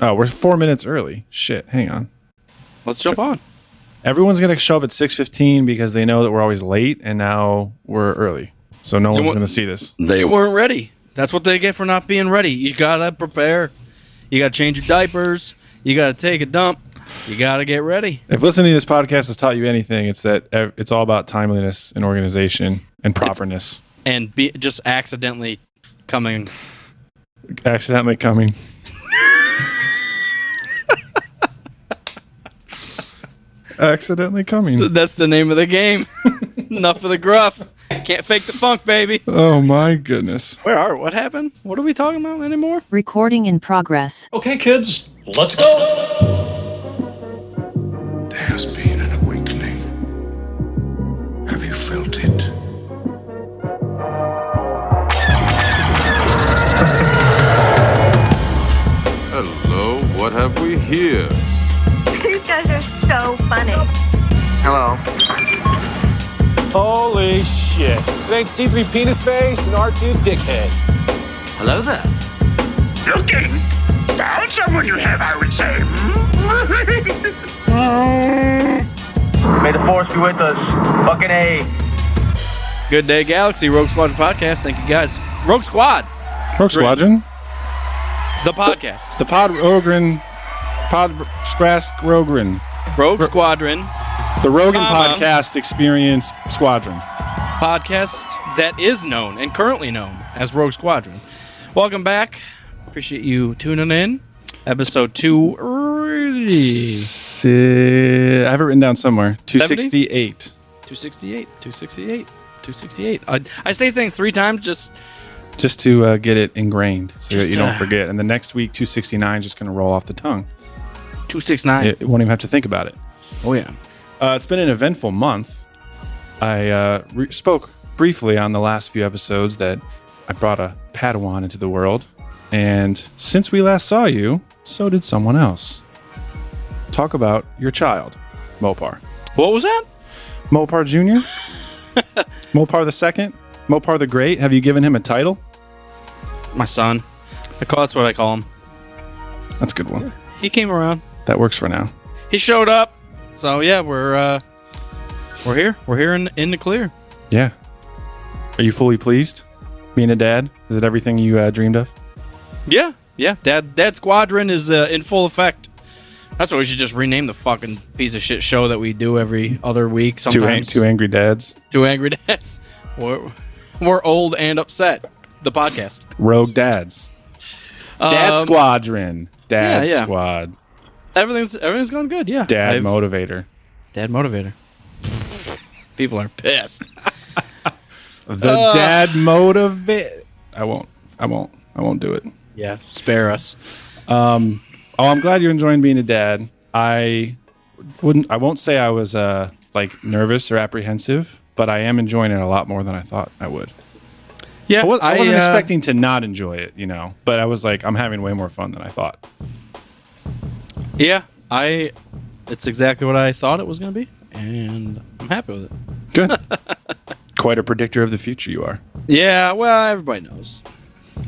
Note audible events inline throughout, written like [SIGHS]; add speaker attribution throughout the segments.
Speaker 1: Oh, we're four minutes early. Shit, hang on.
Speaker 2: Let's jump on.
Speaker 1: Everyone's gonna show up at six fifteen because they know that we're always late, and now we're early, so no one's
Speaker 2: what-
Speaker 1: gonna see this.
Speaker 2: They weren't ready. That's what they get for not being ready. You gotta prepare. You gotta change your diapers. You gotta take a dump. You gotta get ready.
Speaker 1: If listening to this podcast has taught you anything, it's that ev- it's all about timeliness and organization and properness.
Speaker 2: And be just accidentally coming.
Speaker 1: Accidentally [LAUGHS] coming. Accidentally coming.
Speaker 2: [LAUGHS] That's the name of the [LAUGHS] game. Enough of the gruff. Can't fake the funk, [LAUGHS] baby.
Speaker 1: Oh my goodness.
Speaker 2: Where are? What happened? What are we talking about anymore?
Speaker 3: Recording in progress.
Speaker 4: Okay, kids, let's go.
Speaker 5: There has been an awakening. Have you felt it?
Speaker 6: Hello, what have we here?
Speaker 7: [LAUGHS] These guys are so funny.
Speaker 8: Holy shit. It ain't C3 penis face and R2 dickhead.
Speaker 5: Looking! Found someone you have, I would say.
Speaker 9: [LAUGHS] May the force be with us. Fucking A.
Speaker 2: Good day, Galaxy Rogue Squadron podcast. Thank you guys. Rogue Squad,
Speaker 1: Rogue Squadron.
Speaker 2: the podcast.
Speaker 1: The Pod Ogren. Pod Scrask Rogren.
Speaker 2: Rogue Squadron
Speaker 1: The Rogan
Speaker 2: Comma.
Speaker 1: Podcast Experience Squadron.
Speaker 2: podcast that is known and currently known as Rogue Squadron. Welcome back. Appreciate you tuning in. Episode two. Two
Speaker 1: Si- I have it written down somewhere. 268.
Speaker 2: sixty-eight. Two sixty-eight. Two sixty-eight. I, I say things three times just
Speaker 1: Just to uh, get it ingrained so that
Speaker 2: Just,
Speaker 1: you don't
Speaker 2: uh,
Speaker 1: forget. And the next week, 269 is just going to roll off the tongue.
Speaker 2: two six nine.
Speaker 1: It, it won't even have to think about it.
Speaker 2: Oh yeah.
Speaker 1: Uh, it's been an eventful month. I uh, re- spoke briefly on the last few episodes that I brought a Padawan into the world. And since we last saw you, so did someone else. Talk about your child, Mopar.
Speaker 2: What was that?
Speaker 1: Mopar
Speaker 2: [LAUGHS]
Speaker 1: Jr., Mopar the Second, Mopar the Great. Have you given him a title?
Speaker 2: My son. I call that's what I call him.
Speaker 1: That's a good one.
Speaker 2: He came around.
Speaker 1: That works for now.
Speaker 2: He showed up. So yeah, we're uh, we're here. We're here in in the clear.
Speaker 1: Yeah. Are you fully pleased being a dad? Is it everything you uh, dreamed of?
Speaker 2: Yeah, yeah. Dad, Dad Squadron is uh, in full effect. That's what we should just rename the fucking piece of shit show that we do every other week.
Speaker 1: Two, ang-
Speaker 2: Sometimes
Speaker 1: two angry dads,
Speaker 2: Two angry dads. We're, we're old and upset. The podcast.
Speaker 1: rogue dads, dad
Speaker 2: Um,
Speaker 1: squadron, dad
Speaker 2: yeah, yeah.
Speaker 1: squad,
Speaker 2: Everything's everything's going good. Yeah.
Speaker 1: dad
Speaker 2: I've-
Speaker 1: motivator.
Speaker 2: Dad motivator. People are pissed.
Speaker 1: The dad motivate. Uh, I won't. I won't. I won't do it.
Speaker 2: Yeah. Spare us.
Speaker 1: Oh, I'm glad you're enjoying being a dad. I wouldn't. I won't say I was uh, like nervous or apprehensive, but I am enjoying it a lot more than I thought I would.
Speaker 2: Yeah.
Speaker 1: I, was, I wasn't
Speaker 2: uh,
Speaker 1: expecting to not enjoy it, you know, but I was like, I'm having way more fun than I thought.
Speaker 2: Yeah. I. It's exactly what I thought it was going to be, and I'm happy with it.
Speaker 1: Good. [LAUGHS] Quite a predictor of the future you are.
Speaker 2: Yeah, well, everybody knows.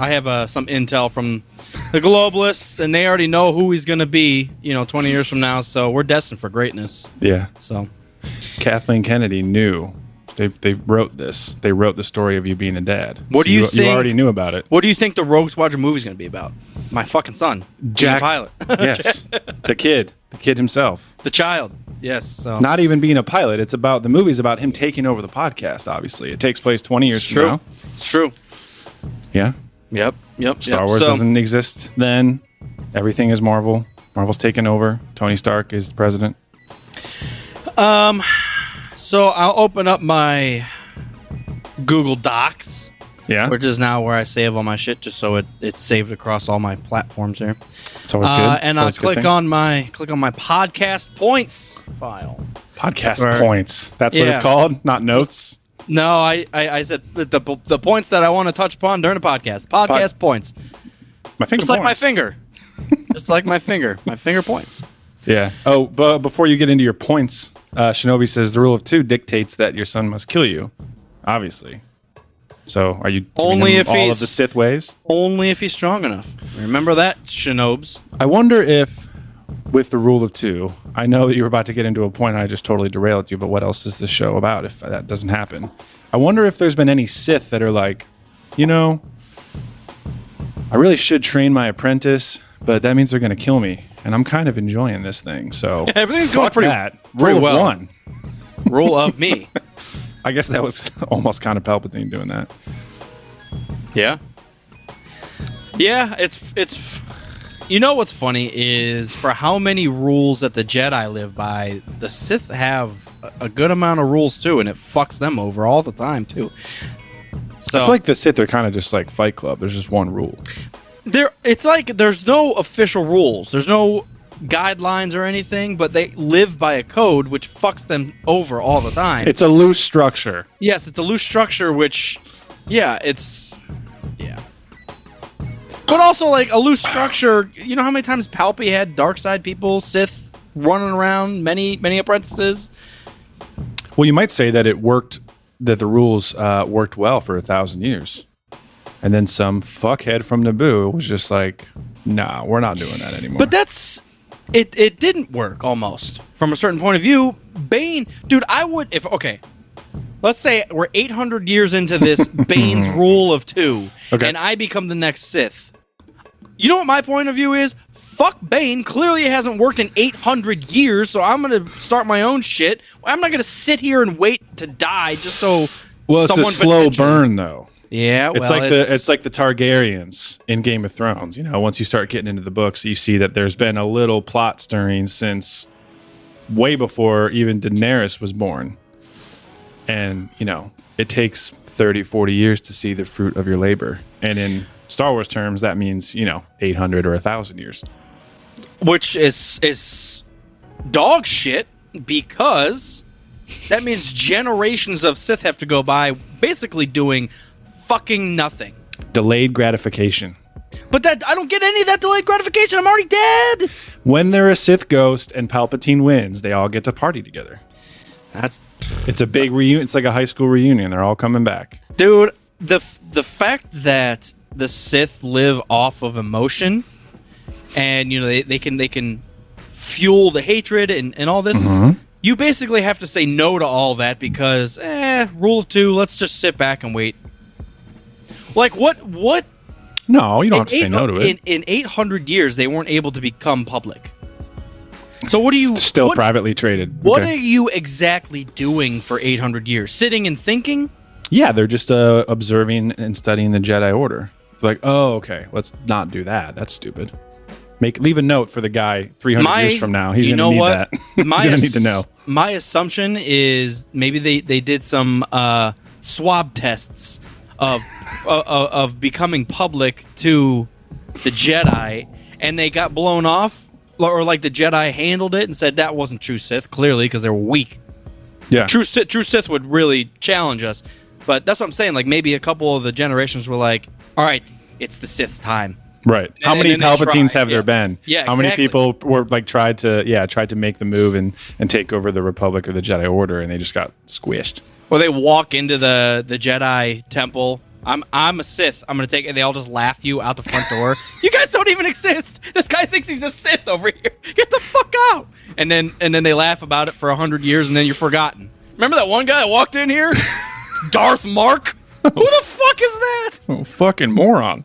Speaker 2: I have uh, some intel from the globalists, and they already know who he's going to be, you know, 20 years from now. So we're destined for greatness.
Speaker 1: Yeah.
Speaker 2: So,
Speaker 1: Kathleen Kennedy knew. They, they wrote this. They wrote the story of you being a dad.
Speaker 2: What do
Speaker 1: So
Speaker 2: you
Speaker 1: You
Speaker 2: think-
Speaker 1: already knew
Speaker 2: [LAUGHS]
Speaker 1: about it.
Speaker 2: what do you think the Rogue Squadron movie's going to be about? My fucking son, being a pilot, [LAUGHS]
Speaker 1: yes. The kid. The kid himself.
Speaker 2: the child. Yes. So
Speaker 1: Not even being a pilot. It's about the movie's about him taking over the podcast, obviously. It takes place 20 years
Speaker 2: it's
Speaker 1: from
Speaker 2: true.
Speaker 1: now.
Speaker 2: It's true.
Speaker 1: Yeah.
Speaker 2: Yep. Yep.
Speaker 1: Star
Speaker 2: yep.
Speaker 1: Wars
Speaker 2: So,
Speaker 1: doesn't exist then. Everything is Marvel. Marvel's taken over. Tony Stark is the president.
Speaker 2: So I'll open up my Google Docs,
Speaker 1: Yeah.
Speaker 2: which is now where I save all my shit, just so it it's saved across all my platforms here.
Speaker 1: It's always good.
Speaker 2: Uh,
Speaker 1: It's
Speaker 2: and I'll
Speaker 1: always a good
Speaker 2: click
Speaker 1: thing.
Speaker 2: on my click on my podcast points file.
Speaker 1: podcast
Speaker 2: Or-
Speaker 1: points. That's what
Speaker 2: Yeah.
Speaker 1: it's called, not notes.
Speaker 2: No, I I, I said the, the the points that I want to touch upon during the podcast. Podcast
Speaker 1: Pod-
Speaker 2: points,
Speaker 1: My finger
Speaker 2: just like my
Speaker 1: points.
Speaker 2: finger,
Speaker 1: [LAUGHS]
Speaker 2: just like my finger, my finger points.
Speaker 1: Yeah. Oh, but before you get into your points, uh, Shinobi says the rule of two dictates that your son must kill you. Obviously, So are you giving
Speaker 2: Only
Speaker 1: him
Speaker 2: if
Speaker 1: all
Speaker 2: he's-
Speaker 1: of the Sith ways?
Speaker 2: Only if he's strong enough. Remember that, Shinobes.
Speaker 1: I wonder if, with the rule of two, I know that you were about to get into a point and I just totally derailed you, but what else is this show about if that doesn't happen? I wonder if there's been any Sith that are like, you know, I really should train my apprentice, but that means they're going to kill me. And I'm kind of enjoying this thing. So
Speaker 2: [LAUGHS] Everything's
Speaker 1: fuck
Speaker 2: going pretty-
Speaker 1: that.
Speaker 2: pretty
Speaker 1: Rule of
Speaker 2: well.
Speaker 1: one.
Speaker 2: Rule of me.
Speaker 1: I guess that was [LAUGHS] almost kind of Palpatine doing that.
Speaker 2: Yeah. Yeah, it's it's You know what's funny is for how many rules that the Jedi live by, the Sith have a- a good amount of rules too and it fucks them over all the time too. So
Speaker 1: I feel like the Sith are kind of just like Fight Club. There's just one rule.
Speaker 2: there it's like there's no official rules. There's no guidelines or anything, but they live by a code which fucks them over all the time.
Speaker 1: It's a loose structure.
Speaker 2: yes, it's a loose structure which yeah, it's yeah. But also like a loose structure, you know how many times Palpy had dark side people, Sith running around, many many apprentices.
Speaker 1: Well, you might say that it worked, that the rules uh, worked well for a thousand years. And then some fuckhead from Naboo was just like, nah, we're not doing that anymore.
Speaker 2: But that's it. It didn't work almost from a certain point of view. Bane, dude, I would if okay. Let's say we're 800 years into this
Speaker 1: [LAUGHS]
Speaker 2: Bane's rule of two,
Speaker 1: Okay.
Speaker 2: and I become the next Sith. You know what my point of view is? Fuck Bane. Clearly, it hasn't worked in 800 years, so I'm gonna start my own shit. I'm not gonna sit here and wait to die just so.
Speaker 1: well, it's a
Speaker 2: someone
Speaker 1: slow
Speaker 2: potentially-
Speaker 1: burn, though.
Speaker 2: Yeah,
Speaker 1: It's
Speaker 2: well,
Speaker 1: like the it's like the Targaryens in Game of Thrones. You know, once you start getting into the books, you see that there's been a little plot stirring since way before even Daenerys was born. And, you know, it takes 30, 40 years to see the fruit of your labor. And in Star Wars terms, that means, you know, 800 or 1,000 years.
Speaker 2: which is is dog shit because that means generations of Sith have to go by basically doing fucking nothing.
Speaker 1: Delayed gratification.
Speaker 2: But that I don't get any of that delayed gratification. I'm already dead.
Speaker 1: When they're a Sith ghost and Palpatine wins, they all get to party together.
Speaker 2: That's
Speaker 1: It's a big reunion. It's like a high school reunion. They're all coming back.
Speaker 2: dude the f- the fact that the sith live off of emotion and you know they, they can they can fuel the hatred and, and all this
Speaker 1: Mm-hmm.
Speaker 2: you basically have to say no to all that because eh rule of two let's just sit back and wait like what what
Speaker 1: No, you don't have to
Speaker 2: in
Speaker 1: say no
Speaker 2: eight-
Speaker 1: to it.
Speaker 2: in, in 800 years they weren't able to become public so what do you
Speaker 1: still
Speaker 2: what-
Speaker 1: privately traded.
Speaker 2: what
Speaker 1: Okay.
Speaker 2: are you exactly doing for 800 years sitting and thinking
Speaker 1: yeah, they're just uh, observing and studying the Jedi Order. It's like, oh, okay, let's not do that. That's stupid. Make leave a note for the guy 300 years from now. He's
Speaker 2: you
Speaker 1: gonna
Speaker 2: know
Speaker 1: need that.
Speaker 2: what?
Speaker 1: [LAUGHS] He's gonna
Speaker 2: ass-
Speaker 1: need to know.
Speaker 2: My assumption is maybe they they did some uh, swab tests of [LAUGHS] uh, of becoming public to the Jedi, and they got blown off, or like the Jedi handled it and said that wasn't true Sith clearly because they were weak.
Speaker 1: Yeah,
Speaker 2: True Sith, true Sith would really challenge us, but that's what I'm saying. Like maybe a couple of the generations were like, all right, it's the Sith's time.
Speaker 1: Right. How
Speaker 2: and
Speaker 1: many
Speaker 2: then they
Speaker 1: Palpatines
Speaker 2: tried,
Speaker 1: have
Speaker 2: yeah.
Speaker 1: there been?
Speaker 2: Yeah,
Speaker 1: How many
Speaker 2: exactly.
Speaker 1: people were like tried to yeah tried to make the move and and take over the Republic or the Jedi Order and they just got squished.
Speaker 2: Or they walk into the the Jedi temple. I'm I'm a Sith. I'm gonna take, and they all just laugh you out the front door. you guys don't even exist. This guy thinks he's a Sith over here. Get the fuck out. And then and then they laugh about it for a hundred years, and then you're forgotten. Remember that one guy that walked in here, Darth Mark. Who the fuck is that?
Speaker 1: Oh, fucking moron.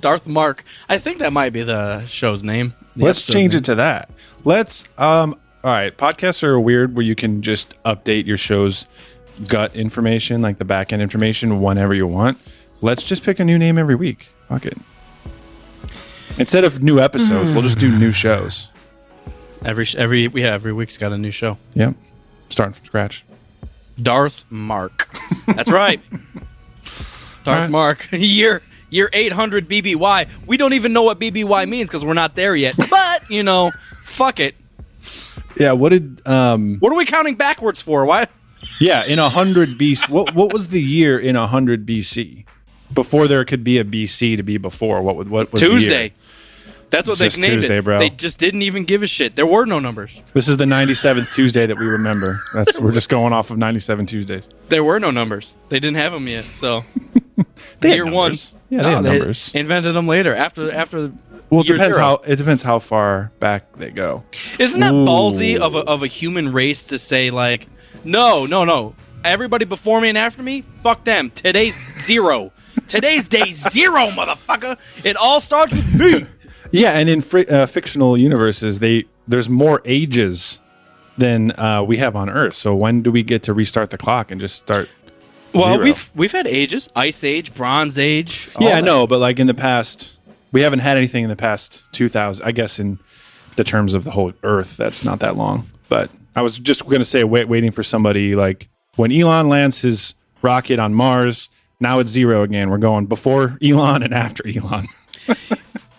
Speaker 2: Darth Mark. I think that might be the show's name. The
Speaker 1: Let's
Speaker 2: episode's
Speaker 1: change
Speaker 2: name.
Speaker 1: it to that. Let's um all right, podcasts are weird where you can just update your show's gut information, like the back end information whenever you want. Let's just pick a new name every week. Fuck it. Instead of new episodes, we'll just do new shows.
Speaker 2: Every sh- every yeah every week's got a new show.
Speaker 1: Yep. Starting from scratch.
Speaker 2: Darth Mark.
Speaker 1: [LAUGHS]
Speaker 2: That's right. Darth
Speaker 1: right.
Speaker 2: Mark. [LAUGHS] Year year 800 BBY. We don't even know what BBY means because we're not
Speaker 1: [LAUGHS]
Speaker 2: there yet. But you know, fuck it.
Speaker 1: Yeah, what did um
Speaker 2: What are we counting backwards for? Why?
Speaker 1: Yeah, in 100 BC. what what was the year in 100 BC? Before there could be a BC to be before. What would what was the year?
Speaker 2: Tuesday. That's
Speaker 1: It's
Speaker 2: what they
Speaker 1: just
Speaker 2: named
Speaker 1: Tuesday,
Speaker 2: it.
Speaker 1: bro.
Speaker 2: They just didn't even give a shit. There were no numbers.
Speaker 1: This is the 97th Tuesday that we remember. That's we're just going off of 97 Tuesdays.
Speaker 2: There were no numbers. They didn't have them yet. So
Speaker 1: They had
Speaker 2: year one,
Speaker 1: numbers. Yeah, they
Speaker 2: No,
Speaker 1: had numbers.
Speaker 2: Invented them later after after.
Speaker 1: Well, it
Speaker 2: year
Speaker 1: depends
Speaker 2: zero.
Speaker 1: how it depends how far back they go.
Speaker 2: Isn't that
Speaker 1: Ooh.
Speaker 2: ballsy of a, of a human race to say like, no, no, no, everybody before me and after me, fuck them. Today's
Speaker 1: [LAUGHS]
Speaker 2: zero. Today's day zero, motherfucker. It all starts
Speaker 1: [LAUGHS]
Speaker 2: with me.
Speaker 1: Yeah, and in fri- uh, fictional universes, they there's more ages than uh, we have on Earth. So when do we get to restart the clock and just start?
Speaker 2: Well,
Speaker 1: zero?
Speaker 2: we we've we've had ages: Ice Age, Bronze Age. all
Speaker 1: yeah, I
Speaker 2: that.
Speaker 1: know, but like in the past, we haven't had anything in the past 2000. I guess in the terms of the whole Earth, that's not that long. But I was just going to say, wait, waiting for somebody like when Elon lands his rocket on Mars. Now it's zero again. We're going before Elon and after Elon. [LAUGHS]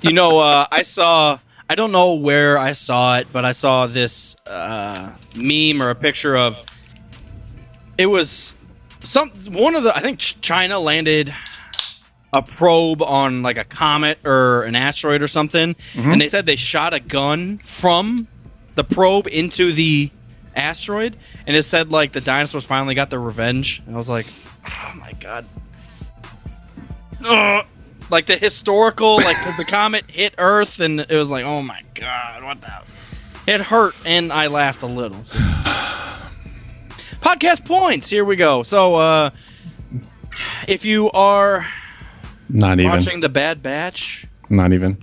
Speaker 2: You know, uh, I saw. I don't know where I saw it, but I saw this uh, meme or a picture of. It was some one of the. I think Ch- China landed a probe on like a comet or an asteroid or something, and they said they shot a gun from the probe into the asteroid, and it said like the dinosaurs finally got their revenge, and I was like, oh my god. Ugh like the historical, like 'cause the comet hit Earth, and it was like, oh my god, what the? It hurt, and I laughed a little. [SIGHS] Podcast points. Here we go. So, uh, if you are
Speaker 1: Not even.
Speaker 2: watching The Bad Batch,
Speaker 1: Not even.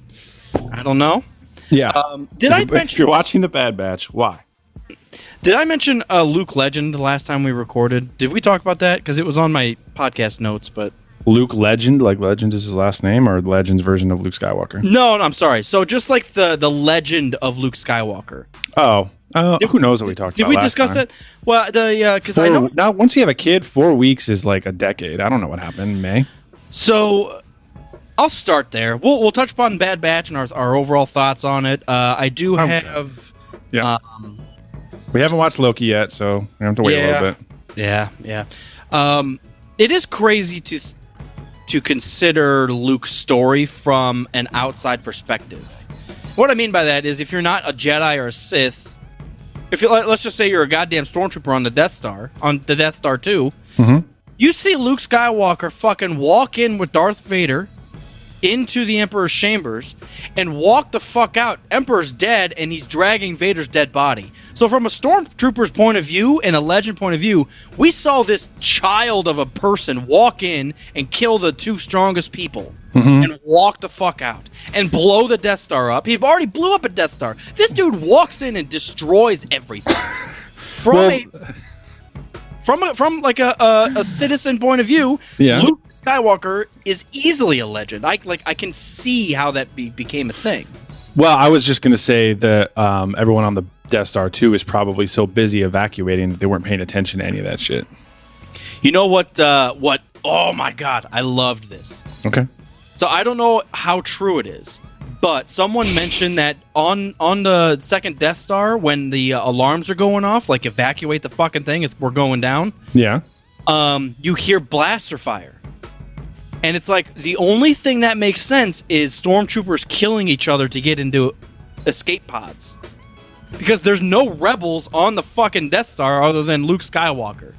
Speaker 2: I don't know.
Speaker 1: Yeah.
Speaker 2: Um, did I
Speaker 1: If- If you're
Speaker 2: mention?
Speaker 1: watching The Bad Batch, why?
Speaker 2: Did I mention uh, Luke Legend the last time we recorded? Did we talk about that? Because it was on my podcast notes, but
Speaker 1: Luke Legend, like Legend is his last name, or Legend's version of Luke Skywalker?
Speaker 2: no, no, I'm sorry. So just like the the legend of Luke Skywalker.
Speaker 1: Oh, uh, who knows what we talked
Speaker 2: Did
Speaker 1: about?
Speaker 2: we
Speaker 1: last
Speaker 2: discuss
Speaker 1: time.
Speaker 2: that? Well, the because
Speaker 1: Four,
Speaker 2: I know
Speaker 1: now, once you have a kid, four weeks is like a decade. I don't know what happened in May.
Speaker 2: So I'll start there. We'll, we'll touch upon Bad Batch and our, our overall thoughts on it. Uh, I do
Speaker 1: Okay.
Speaker 2: have.
Speaker 1: Yeah. we haven't watched Loki yet, so we have to wait a
Speaker 2: Um, Yeah.
Speaker 1: little bit.
Speaker 2: Yeah, yeah. Um, it is crazy to to consider Luke's story from an outside perspective. What I mean by that is, if you're not a Jedi or a Sith, if you let- let's just say you're a goddamn stormtrooper on the Death Star, on the Death Star 2 you see Luke Skywalker fucking walk in with Darth Vader into the Emperor's chambers and walk the fuck out. Emperor's dead, and he's dragging Vader's dead body. So, from a stormtrooper's point of view and a legend point of view, we saw this child of a person walk in and kill the two strongest people. And walk the fuck out and blow the Death Star up. He already blew up a Death Star. This dude walks in and destroys everything. From
Speaker 1: Well-
Speaker 2: a from a, from like a, a, a citizen point of view,
Speaker 1: Yeah.
Speaker 2: Luke Skywalker is easily a legend. I like I can see how that be, became a thing.
Speaker 1: Well, I was just going to say that um, everyone on the Death Star 2 is probably so busy evacuating that they weren't paying attention to any of that shit.
Speaker 2: You know what? Uh, what? Oh my God! I loved this.
Speaker 1: Okay.
Speaker 2: So I don't know how true it is, but someone mentioned that on on the second Death Star when the uh, alarms are going off, like evacuate the fucking thing, it's, we're going down.
Speaker 1: Yeah.
Speaker 2: um, you hear blaster fire. And it's like the only thing that makes sense is stormtroopers killing each other to get into escape pods. Because there's no rebels on the fucking Death Star other than Luke Skywalker.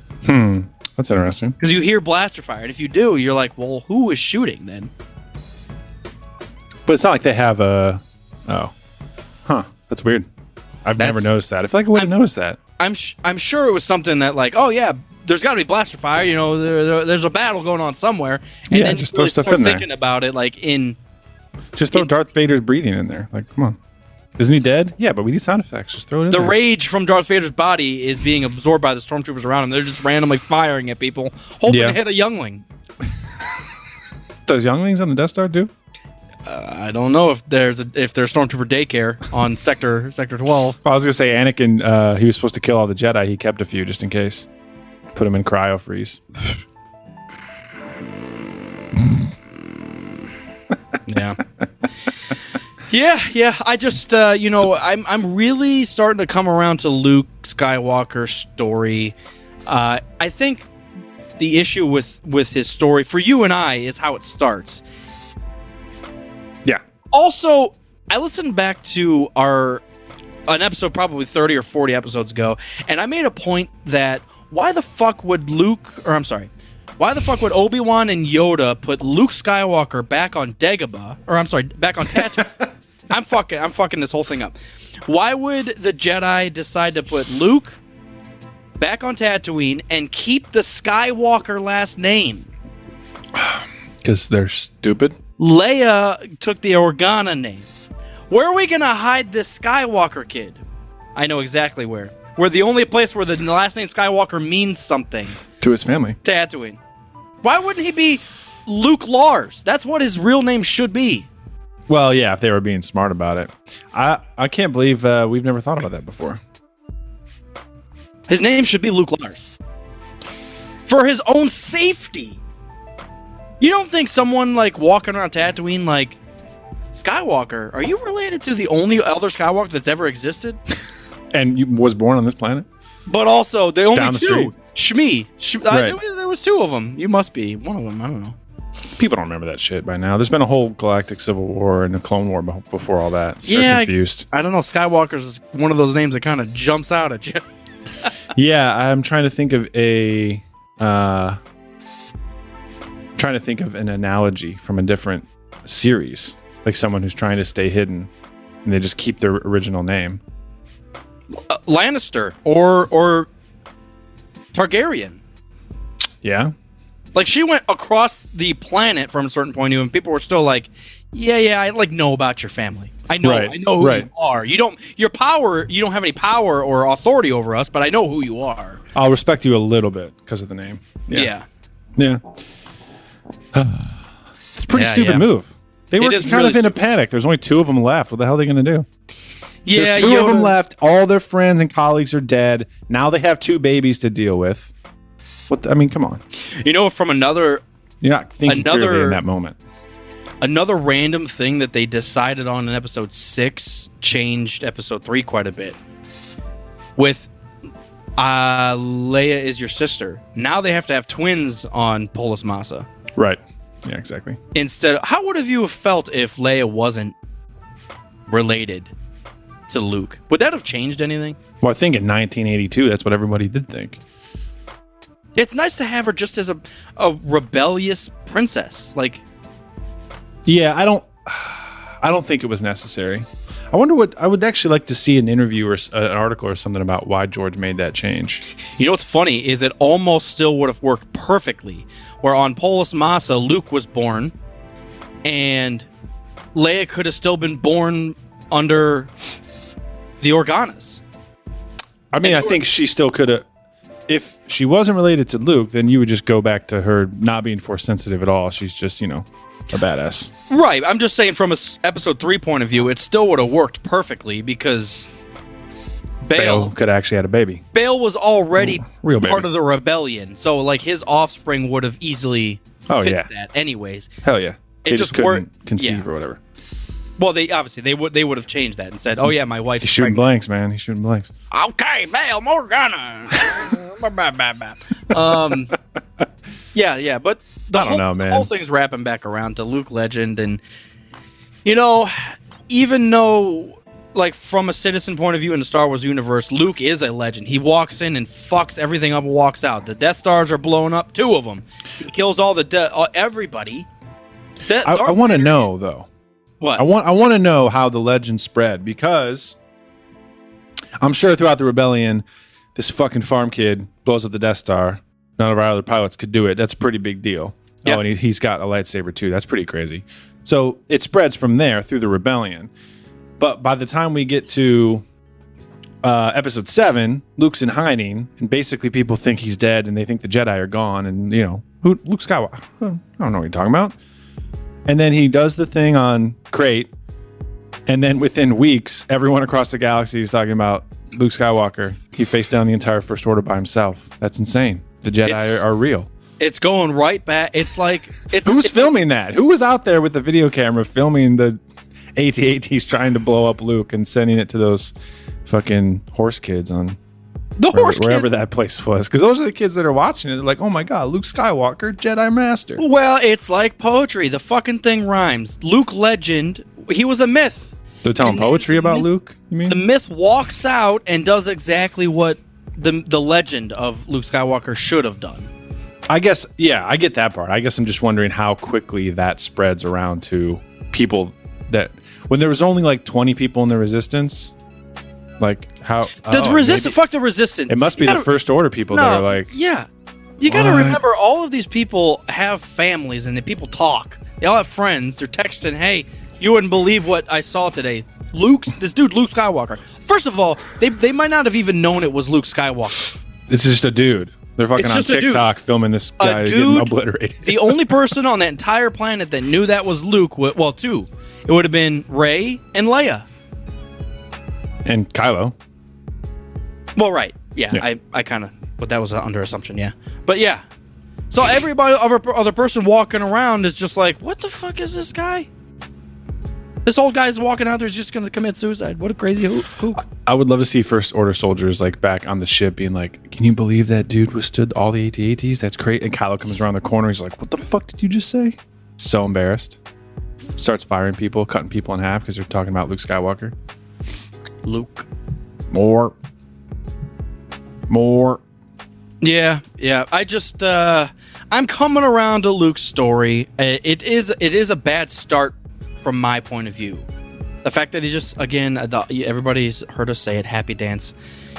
Speaker 1: That's interesting.
Speaker 2: Because you hear blaster fire. And if you do, you're like, well, who is shooting then?
Speaker 1: But it's not like they have a. Oh. Huh. That's weird. I've never
Speaker 2: That's-
Speaker 1: noticed that. I feel like I would have noticed that.
Speaker 2: I'm sh- I'm sure it was something that like, oh yeah, there's got to be blaster fire. You know, there, there- there's a battle going on somewhere. And
Speaker 1: Yeah,
Speaker 2: then
Speaker 1: just
Speaker 2: you
Speaker 1: throw
Speaker 2: really
Speaker 1: stuff
Speaker 2: start
Speaker 1: in there.
Speaker 2: thinking about it like in
Speaker 1: Just throw Darth Vader's breathing in there. Like, come on. Isn't he dead? Yeah, but we need sound effects. Just throw it in
Speaker 2: The
Speaker 1: there.
Speaker 2: rage from Darth Vader's body is being absorbed by the stormtroopers around him. They're just randomly firing at people, hoping
Speaker 1: Yeah.
Speaker 2: to hit a youngling.
Speaker 1: Does younglings on the Death Star do?
Speaker 2: I don't know if there's a, if there's stormtrooper daycare on sector sector twelve.
Speaker 1: Well, I was gonna say Anakin. Uh, he was supposed to kill all the Jedi. He kept a few just in case. Put him in cryo freeze.
Speaker 2: Yeah. [LAUGHS] yeah, yeah. I just uh, you know I'm I'm really starting to come around to Luke Skywalker's story. Uh, I think the issue with with his story for you and I is how it starts.
Speaker 1: Yeah.
Speaker 2: Also, I listened back to our an episode probably 30 or 40 episodes ago, and I made a point that why the fuck would Luke, or I'm sorry, why the fuck would Obi Wan and Yoda put Luke Skywalker back on Dagobah, or I'm sorry, back on Tatooine? I'm fucking, I'm fucking this whole thing up. Why would the Jedi decide to put Luke back on Tatooine and keep the Skywalker last name?
Speaker 1: because they're stupid.
Speaker 2: Leia took the Organa name. Where are we gonna hide this Skywalker kid? I know exactly where. We're the only place where the last name Skywalker means something.
Speaker 1: To his family,
Speaker 2: Tatooine. Why wouldn't he be Luke Lars? That's what his real name should be.
Speaker 1: Well, yeah, if they were being smart about it, I I can't believe uh, we've never thought about that before.
Speaker 2: His name should be Luke Lars. For his own safety. You don't think someone like walking around Tatooine like Skywalker, are you related to the only other Skywalker that's ever existed?
Speaker 1: And you was born on this planet.
Speaker 2: But also, they only
Speaker 1: Down the
Speaker 2: two. Shmi. Sh- I-
Speaker 1: Right.
Speaker 2: there, there was two of them. You must be one of them. I don't know.
Speaker 1: People don't remember that shit by now. There's been a whole galactic civil war and a clone war beh- before all that. They're
Speaker 2: Yeah, I-
Speaker 1: confused.
Speaker 2: I don't know. Skywalker's is one of those names that kind of jumps out
Speaker 1: [LAUGHS]
Speaker 2: at you.
Speaker 1: Yeah, I'm trying to think of a uh trying to think of an analogy from a different series. Like someone who's trying to stay hidden and they just keep their original name.
Speaker 2: Uh, Lannister or or Targaryen.
Speaker 1: Yeah?
Speaker 2: Like she went across the planet from a certain point of view, and people were still like, "Yeah, yeah, I like know about your family. I know,
Speaker 1: Right,
Speaker 2: I know who
Speaker 1: right.
Speaker 2: you are. You don't your power. You don't have any power or authority over us, but I know who you are."
Speaker 1: I'll respect you a little bit because of the name.
Speaker 2: yeah.
Speaker 1: Yeah. [SIGHS] it's a pretty
Speaker 2: Yeah,
Speaker 1: stupid
Speaker 2: yeah.
Speaker 1: move. They
Speaker 2: It
Speaker 1: were
Speaker 2: is
Speaker 1: kind
Speaker 2: really
Speaker 1: of in a
Speaker 2: stupid.
Speaker 1: panic. There's only two of them left. What the hell are they going to do?
Speaker 2: Yeah,
Speaker 1: There's two of them
Speaker 2: Yoda-
Speaker 1: left. All their friends and colleagues are dead. Now they have two babies to deal with. What? the- I mean, come on.
Speaker 2: You know, from another
Speaker 1: You're not thinking clearly
Speaker 2: Another-
Speaker 1: in that moment.
Speaker 2: another random thing that they decided on in episode six changed episode three quite a bit. With uh, Leia is your sister. Now they have to have twins on Polis Massa.
Speaker 1: Right. Yeah, exactly.
Speaker 2: Instead, how would have you have felt if Leia wasn't related to Luke? Would that have changed anything?
Speaker 1: Well, I think in 1982, that's what everybody did think.
Speaker 2: It's nice to have her just as a, a rebellious princess. Like,
Speaker 1: Yeah, I don't. I don't think it was necessary. I wonder what I would actually like to see an interview or s- uh, an article or something about why George made that change.
Speaker 2: You know what's funny is it almost still would have worked perfectly, where on Polis Massa, Luke was born, and Leia could have still been born under the Organas.
Speaker 1: I mean, I think she still could have. If she wasn't related to Luke, then you would just go back to her not being force sensitive at all. She's just, you know, a badass.
Speaker 2: Right. I'm just saying from a s- episode three point of view, it still would have worked perfectly because
Speaker 1: Bale
Speaker 2: Bail
Speaker 1: could have actually had a baby.
Speaker 2: Bail was already
Speaker 1: real baby.
Speaker 2: part of the rebellion, so like his offspring would have easily
Speaker 1: Oh,
Speaker 2: fit
Speaker 1: yeah.
Speaker 2: that anyways.
Speaker 1: Hell yeah.
Speaker 2: It
Speaker 1: they just,
Speaker 2: just
Speaker 1: couldn't
Speaker 2: worked-
Speaker 1: conceive
Speaker 2: yeah.
Speaker 1: or whatever.
Speaker 2: Well, they obviously they would they would have changed that and said, "Oh yeah, my wife's
Speaker 1: He's shooting blanks,
Speaker 2: pregnant."
Speaker 1: man. He's shooting blanks.
Speaker 2: Okay, Bail
Speaker 9: [LAUGHS]
Speaker 2: Morgana. Bah, bah, bah, bah. um, yeah, yeah, but the
Speaker 1: I don't
Speaker 2: whole,
Speaker 1: know,
Speaker 2: the
Speaker 1: man.
Speaker 2: whole thing's wrapping back around to Luke Legend, and you know, even though, like, from a citizen point of view in the Star Wars universe, Luke is a legend. He walks in and fucks everything up and walks out. The Death Stars are blown up, two of them. He kills all the de- uh, everybody. That,
Speaker 1: I, I want to know, though.
Speaker 2: what?
Speaker 1: I want I want to know how the legend spread because I'm sure throughout the rebellion, this fucking farm kid blows up the Death Star. None of our other pilots could do it. That's a pretty big deal.
Speaker 2: Yeah.
Speaker 1: Oh, and he, he's got a lightsaber too. That's pretty crazy. So it spreads from there through the rebellion. But by the time we get to uh, episode seven, Luke's in hiding, and basically people think he's dead, and they think the Jedi are gone, and you know who Luke Skywalker. I don't know what you're talking about. And then he does the thing on Crate, and then within weeks, everyone across the galaxy is talking about Luke Skywalker. He faced down the entire First Order by himself. That's insane. The Jedi
Speaker 2: It's-
Speaker 1: are, are real.
Speaker 2: it's going right back. It's like it's
Speaker 1: Who's
Speaker 2: it's-
Speaker 1: filming that? Who was out there with the video camera filming the AT-ATs trying to blow up Luke and sending it to those fucking horse kids on
Speaker 2: the
Speaker 1: wherever,
Speaker 2: horse kids.
Speaker 1: wherever that place was? Because those are the kids that are watching it. They're like, "Oh my god, Luke
Speaker 2: Oh.
Speaker 1: Skywalker, Jedi Master."
Speaker 2: Well, it's like poetry. The fucking thing rhymes. Luke Legend he was a myth.
Speaker 1: They're telling poetry about Luke. You mean?
Speaker 2: The myth walks out and does exactly what the the legend of Luke Skywalker should have done.
Speaker 1: I guess, yeah, I get that part. I guess I'm just wondering how quickly that spreads around to people that when there was only like 20 people in the resistance, like how
Speaker 2: The
Speaker 1: oh,
Speaker 2: resistance,
Speaker 1: maybe-
Speaker 2: fuck the resistance.
Speaker 1: It must be
Speaker 2: You
Speaker 1: the
Speaker 2: gotta-
Speaker 1: first order people that are like,
Speaker 2: yeah. You got to
Speaker 1: "What?"
Speaker 2: remember, all of these people have families, and the people talk. They all have friends. They're texting, "Hey, you wouldn't believe what I saw today." Luke, this dude, Luke Skywalker. First of all, they they might not have even known it was Luke Skywalker.
Speaker 1: This is just a dude. They're fucking
Speaker 2: It's
Speaker 1: on
Speaker 2: just a dude.
Speaker 1: TikTok filming this
Speaker 2: A
Speaker 1: guy getting
Speaker 2: dude-
Speaker 1: obliterated.
Speaker 2: The only person on that entire planet that knew that was Luke. wa- Well, two. It would have been Ray and Leia.
Speaker 1: and Kylo.
Speaker 2: Well, right. Yeah,
Speaker 1: Yeah.
Speaker 2: I, I kind of, but that was a under assumption. Yeah, but yeah. So everybody, other other person walking around is just like, what the fuck is this guy? This old guy's walking out there is just gonna commit suicide. What a crazy hoo- kook!
Speaker 1: I would love to see first order soldiers like back on the ship being like, Can you believe that dude withstood all the AT-ATs? That's great. And Kylo comes around the corner. He's like, What the fuck did you just say? So embarrassed. Starts firing people, cutting people in half because they're talking about Luke Skywalker.
Speaker 2: Luke.
Speaker 1: More. More.
Speaker 2: Yeah, yeah. I just, uh I'm coming around to Luke's story. Uh, It is, it is a bad start from my point of view. The fact that he just, again, uh, the, everybody's heard us say it, happy dance.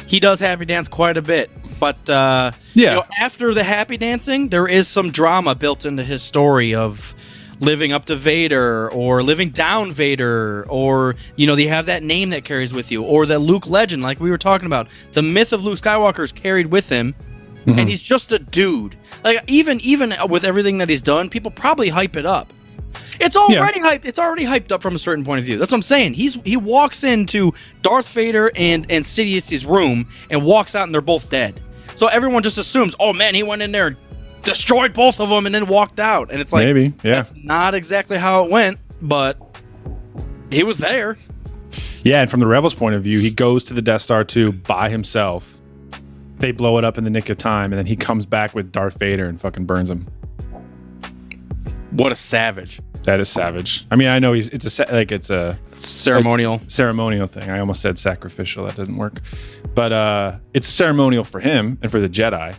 Speaker 2: He does happy dance quite a bit, but uh
Speaker 1: Yeah.
Speaker 2: you know, after the happy dancing, there is some drama built into his story of living up to Vader or living down Vader or you know they have that name that carries with you or the Luke legend like we were talking about the myth of Luke Skywalker is carried with him and he's just a dude like even even with everything that he's done people probably hype it up it's already hyped it's already hyped up from a certain point of view that's what I'm saying he's he walks into Darth Vader and and Sidious's room and walks out and they're both dead so everyone just assumes oh man he went in there and destroyed both of them and then walked out and it's like
Speaker 1: Maybe. Yeah.
Speaker 2: that's not exactly how it went, but he was there.
Speaker 1: Yeah, and from the Rebels' point of view, he goes to the Death Star 2 by himself. They blow it up in the nick of time, and then he comes back with Darth Vader and fucking burns him.
Speaker 2: What a savage.
Speaker 1: That is savage. I mean, I know he's it's a sa- like it's a
Speaker 2: Ceremonial.
Speaker 1: it's ceremonial thing. I almost said sacrificial. That doesn't work, but uh, it's ceremonial for him and for the Jedi.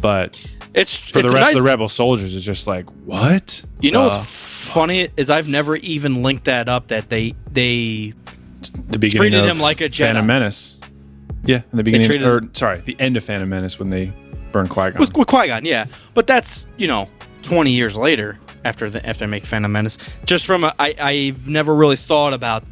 Speaker 1: But
Speaker 2: It's
Speaker 1: for
Speaker 2: it's
Speaker 1: the rest
Speaker 2: a nice-
Speaker 1: of the rebel soldiers, it's just like what
Speaker 2: You know
Speaker 1: Uh,
Speaker 2: what's funny is I've never even linked that up that they they
Speaker 1: the beginning
Speaker 2: treated
Speaker 1: of
Speaker 2: him like a Jedi.
Speaker 1: Phantom Menace. Yeah, in the beginning,
Speaker 2: treated
Speaker 1: or
Speaker 2: him-
Speaker 1: sorry, the end of Phantom Menace when they burn Qui Gon.
Speaker 2: with, with Qui Gon, yeah. But that's you know twenty years later after the after I make Phantom Menace. Just from a, I I've never really thought about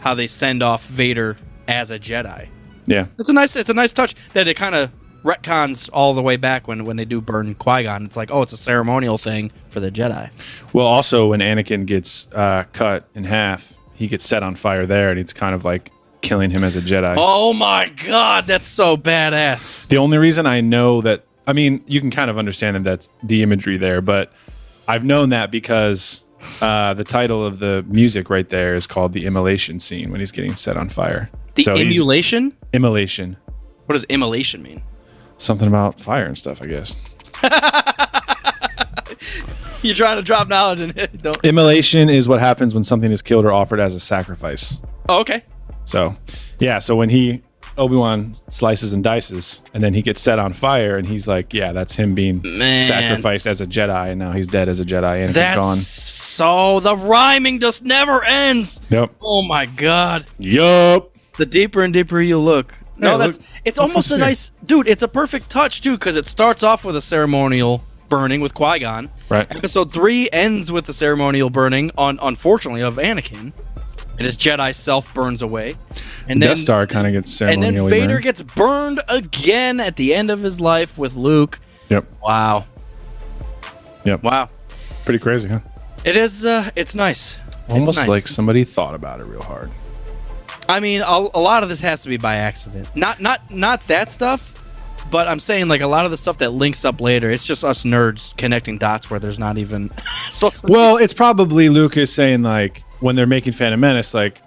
Speaker 2: how they send off Vader as a Jedi.
Speaker 1: Yeah,
Speaker 2: It's a nice it's a nice touch that it kind of retcons all the way back when when they do burn Qui Gon. It's like oh, it's a ceremonial thing for the Jedi.
Speaker 1: Well, also when Anakin gets uh, cut in half, he gets set on fire there, and it's kind of like killing him as a Jedi.
Speaker 2: Oh my god, that's so badass.
Speaker 1: The only reason I know that, I mean, you can kind of understand that that's the imagery there, but I've known that because uh, the title of the music right there is called the immolation scene when he's getting set on fire.
Speaker 2: The
Speaker 1: he's-
Speaker 2: immolation?
Speaker 1: immolation,
Speaker 2: What does immolation mean? [LAUGHS]
Speaker 1: something about fire and stuff, I guess.
Speaker 2: You're trying to drop knowledge and don't.
Speaker 1: Immolation is what happens when something is killed or offered as a sacrifice.
Speaker 2: Oh, okay.
Speaker 1: So, yeah. So when he Obi Wan slices and dices, and then he gets set on fire, and he's like, "Yeah, that's him being
Speaker 2: Man.
Speaker 1: sacrificed as a Jedi, and now he's dead as a Jedi, and
Speaker 2: That's
Speaker 1: he's
Speaker 2: so the rhyming just never ends.
Speaker 1: gone." Yep.
Speaker 2: Oh my god.
Speaker 1: Yup.
Speaker 2: The deeper and deeper you look. No,
Speaker 1: Hey,
Speaker 2: that's
Speaker 1: look-
Speaker 2: it's
Speaker 1: look
Speaker 2: almost
Speaker 1: who's
Speaker 2: a
Speaker 1: here.
Speaker 2: nice dude, it's a perfect touch too, because it starts off with a ceremonial burning with Qui-Gon.
Speaker 1: Right.
Speaker 2: Episode three ends with the ceremonial burning on unfortunately of Anakin. And his Jedi self burns away. And then
Speaker 1: Death Star kind of gets
Speaker 2: and then
Speaker 1: ceremonially
Speaker 2: Vader
Speaker 1: burned.
Speaker 2: gets burned again at the end of his life with Luke.
Speaker 1: yep.
Speaker 2: Wow.
Speaker 1: Yep.
Speaker 2: Wow.
Speaker 1: Pretty crazy, huh?
Speaker 2: It is uh it's nice. It's
Speaker 1: Almost
Speaker 2: nice.
Speaker 1: like somebody thought about it real hard.
Speaker 2: I mean, a, a lot of this has to be by accident. Not not not that stuff, but I'm saying like a lot of the stuff that links up later. It's just us nerds connecting dots where there's not even. [LAUGHS] supposed to be-
Speaker 1: Well, it's probably Lucas saying like when they're making Phantom Menace, like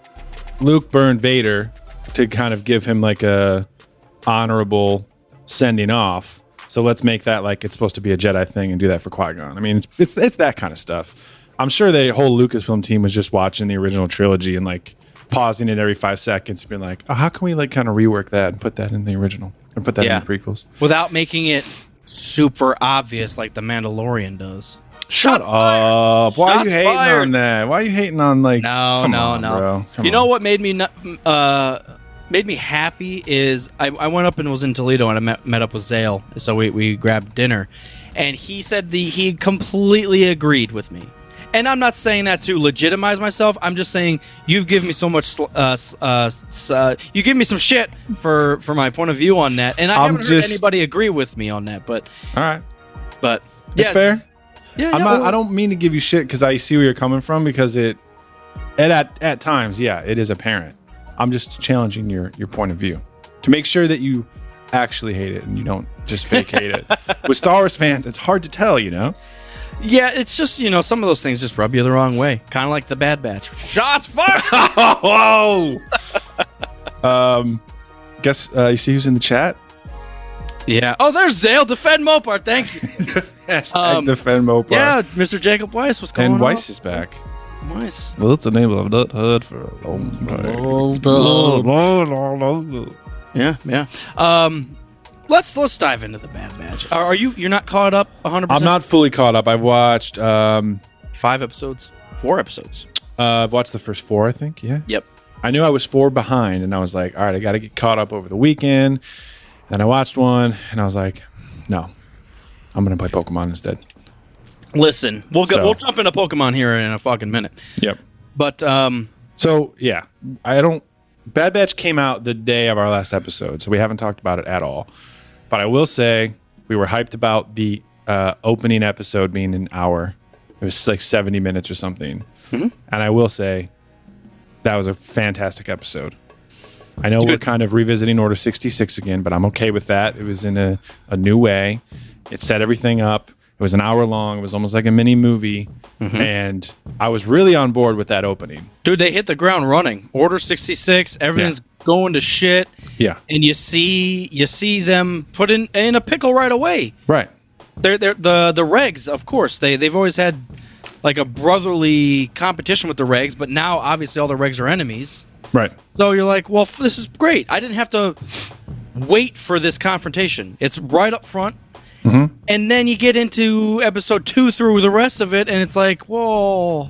Speaker 1: Luke burned Vader to kind of give him like a honorable sending off. So let's make that like it's supposed to be a Jedi thing and do that for Qui Gon. I mean, it's, it's it's that kind of stuff. I'm sure the whole Lucasfilm team was just watching the original trilogy and like pausing it every five seconds, and being like, oh, "How can we like kind of rework that and put that in the original and put that
Speaker 2: Yeah.
Speaker 1: in the prequels?"
Speaker 2: without making it super obvious like the Mandalorian does.
Speaker 1: Shut up! Why are
Speaker 2: Shots
Speaker 1: you hating
Speaker 2: fired.
Speaker 1: on that? Why are you hating on like?
Speaker 2: No,
Speaker 1: come
Speaker 2: no,
Speaker 1: on,
Speaker 2: no.
Speaker 1: bro. Come
Speaker 2: you know
Speaker 1: on.
Speaker 2: what made me not, uh, made me happy is I, I went up and was in Toledo and I met, met up with Zale, so we, we grabbed dinner, and he said the he completely agreed with me. And I'm not saying that to legitimize myself. I'm just saying you've given me so much. Sl- uh, s- uh, s- uh, you give me some shit for for my point of view on that, and I
Speaker 1: I'm
Speaker 2: haven't
Speaker 1: just-
Speaker 2: heard anybody agree with me on that. But
Speaker 1: All right.
Speaker 2: but
Speaker 1: It's fair.
Speaker 2: Yeah,
Speaker 1: I'm
Speaker 2: yeah,
Speaker 1: not,
Speaker 2: well-
Speaker 1: I don't mean to give you shit because I see where you're coming from because it, and at at times, yeah, it is apparent. I'm just challenging your your point of view to make sure that you actually hate it and you don't just fake hate
Speaker 2: [LAUGHS]
Speaker 1: it. With Star Wars fans, it's hard to tell, you know.
Speaker 2: Yeah, it's just you know some of those things just rub you the wrong way, kind of like the Bad Batch. Shots
Speaker 1: [LAUGHS]
Speaker 2: fired.
Speaker 1: Oh, um, guess uh, you see who's in the chat. [LAUGHS]
Speaker 2: yeah. Oh, there's Zale. Defend Mopar. Thank you.
Speaker 1: Hashtag
Speaker 2: Um,
Speaker 1: defend Mopar.
Speaker 2: yeah, Mr. Jacob Weiss. What's going
Speaker 1: and
Speaker 2: on?
Speaker 1: Weiss is back.
Speaker 2: Weiss.
Speaker 1: Well, it's the name of that heard for a long time.
Speaker 2: Oh, Yeah, yeah. Um, let's let's dive into the Bad Batch. Are, are you you're not caught up 100?
Speaker 1: I'm not fully caught up. I've watched. Um,
Speaker 2: five episodes, four episodes.
Speaker 1: Uh, I've watched the first four, I think. Yeah.
Speaker 2: Yep.
Speaker 1: I knew I was four behind, and I was like, all right, I got to get caught up over the weekend. Then I watched one, and I was like, no, I'm going to play Pokemon instead.
Speaker 2: Listen, we'll go,
Speaker 1: So-
Speaker 2: we'll jump into Pokemon here in a fucking minute,
Speaker 1: Yep.
Speaker 2: but um,
Speaker 1: So, yeah, I don't. Bad Batch came out the day of our last episode, so we haven't talked about it at all. But I will say we were hyped about the uh, opening episode being an hour. It was like 70 minutes or something. And I will say that was a fantastic episode. I know we're kind of revisiting Order 66 again, but I'm okay with that. It was in a, a new way. It set everything up. It was an hour long. It was almost like a mini movie. And I was really on board with that opening.
Speaker 2: dude, they hit the ground running. Order 66. Everything's going to shit.
Speaker 1: Yeah.
Speaker 2: and you see you see them put in in a pickle right away.
Speaker 1: Right.
Speaker 2: They're, they're the the regs, of course. They they've always had like a brotherly competition with the regs, but now obviously all the regs are enemies.
Speaker 1: Right.
Speaker 2: So you're like, well, f- this is great. I didn't have to wait for this confrontation. It's right up front. And then you get into episode two through the rest of it, and it's like, whoa,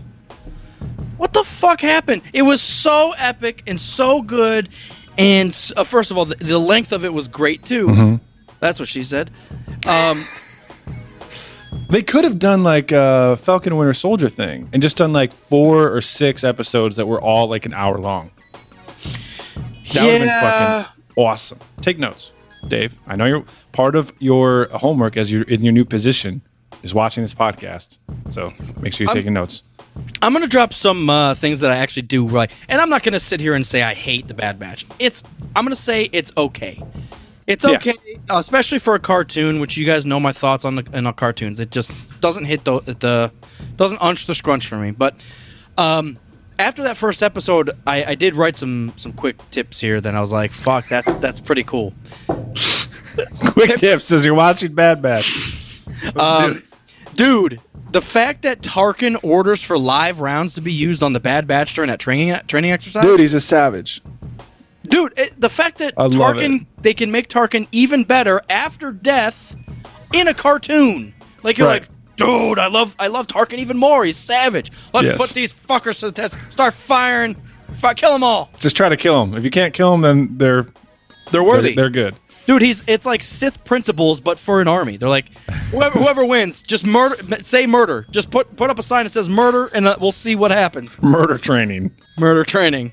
Speaker 2: what the fuck happened? It was so epic and so good. And s- uh, first of all, the, the length of it was great too. That's what she said. Um,
Speaker 1: They could have done like a Falcon Winter Soldier thing and just done like four or six episodes that were all like an hour long. That would have
Speaker 2: Yeah.
Speaker 1: been fucking awesome. Take notes, Dave. I know you're part of your homework as you're in your new position is watching this podcast. So make sure you're taking notes.
Speaker 2: I'm gonna drop some uh, things that I actually do right, and I'm not gonna sit here and say I hate the Bad Batch. It's I'm gonna say it's okay. It's
Speaker 1: Yeah.
Speaker 2: okay, uh, especially for a cartoon, which you guys know my thoughts on the on the cartoons. It just doesn't hit the, the doesn't unch the scrunch for me. But um, after that first episode, I, I did write some some quick tips here. Then I was like, "Fuck, that's that's pretty cool."
Speaker 1: [LAUGHS] Quick tips as you're watching Bad Batch.
Speaker 2: Um, dude, the fact that Tarkin orders for live rounds to be used on the Bad Batch during that training training exercise,
Speaker 1: Dude, he's a savage.
Speaker 2: Dude, it, the fact that
Speaker 1: I love
Speaker 2: Tarkin, they can make Tarkin even better after death in a cartoon. Like you're
Speaker 1: Right.
Speaker 2: like, dude, I love, I love Tarkin even more. He's savage. Let's
Speaker 1: Yes.
Speaker 2: put these fuckers to the test. Start firing, fi- kill them all.
Speaker 1: Just try to kill him. If you can't kill him, then they're
Speaker 2: They're
Speaker 1: they're,
Speaker 2: worthy,
Speaker 1: they're good.
Speaker 2: dude. He's it's like Sith principles, but for an army. They're like, whoever, whoever wins, just murder. Say murder. Just put put up a sign that says murder, and uh, we'll see what happens.
Speaker 1: Murder training.
Speaker 2: murder training.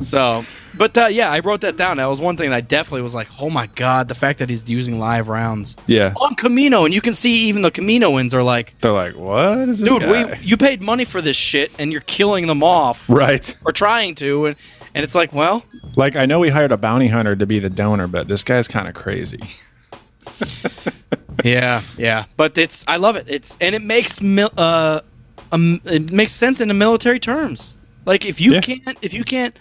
Speaker 2: So, but uh, yeah, I wrote that down. That was one thing I definitely was like, oh my god, the fact that he's using live rounds
Speaker 1: Yeah.
Speaker 2: on Camino, and you can see even the Caminoans are like,
Speaker 1: They're like, what is this?
Speaker 2: dude,
Speaker 1: guy? [LAUGHS]
Speaker 2: we you paid money for this shit, and you're killing them off
Speaker 1: Right.
Speaker 2: or trying to, and and it's like, well,
Speaker 1: Like I know we hired a bounty hunter to be the donor, but this guy's kind of crazy.
Speaker 2: yeah, yeah. But it's I love it. It's and it makes mil- uh, um, it makes sense in the military terms. Like if you
Speaker 1: Yeah.
Speaker 2: can't if you can't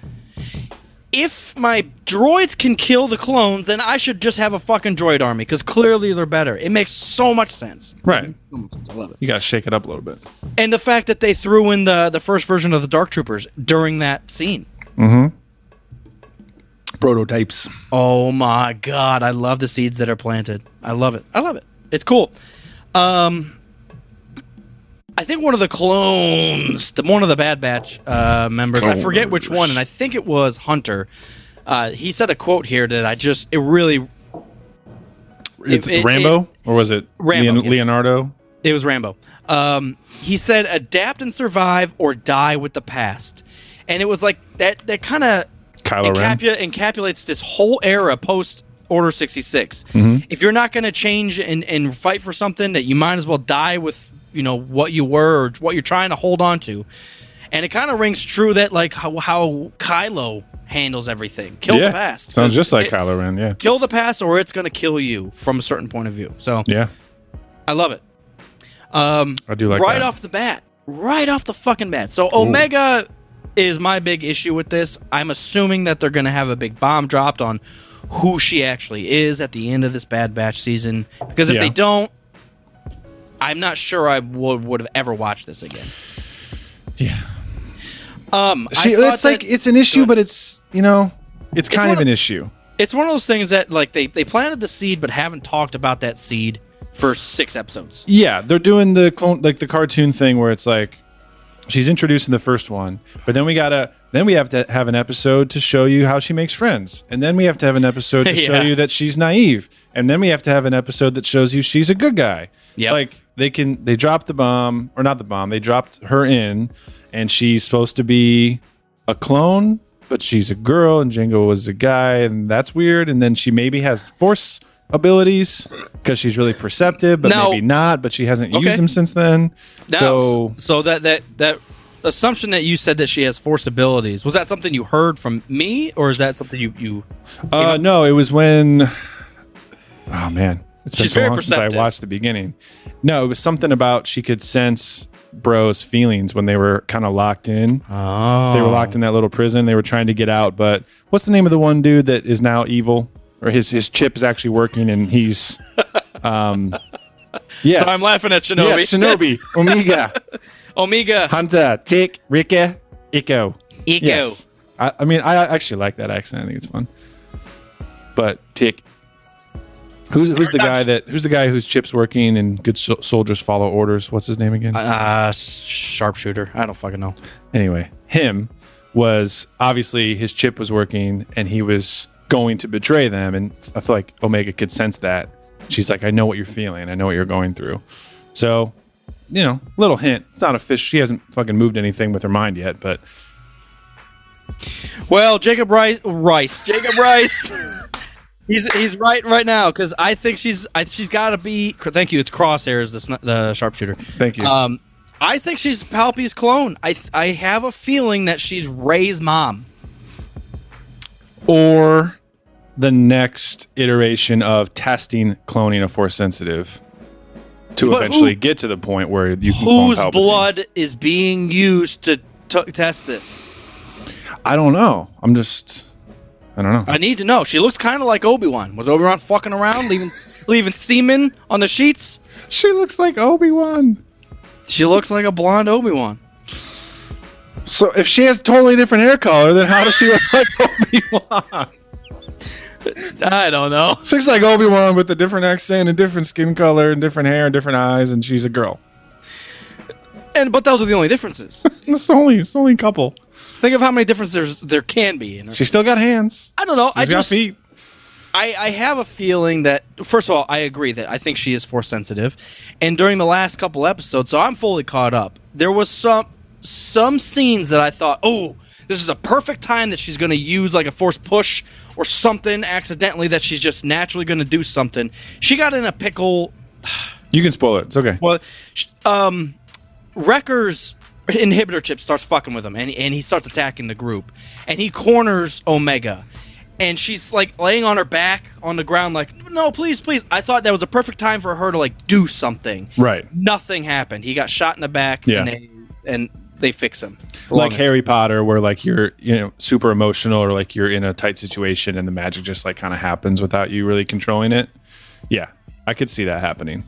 Speaker 2: if my droids can kill the clones, then I should just have a fucking droid army because clearly they're better. It makes so much sense.
Speaker 1: [LAUGHS] Right.
Speaker 2: So much sense. I love it.
Speaker 1: You got to shake it up a little bit.
Speaker 2: And the fact that they threw in the the first version of the Dark Troopers during that scene.
Speaker 1: Prototypes.
Speaker 2: Oh my god, I love the seeds that are planted. I love it. I love it. It's cool. Um I think one of the clones, the one of the Bad Batch uh, members, I forget which one, and I think it was Hunter. Uh, he said a quote here that I just it really
Speaker 1: It's
Speaker 2: it-
Speaker 1: Rambo, or was it
Speaker 2: Rambo,
Speaker 1: Leon-
Speaker 2: yes.
Speaker 1: Leonardo?
Speaker 2: It was Rambo. Um, he said, "Adapt and survive, or die with the past." And it was like that. That kind of
Speaker 1: Kylo Ren?
Speaker 2: encapsulates this whole era post Order sixty
Speaker 1: Mm-hmm.
Speaker 2: If you're not going to change and, and fight for something, that you might as well die with you know what you were, or what you're trying to hold on to. And it kind of rings true that like how, how Kylo handles everything, kill
Speaker 1: yeah.
Speaker 2: the past.
Speaker 1: Sounds just like
Speaker 2: It-
Speaker 1: Kylo Ren. Yeah.
Speaker 2: Kill the past, or it's going to kill you from a certain point of view. So
Speaker 1: Yeah.
Speaker 2: I love it. Um,
Speaker 1: I do like
Speaker 2: right
Speaker 1: that.
Speaker 2: off the bat, right off the fucking bat. So Omega is my big issue with this. I'm assuming that they're going to have a big bomb dropped on who she actually is at the end of this Bad Batch season. Because if
Speaker 1: Yeah.
Speaker 2: they don't, I'm not sure I would would have ever watched this again.
Speaker 1: Yeah.
Speaker 2: Um, I
Speaker 1: She,
Speaker 2: thought
Speaker 1: it's like
Speaker 2: that-
Speaker 1: it's an issue, but it's you know, it's kind
Speaker 2: one
Speaker 1: of an
Speaker 2: of-
Speaker 1: issue.
Speaker 2: it's one of those things that like they they planted the seed but haven't talked about that seed for six episodes.
Speaker 1: Yeah, they're doing the clone like the cartoon thing where it's like she's introduced in the first one, but then we gotta then we have to have an episode to show you how she makes friends, and then we have to have an episode
Speaker 2: [LAUGHS]
Speaker 1: to show
Speaker 2: Yeah.
Speaker 1: you that she's naive, and then we have to have an episode that shows you she's a good guy.
Speaker 2: Yep.
Speaker 1: like they can they dropped the bomb or not the bomb they dropped her in, and she's supposed to be a clone, but she's a girl, and Django was a guy, and that's weird. And then she maybe has force abilities because she's really perceptive, but
Speaker 2: Now-
Speaker 1: maybe not. But she hasn't
Speaker 2: Okay.
Speaker 1: used them since then.
Speaker 2: Now,
Speaker 1: so
Speaker 2: so that that that assumption that you said that she has force abilities was that something you heard from me, or is that something you you?
Speaker 1: uh, no, it was when. Oh man, it's been
Speaker 2: She's
Speaker 1: so
Speaker 2: very
Speaker 1: long since I
Speaker 2: perceptive.
Speaker 1: watched the beginning. No, it was something about she could sense Bro's feelings when they were kind of locked in.
Speaker 2: Oh,
Speaker 1: They were locked in that little prison. They were trying to get out, but what's the name of the one dude that is now evil? Or his his chip is actually working, and he's [LAUGHS] um yes.
Speaker 2: So I'm laughing at Shinobi.
Speaker 1: Yes, Shinobi, Omega,
Speaker 2: [LAUGHS] Omega,
Speaker 1: Hunter, Tick, Rika, Iko.
Speaker 2: Iko.
Speaker 1: Yes. I, I mean, I actually like that accent. I think it's fun. But Tick, who's who's the guy that who's the guy whose chips working and good so- soldiers follow orders? What's his name again?
Speaker 2: uh, sharpshooter. I don't fucking know.
Speaker 1: anyway, him was obviously his chip was working and he was going to betray them. And I feel like Omega could sense that. She's like, I know what you're feeling. I know what you're going through. So, you know, little hint. It's not a fish. She hasn't fucking moved anything with her mind yet, but
Speaker 2: Well, Jacob Rice, Rice, Jacob Rice. [LAUGHS] He's, he's right right now because I think she's I, she's got to be. Thank you. It's Crosshairs, the, sn- the sharpshooter.
Speaker 1: thank you.
Speaker 2: Um, I think she's Palpy's clone. I th- I have a feeling that she's Ray's mom.
Speaker 1: or the next iteration of testing cloning a force sensitive to
Speaker 2: But
Speaker 1: eventually
Speaker 2: who-
Speaker 1: get to the point where you can clone
Speaker 2: Whose
Speaker 1: Palpatine.
Speaker 2: blood is being used to t- test this?
Speaker 1: I don't know. I'm just, I don't know.
Speaker 2: I need to know. She looks kind of like Obi Wan. Was Obi Wan fucking around, leaving [LAUGHS] leaving semen on the sheets?
Speaker 1: [LAUGHS] she looks like Obi Wan.
Speaker 2: She looks like a blonde Obi Wan.
Speaker 1: So if she has totally different hair color, then how does she look [LAUGHS] like Obi Wan?
Speaker 2: I don't know.
Speaker 1: She looks like Obi Wan with a different accent and different skin color and different hair and different eyes, and she's a girl.
Speaker 2: And but those are the only differences.
Speaker 1: It's the only, it's the only couple.
Speaker 2: Think of how many differences there's, there can be. In her.
Speaker 1: She's still got hands.
Speaker 2: I don't know. I
Speaker 1: She's got
Speaker 2: just
Speaker 1: feet.
Speaker 2: I, I have a feeling that first of all, I agree that I think she is force sensitive, and during the last couple episodes, so I'm fully caught up. There was some some scenes that I thought, oh, this is a perfect time that she's going to use like a force push or something accidentally that she's just naturally going to do something. She got in a pickle.
Speaker 1: You can spoil it. It's okay.
Speaker 2: Well, sh- um, Wrecker's inhibitor chip starts fucking with him, and and he starts attacking the group, and he corners Omega, and she's like laying on her back on the ground, like no, please, please. I thought that was a perfect time for her to like do something.
Speaker 1: Right.
Speaker 2: Nothing happened. He got shot in the back.
Speaker 1: Yeah.
Speaker 2: And, they, and they fix him.
Speaker 1: like Harry Potter, where like you're you know super emotional or like you're in a tight situation and the magic just like kind of happens without you really controlling it. Yeah, I could see that happening.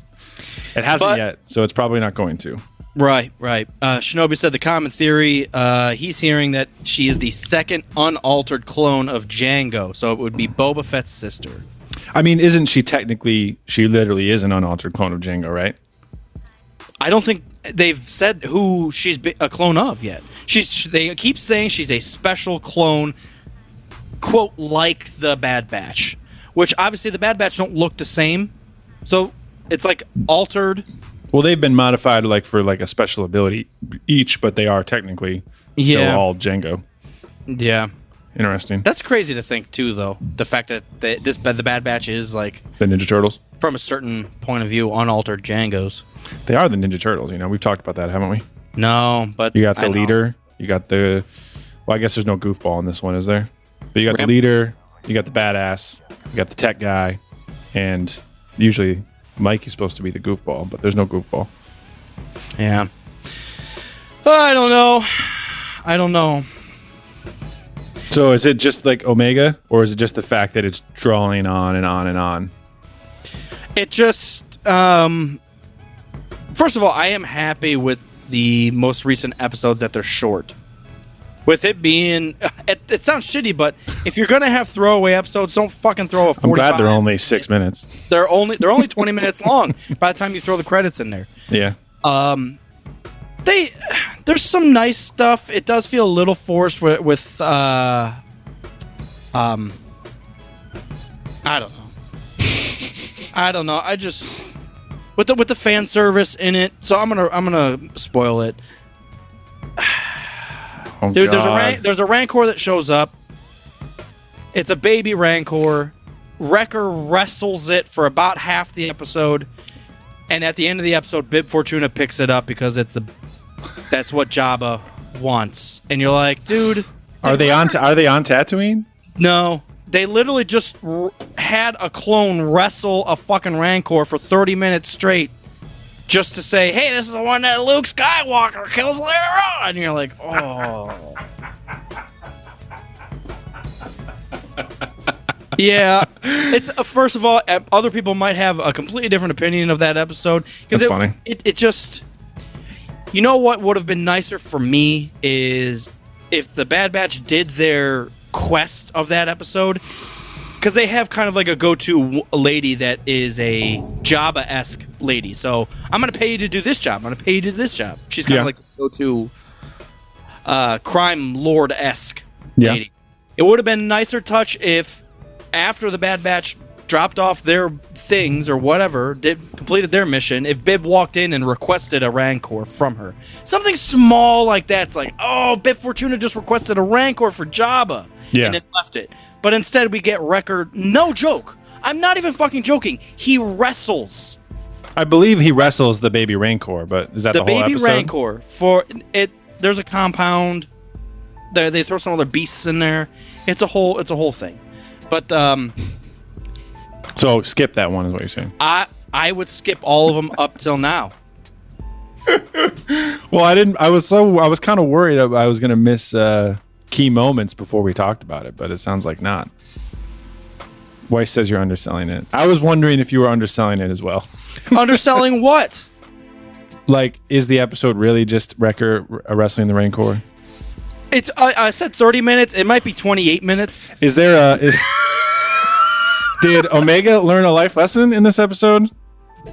Speaker 1: It hasn't
Speaker 2: But-
Speaker 1: yet, so it's probably not going to.
Speaker 2: Right, right. Uh, Shinobi said the common theory. Uh, he's hearing that she is the second unaltered clone of Django, so it would be Boba Fett's sister.
Speaker 1: I mean, isn't she technically? She literally is an unaltered clone of Django, right?
Speaker 2: I don't think they've said who she's be- a clone of yet. She's they keep saying she's a special clone, quote like the Bad Batch, which obviously the Bad Batch don't look the same, so it's like altered.
Speaker 1: Well, they've been modified like for like a special ability each, but they are technically
Speaker 2: Yeah.
Speaker 1: still all Django.
Speaker 2: Yeah,
Speaker 1: Interesting.
Speaker 2: that's crazy to think too, though. The fact that they, this the Bad Batch is like
Speaker 1: the Ninja Turtles.
Speaker 2: from a certain point of view unaltered Django's.
Speaker 1: They are the Ninja Turtles. You know, we've talked about that, haven't we?
Speaker 2: No, but
Speaker 1: You got the
Speaker 2: I know.
Speaker 1: leader. You got the. Well, I guess there's no goofball in this one, is there? But you got
Speaker 2: Ram-
Speaker 1: the leader. You got the badass. You got the tech guy, and usually Mike is supposed to be the goofball, but there's no goofball.
Speaker 2: Yeah. I don't know. I don't know.
Speaker 1: So is it just like Omega, or is it just the fact that it's drawing on and on and on?
Speaker 2: It just um first of all, I am happy with the most recent episodes that they're short. With it being [LAUGHS] it, it sounds shitty, but if you're going to have throwaway episodes, don't fucking throw a 45.
Speaker 1: I'm glad they're only six minutes.
Speaker 2: they're only they're only 20 minutes long by the time you throw the credits in there.
Speaker 1: Yeah.
Speaker 2: they there's some nice stuff. It does feel a little forced with, with uh, um, I don't know. [LAUGHS] I don't know. I just with the with the fan service in it. So I'm gonna I'm gonna spoil it.
Speaker 1: Oh,
Speaker 2: Dude, there's a
Speaker 1: God.
Speaker 2: ran- there's a rancor that shows up. It's a baby rancor. Wrecker wrestles it for about half the episode, and at the end of the episode, Bib Fortuna picks it up because it's the that's what Jabba wants. And you're like, dude,
Speaker 1: Are they on? are they on Tatooine?
Speaker 2: no. They literally just r- had a clone wrestle a fucking rancor for 30 minutes straight. Just to say, hey, this is the one that Luke Skywalker kills later on. And you're like, oh. [LAUGHS] yeah. It's uh, first of all, uh, other people might have a completely different opinion of that episode. 'Cause
Speaker 1: That's
Speaker 2: it,
Speaker 1: funny.
Speaker 2: It, it just. You know what would have been nicer for me is if the Bad Batch did their quest of that episode because they have kind of like a go-to w- lady that is a Jabba-esque lady. So I'm gonna pay you to do this job. I'm gonna pay you to do this job. She's kind
Speaker 1: Yeah.
Speaker 2: of like a go-to uh, crime lord-esque
Speaker 1: Yeah.
Speaker 2: lady. It would have been a nicer touch if after the Bad Batch dropped off their things or whatever, did completed their mission, if Bib walked in and requested a Rancor from her. Something small like that's like, oh, Bib Fortuna just requested a Rancor for Jabba.
Speaker 1: Yeah.
Speaker 2: And then left it. But instead we get record no joke. I'm not even fucking joking. He wrestles
Speaker 1: I believe he wrestles the baby Rancor, but is that the,
Speaker 2: the
Speaker 1: whole
Speaker 2: baby
Speaker 1: episode?
Speaker 2: rancor for it there's a compound there they throw some other beasts in there it's a whole it's a whole thing but um
Speaker 1: So skip that one is what you're saying.
Speaker 2: i i would skip all of them up till now
Speaker 1: Well, I didn't. I was so I was kind of worried I I was going to miss uh, key moments before we talked about it, but it sounds like not. Weiss says you're underselling it. I was wondering if you were underselling it as well.
Speaker 2: underselling what
Speaker 1: Like, is the episode really just Wrecker r- wrestling the Rancor?
Speaker 2: it's I, I said 30 minutes it might be 28 minutes
Speaker 1: Is there a? Is, [LAUGHS] did Omega learn a life lesson in this episode?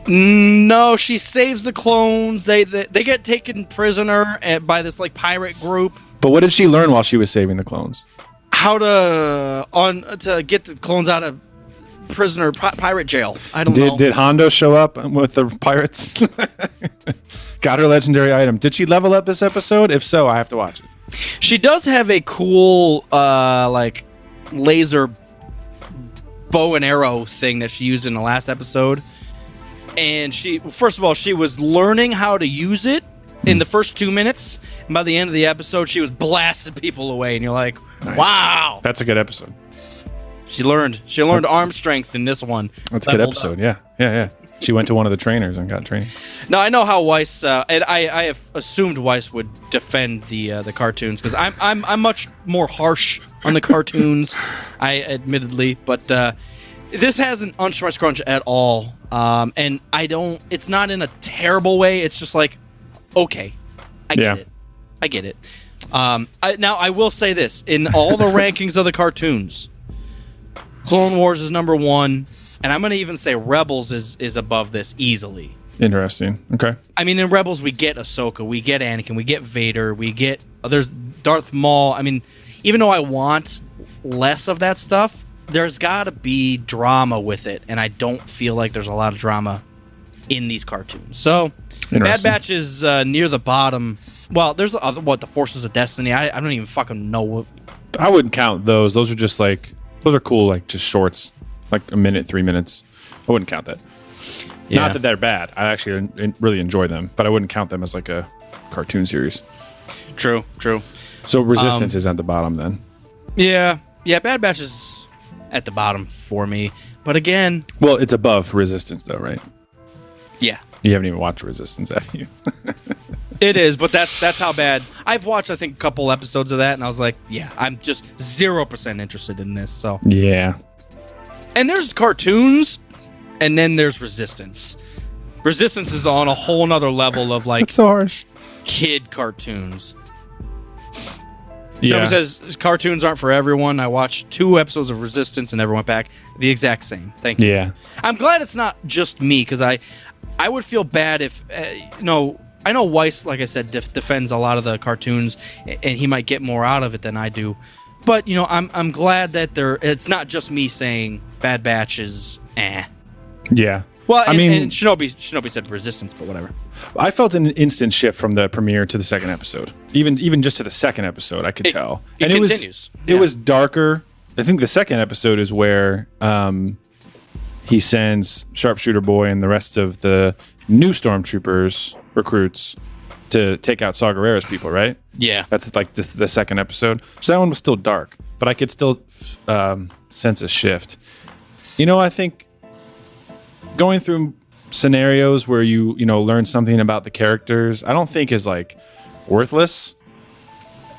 Speaker 2: no she saves the clones they they, they get taken prisoner at, by this like pirate group
Speaker 1: But what did she learn while she was saving the clones?
Speaker 2: how to on to get the clones out of prisoner pi- pirate jail i don't know
Speaker 1: Did did Hondo show up with the pirates? [LAUGHS] Got her legendary item. Did she level up this episode? If so, I have to watch it.
Speaker 2: She does have a cool uh like laser bow and arrow thing that she used in the last episode. And she first of all, she was learning how to use it in the first 2 minutes. And by the end of the episode, she was blasting people away and you're like, "Wow."
Speaker 1: That's a good episode.
Speaker 2: She learned. She learned arm strength in this one.
Speaker 1: That's a good
Speaker 2: Leveled up.
Speaker 1: episode. Yeah, yeah, yeah. She went to one of the trainers and got training.
Speaker 2: No, I know how Weiss, uh, and I, I have assumed Weiss would defend the uh, the cartoons because I'm, I'm I'm much more harsh on the cartoons, I admittedly, but uh, this hasn't unsmart crunch at all, um, and I don't. It's not in a terrible way. It's just like, okay, I get
Speaker 1: Yeah.
Speaker 2: it, I get it. Um, I, now I will say this: in all the rankings of the cartoons, Clone Wars is number one, and I'm going to even say Rebels is is above this easily.
Speaker 1: Interesting. Okay.
Speaker 2: I mean, in Rebels, we get Ahsoka, we get Anakin, we get Vader, we get uh, there's Darth Maul. I mean, even though I want less of that stuff, there's got to be drama with it, and I don't feel like there's a lot of drama in these cartoons. So, Bad
Speaker 1: Interesting.
Speaker 2: Batch is uh, near the bottom. Well, there's other what the Forces of Destiny. I, I don't even fucking know what.
Speaker 1: I wouldn't count those. Those are just like those are cool, like just shorts, like a minute, three minutes. I wouldn't count that. Not that they're bad. I actually en- en- really enjoy them, but I wouldn't count them as like a cartoon series. Um,
Speaker 2: true, true.
Speaker 1: So Resistance is at the bottom then.
Speaker 2: Yeah, yeah. Bad Batch is at the bottom for me, but again,
Speaker 1: Well, it's above Resistance though, right?
Speaker 2: yeah,
Speaker 1: You haven't even watched Resistance, [LAUGHS] have you?
Speaker 2: It is, but that's that's how bad. I've watched I think a couple episodes of that, and I was like, yeah, I'm just zero percent interested in this. So,
Speaker 1: yeah.
Speaker 2: and there's cartoons, and then there's Resistance. Resistance is on a whole nother level of like
Speaker 1: [LAUGHS] It's so harsh.
Speaker 2: kid cartoons.
Speaker 1: Yeah.
Speaker 2: Someone says cartoons aren't for everyone. I watched two episodes of Resistance and never went back. The exact same. Thank you.
Speaker 1: yeah.
Speaker 2: I'm glad it's not just me because I, I would feel bad if uh, you know. I know Weiss, like I said, def- defends a lot of the cartoons, a- and he might get more out of it than I do. But you know, I'm I'm glad that there. It's not just me saying Bad Batch is eh.
Speaker 1: Yeah.
Speaker 2: Well,
Speaker 1: I
Speaker 2: and-
Speaker 1: mean,
Speaker 2: and Shinobi Shinobi said Resistance, but whatever.
Speaker 1: I felt an instant shift from the premiere to the second episode. Even even just to the second episode, I could
Speaker 2: It-
Speaker 1: tell.
Speaker 2: it
Speaker 1: it
Speaker 2: continues.
Speaker 1: was it
Speaker 2: Yeah.
Speaker 1: was darker. I think the second episode is where um, he sends Sharpshooter Boy and the rest of the new stormtroopers recruits to take out Saw Gerrera's people. Right?
Speaker 2: Yeah,
Speaker 1: That's like the, the second episode. So that one was still dark, but I could still f- um, sense a shift. You know, I think going through scenarios where you you know learn something about the characters, I don't think is like worthless.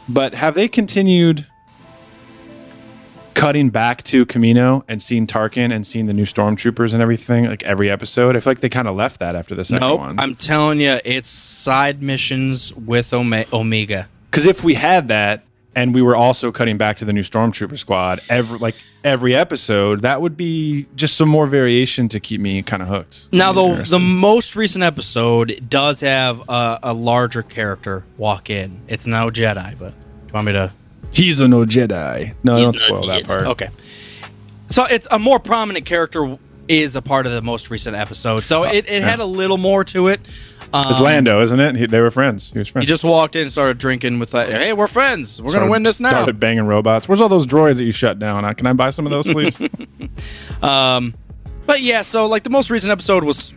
Speaker 1: But have they continued cutting back to Camino and seeing Tarkin and seeing the new stormtroopers and everything like every episode? I feel like they kind of left that after the second
Speaker 2: nope.
Speaker 1: one.
Speaker 2: I'm telling you, it's side missions with Ome- Omega.
Speaker 1: Because if we had that and we were also cutting back to the new stormtrooper squad every like every episode, that would be just some more variation to keep me kind of hooked.
Speaker 2: Now, the the
Speaker 1: Interested.
Speaker 2: most recent episode does have a, a larger character walk in. It's now Jedi, but do you want me to?
Speaker 1: he's a no Jedi. No, don't
Speaker 10: no
Speaker 1: spoil that
Speaker 10: Jedi.
Speaker 1: part.
Speaker 2: Okay. So it's a more prominent character is a part of the most recent episode. So it, it had a little more to it. Um,
Speaker 1: It's Lando, isn't it? He, they were friends. He was friends.
Speaker 2: He just walked in and started drinking with that. Hey, we're friends. We're
Speaker 1: Started-
Speaker 2: gonna win this now.
Speaker 1: Started banging robots. Where's all those droids that you shut down? Uh, Can I buy some of those, [LAUGHS] please?
Speaker 2: Um, but yeah, so like the most recent episode was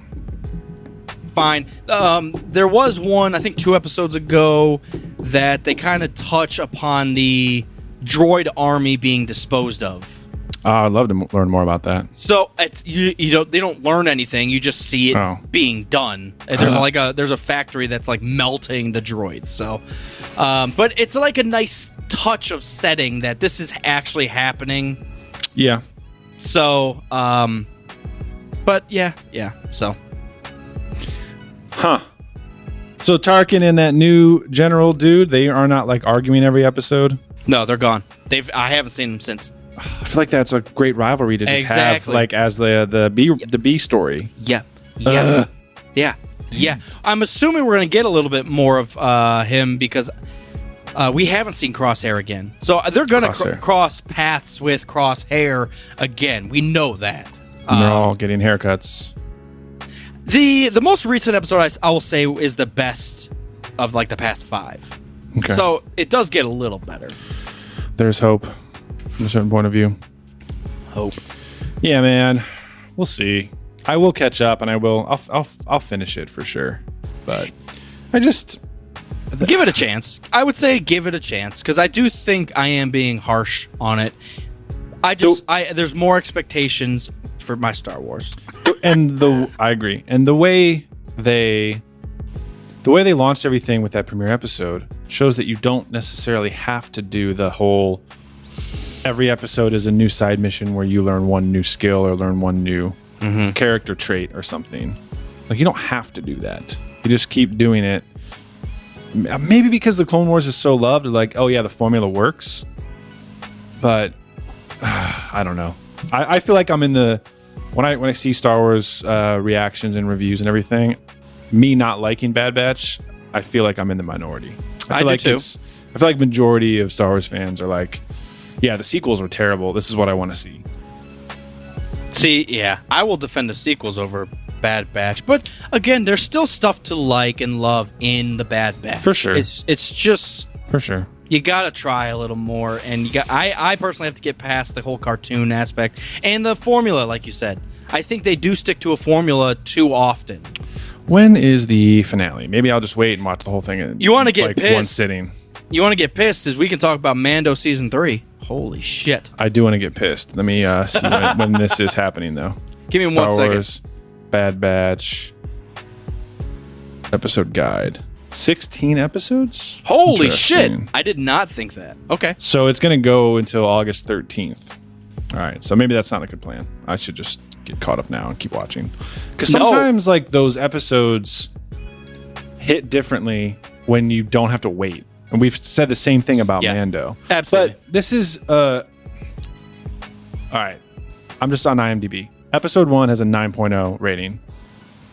Speaker 2: fine. Um, there was one I think two episodes ago that they kind of touch upon the droid army being disposed of.
Speaker 1: Uh, I'd love to m- learn more about that.
Speaker 2: So it's you, you don't they don't learn anything. You just see it
Speaker 1: Oh.
Speaker 2: being done. And There's like a there's a factory that's like melting the droids. So, um, but it's like a nice touch of setting that this is actually happening.
Speaker 1: Yeah.
Speaker 2: So, um, but yeah, yeah. So
Speaker 1: So Tarkin and that new general dude, they are not like arguing every episode.
Speaker 2: no, they're gone. They've I haven't seen them since.
Speaker 1: I feel like that's a great rivalry to just have,
Speaker 2: Exactly.
Speaker 1: like as the the B the B story.
Speaker 2: Yeah, yeah, yeah, yeah. I'm assuming we're gonna get a little bit more of uh, him because uh, we haven't seen Crosshair again. So uh, they're gonna cr-
Speaker 1: Crosshair.
Speaker 2: cross paths with Crosshair again. We know that.
Speaker 1: And they're all getting haircuts.
Speaker 2: the the most recent episode I, s- I will say is the best of like the past five.
Speaker 1: Okay.
Speaker 2: So it does get a little better.
Speaker 1: There's hope from a certain point of view.
Speaker 2: Hope.
Speaker 1: Yeah, man. We'll see. I will catch up, and I will. I'll I'll, I'll finish it for sure. But I just
Speaker 2: give it a chance. I would say give it a chance because I do think I am being harsh on it. I just
Speaker 1: So-
Speaker 2: I there's more expectations for my Star Wars.
Speaker 1: and the I agree. And the way they the way they launched everything with that premiere episode shows that you don't necessarily have to do the whole every episode is a new side mission where you learn one new skill or learn one new character trait or something. Like you don't have to do that. You just keep doing it. M- Maybe because the Clone Wars is so loved, they're like, oh yeah, the formula works. But [SIGHS] I don't know. I, I feel like I'm in the when I when I see Star Wars uh, reactions and reviews and everything, me not liking Bad Batch, I feel like I'm in the minority. feel
Speaker 2: I do
Speaker 1: like
Speaker 2: too.
Speaker 1: it's I feel like majority of Star Wars fans are like, yeah, the sequels were terrible. This is what I want to see.
Speaker 2: See, yeah, I will defend the sequels over Bad Batch, but again, there's still stuff to like and love in the Bad Batch.
Speaker 1: For sure.
Speaker 2: it's it's just
Speaker 1: For sure.
Speaker 2: you gotta try a little more, and you got. I I personally have to get past the whole cartoon aspect and the formula, like you said. I think they do stick to a formula too often.
Speaker 1: When is the finale? Maybe I'll just wait and watch the whole thing. In,
Speaker 2: You wanna get
Speaker 1: like one
Speaker 2: pissed.
Speaker 1: sitting?
Speaker 2: You want to get pissed? Is we can talk about Mando season three. Holy shit!
Speaker 1: I do want to get pissed. Let me
Speaker 2: [LAUGHS]
Speaker 1: uh, see when, when this is happening though.
Speaker 2: Give me
Speaker 1: Star
Speaker 2: one second.
Speaker 1: Wars, Bad Batch, episode guide, sixteen episodes.
Speaker 2: Holy shit!
Speaker 1: Interesting.
Speaker 2: I did not think that. Okay.
Speaker 1: So it's going to go until August 13th. All right. So maybe that's not a good plan. I should just get caught up now and keep watching. Because
Speaker 2: No.
Speaker 1: sometimes, like, those episodes hit differently when you don't have to wait. And we've said the same thing about
Speaker 2: Yeah.
Speaker 1: Mando.
Speaker 2: Absolutely.
Speaker 1: But this is, uh, all right. I'm just on IMDb. Episode one has a 9.0 rating.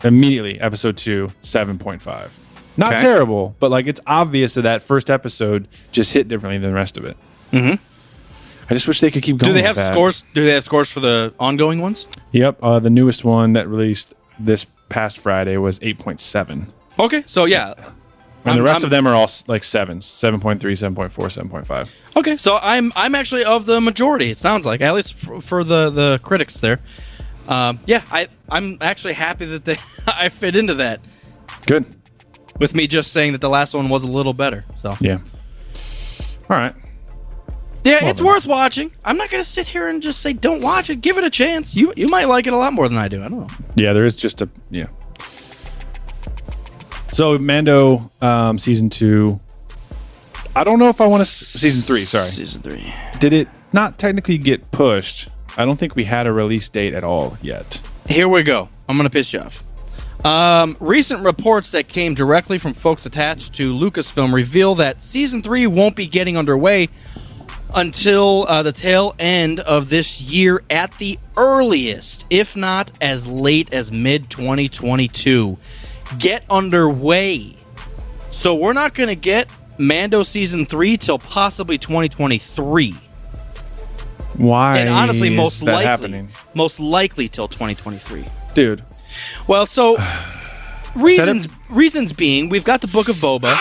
Speaker 1: Immediately, episode two, 7.5. Not
Speaker 2: Okay.
Speaker 1: terrible, but like it's obvious that that first episode just hit differently than the rest of it. I just wish they could keep going.
Speaker 2: Do they
Speaker 1: with
Speaker 2: have
Speaker 1: that.
Speaker 2: scores? Do they have scores for the ongoing ones?
Speaker 1: Yep. Uh, the newest one that released this past Friday was 8.7. And
Speaker 2: Okay, so yeah. I'm-
Speaker 1: the rest
Speaker 2: I'm-
Speaker 1: of them are all s- like sevens 7.3, 7.4, 7.5.
Speaker 2: Okay, so I'm I'm actually of the majority. It sounds like at least for, for the the critics there. Um, yeah, I I'm actually happy that they [LAUGHS] I fit into that
Speaker 1: Good.
Speaker 2: with me just saying that the last one was a little better. So
Speaker 1: Yeah. All right.
Speaker 2: yeah, it's worth watching. I'm not gonna sit here and just say don't watch it. Give it a chance. You you might like it a lot more than I do. I don't know.
Speaker 1: Yeah, there is just a. Yeah. So, Mando um, season two. I don't know if I want to. S- season three, sorry.
Speaker 2: Season three.
Speaker 1: Did it not technically get pushed? I don't think we had a release date at all yet.
Speaker 2: Here we go. I'm going to piss you off. Um, recent reports that came directly from folks attached to Lucasfilm reveal that season three won't be getting underway until uh, the tail end of this year at the earliest, if not as late as mid 2022. Get underway. So we're not going to get Mando season three till possibly 2023.
Speaker 1: Why?
Speaker 2: And honestly,
Speaker 1: is
Speaker 2: most
Speaker 1: that
Speaker 2: likely,
Speaker 1: happening?
Speaker 2: most likely till 2023.
Speaker 1: dude.
Speaker 2: Well, so reasons reasons being, we've got the Book of Boba.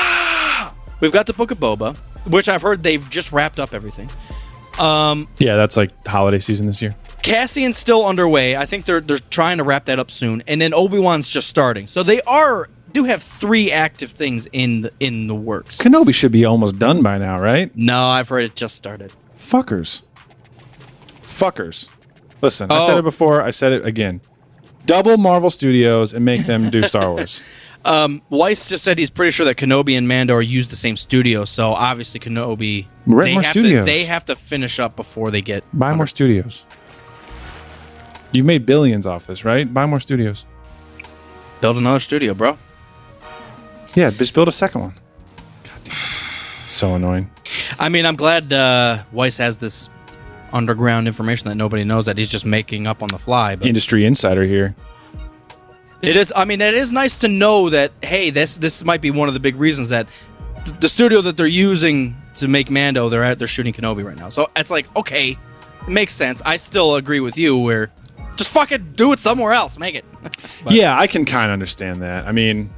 Speaker 2: we've got the Book of Boba, which I've heard they've just wrapped up everything.
Speaker 1: Yeah, that's like holiday season this year.
Speaker 2: Cassian's still underway. I think they're they're trying to wrap that up soon, and then Obi Wan's just starting. So they are do have three active things in the, in the works.
Speaker 1: Kenobi should be almost done by now, right?
Speaker 2: No, I've heard it just started.
Speaker 1: Fuckers. Fuckers. Listen, I
Speaker 2: Oh.
Speaker 1: said it before, I said it again. Double Marvel Studios and make them do Star Wars.
Speaker 2: Weiss just said he's pretty sure that Kenobi and Mando are used the same studio, so obviously Kenobi
Speaker 1: Rent
Speaker 2: they
Speaker 1: more
Speaker 2: have
Speaker 1: studios.
Speaker 2: To, they have to finish up before they get
Speaker 1: [LAUGHS] Buy more studios. You've made billions off this, right? Buy more studios.
Speaker 2: build another studio, bro.
Speaker 1: Yeah, just build a second one. God damn. So annoying.
Speaker 2: I mean, I'm glad uh, Weiss has this underground information that nobody knows that he's just making up on the fly. But
Speaker 1: Industry insider here.
Speaker 2: it is. I mean, it is nice to know that. Hey, this this might be one of the big reasons that th- the studio that they're using to make Mando, they're at, they're shooting Kenobi right now. So it's like, okay, it makes sense. I still agree with you. Where just fucking do it somewhere else. Make it.
Speaker 1: yeah, I can kind of understand that. I mean,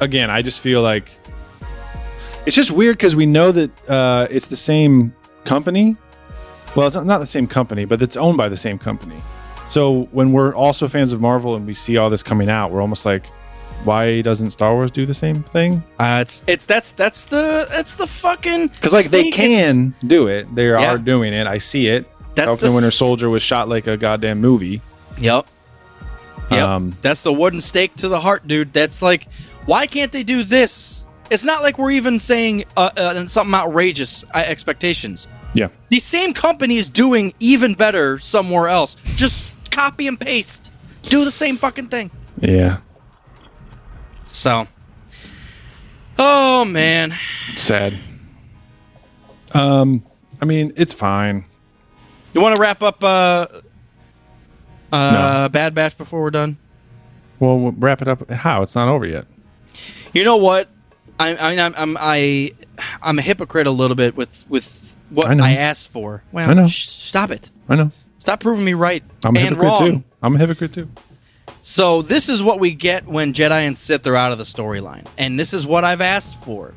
Speaker 1: again, I just feel like it's just weird because we know that uh, it's the same company. Well, it's not- not the same company, but it's owned by the same company. So when we're also fans of Marvel and we see all this coming out, we're almost like, why doesn't Star Wars do the same thing?
Speaker 2: Uh, it's it's that's that's the that's the fucking
Speaker 1: Because like they
Speaker 2: snake. It's-
Speaker 1: can do it, they
Speaker 2: Yeah.
Speaker 1: are doing it. I see it.
Speaker 2: That's
Speaker 1: Falcon
Speaker 2: the
Speaker 1: and Winter
Speaker 2: s-
Speaker 1: Soldier was shot like a goddamn movie.
Speaker 2: Yep. Yep.
Speaker 1: Um,
Speaker 2: That's the wooden stake to the heart, dude. That's like, why can't they do this? It's not like we're even saying uh, uh, something outrageous uh, expectations.
Speaker 1: Yeah.
Speaker 2: The same company is doing even better somewhere else. Just copy and paste. Do the same fucking thing.
Speaker 1: Yeah.
Speaker 2: So. Oh, man.
Speaker 1: Sad. Um, I mean, it's fine.
Speaker 2: You want to wrap up uh, uh, Bad Batch before we're done?
Speaker 1: Well, we'll wrap it up. How? It's not over yet.
Speaker 2: You know what? I, I mean, I'm, I'm I, I'm a hypocrite a little bit with with what
Speaker 1: I
Speaker 2: I,
Speaker 1: know.
Speaker 2: asked for. Well,
Speaker 1: I know.
Speaker 2: Sh- stop it!
Speaker 1: I know.
Speaker 2: Stop proving me right
Speaker 1: I'm a
Speaker 2: and
Speaker 1: hypocrite
Speaker 2: wrong.
Speaker 1: too. I'm a hypocrite too.
Speaker 2: So this is what we get when Jedi and Sith are out of the storyline, and this is what I've asked for.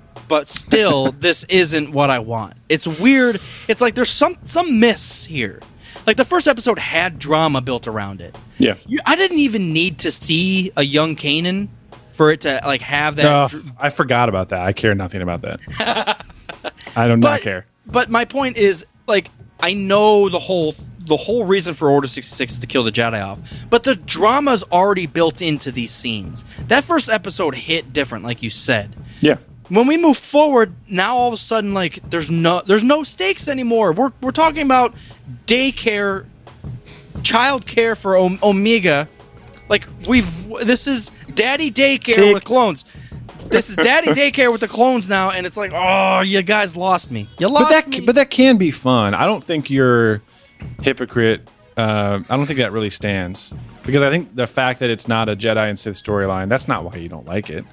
Speaker 1: [LAUGHS]
Speaker 2: But still, this isn't what I want. It's weird. It's like there's some some miss here. Like the first episode had drama built around it.
Speaker 1: Yeah.
Speaker 2: You- I didn't even need to see a young Kanan for it to like have that
Speaker 1: Uh,
Speaker 2: dr-
Speaker 1: I forgot about that. I care nothing about that. [LAUGHS] I do not care.
Speaker 2: But my point is, like, I know the whole the whole reason for Order sixty six is to kill the Jedi off, but the drama's already built into these scenes. That first episode hit different, like you said.
Speaker 1: Yeah.
Speaker 2: When we move forward, now all of a sudden, like, there's no there's no stakes anymore. We're we're talking about daycare, child care for Om- Omega. Like we've this is daddy daycare with clones. This
Speaker 1: [LAUGHS]
Speaker 2: is daddy daycare with the clones now, and it's like, oh, you guys lost me. You lost
Speaker 1: But that
Speaker 2: me.
Speaker 1: but that can be fun. I don't think you're hypocrite. Uh, I don't think that really stands because I think the fact that it's not a Jedi and Sith storyline that's not why you don't like it.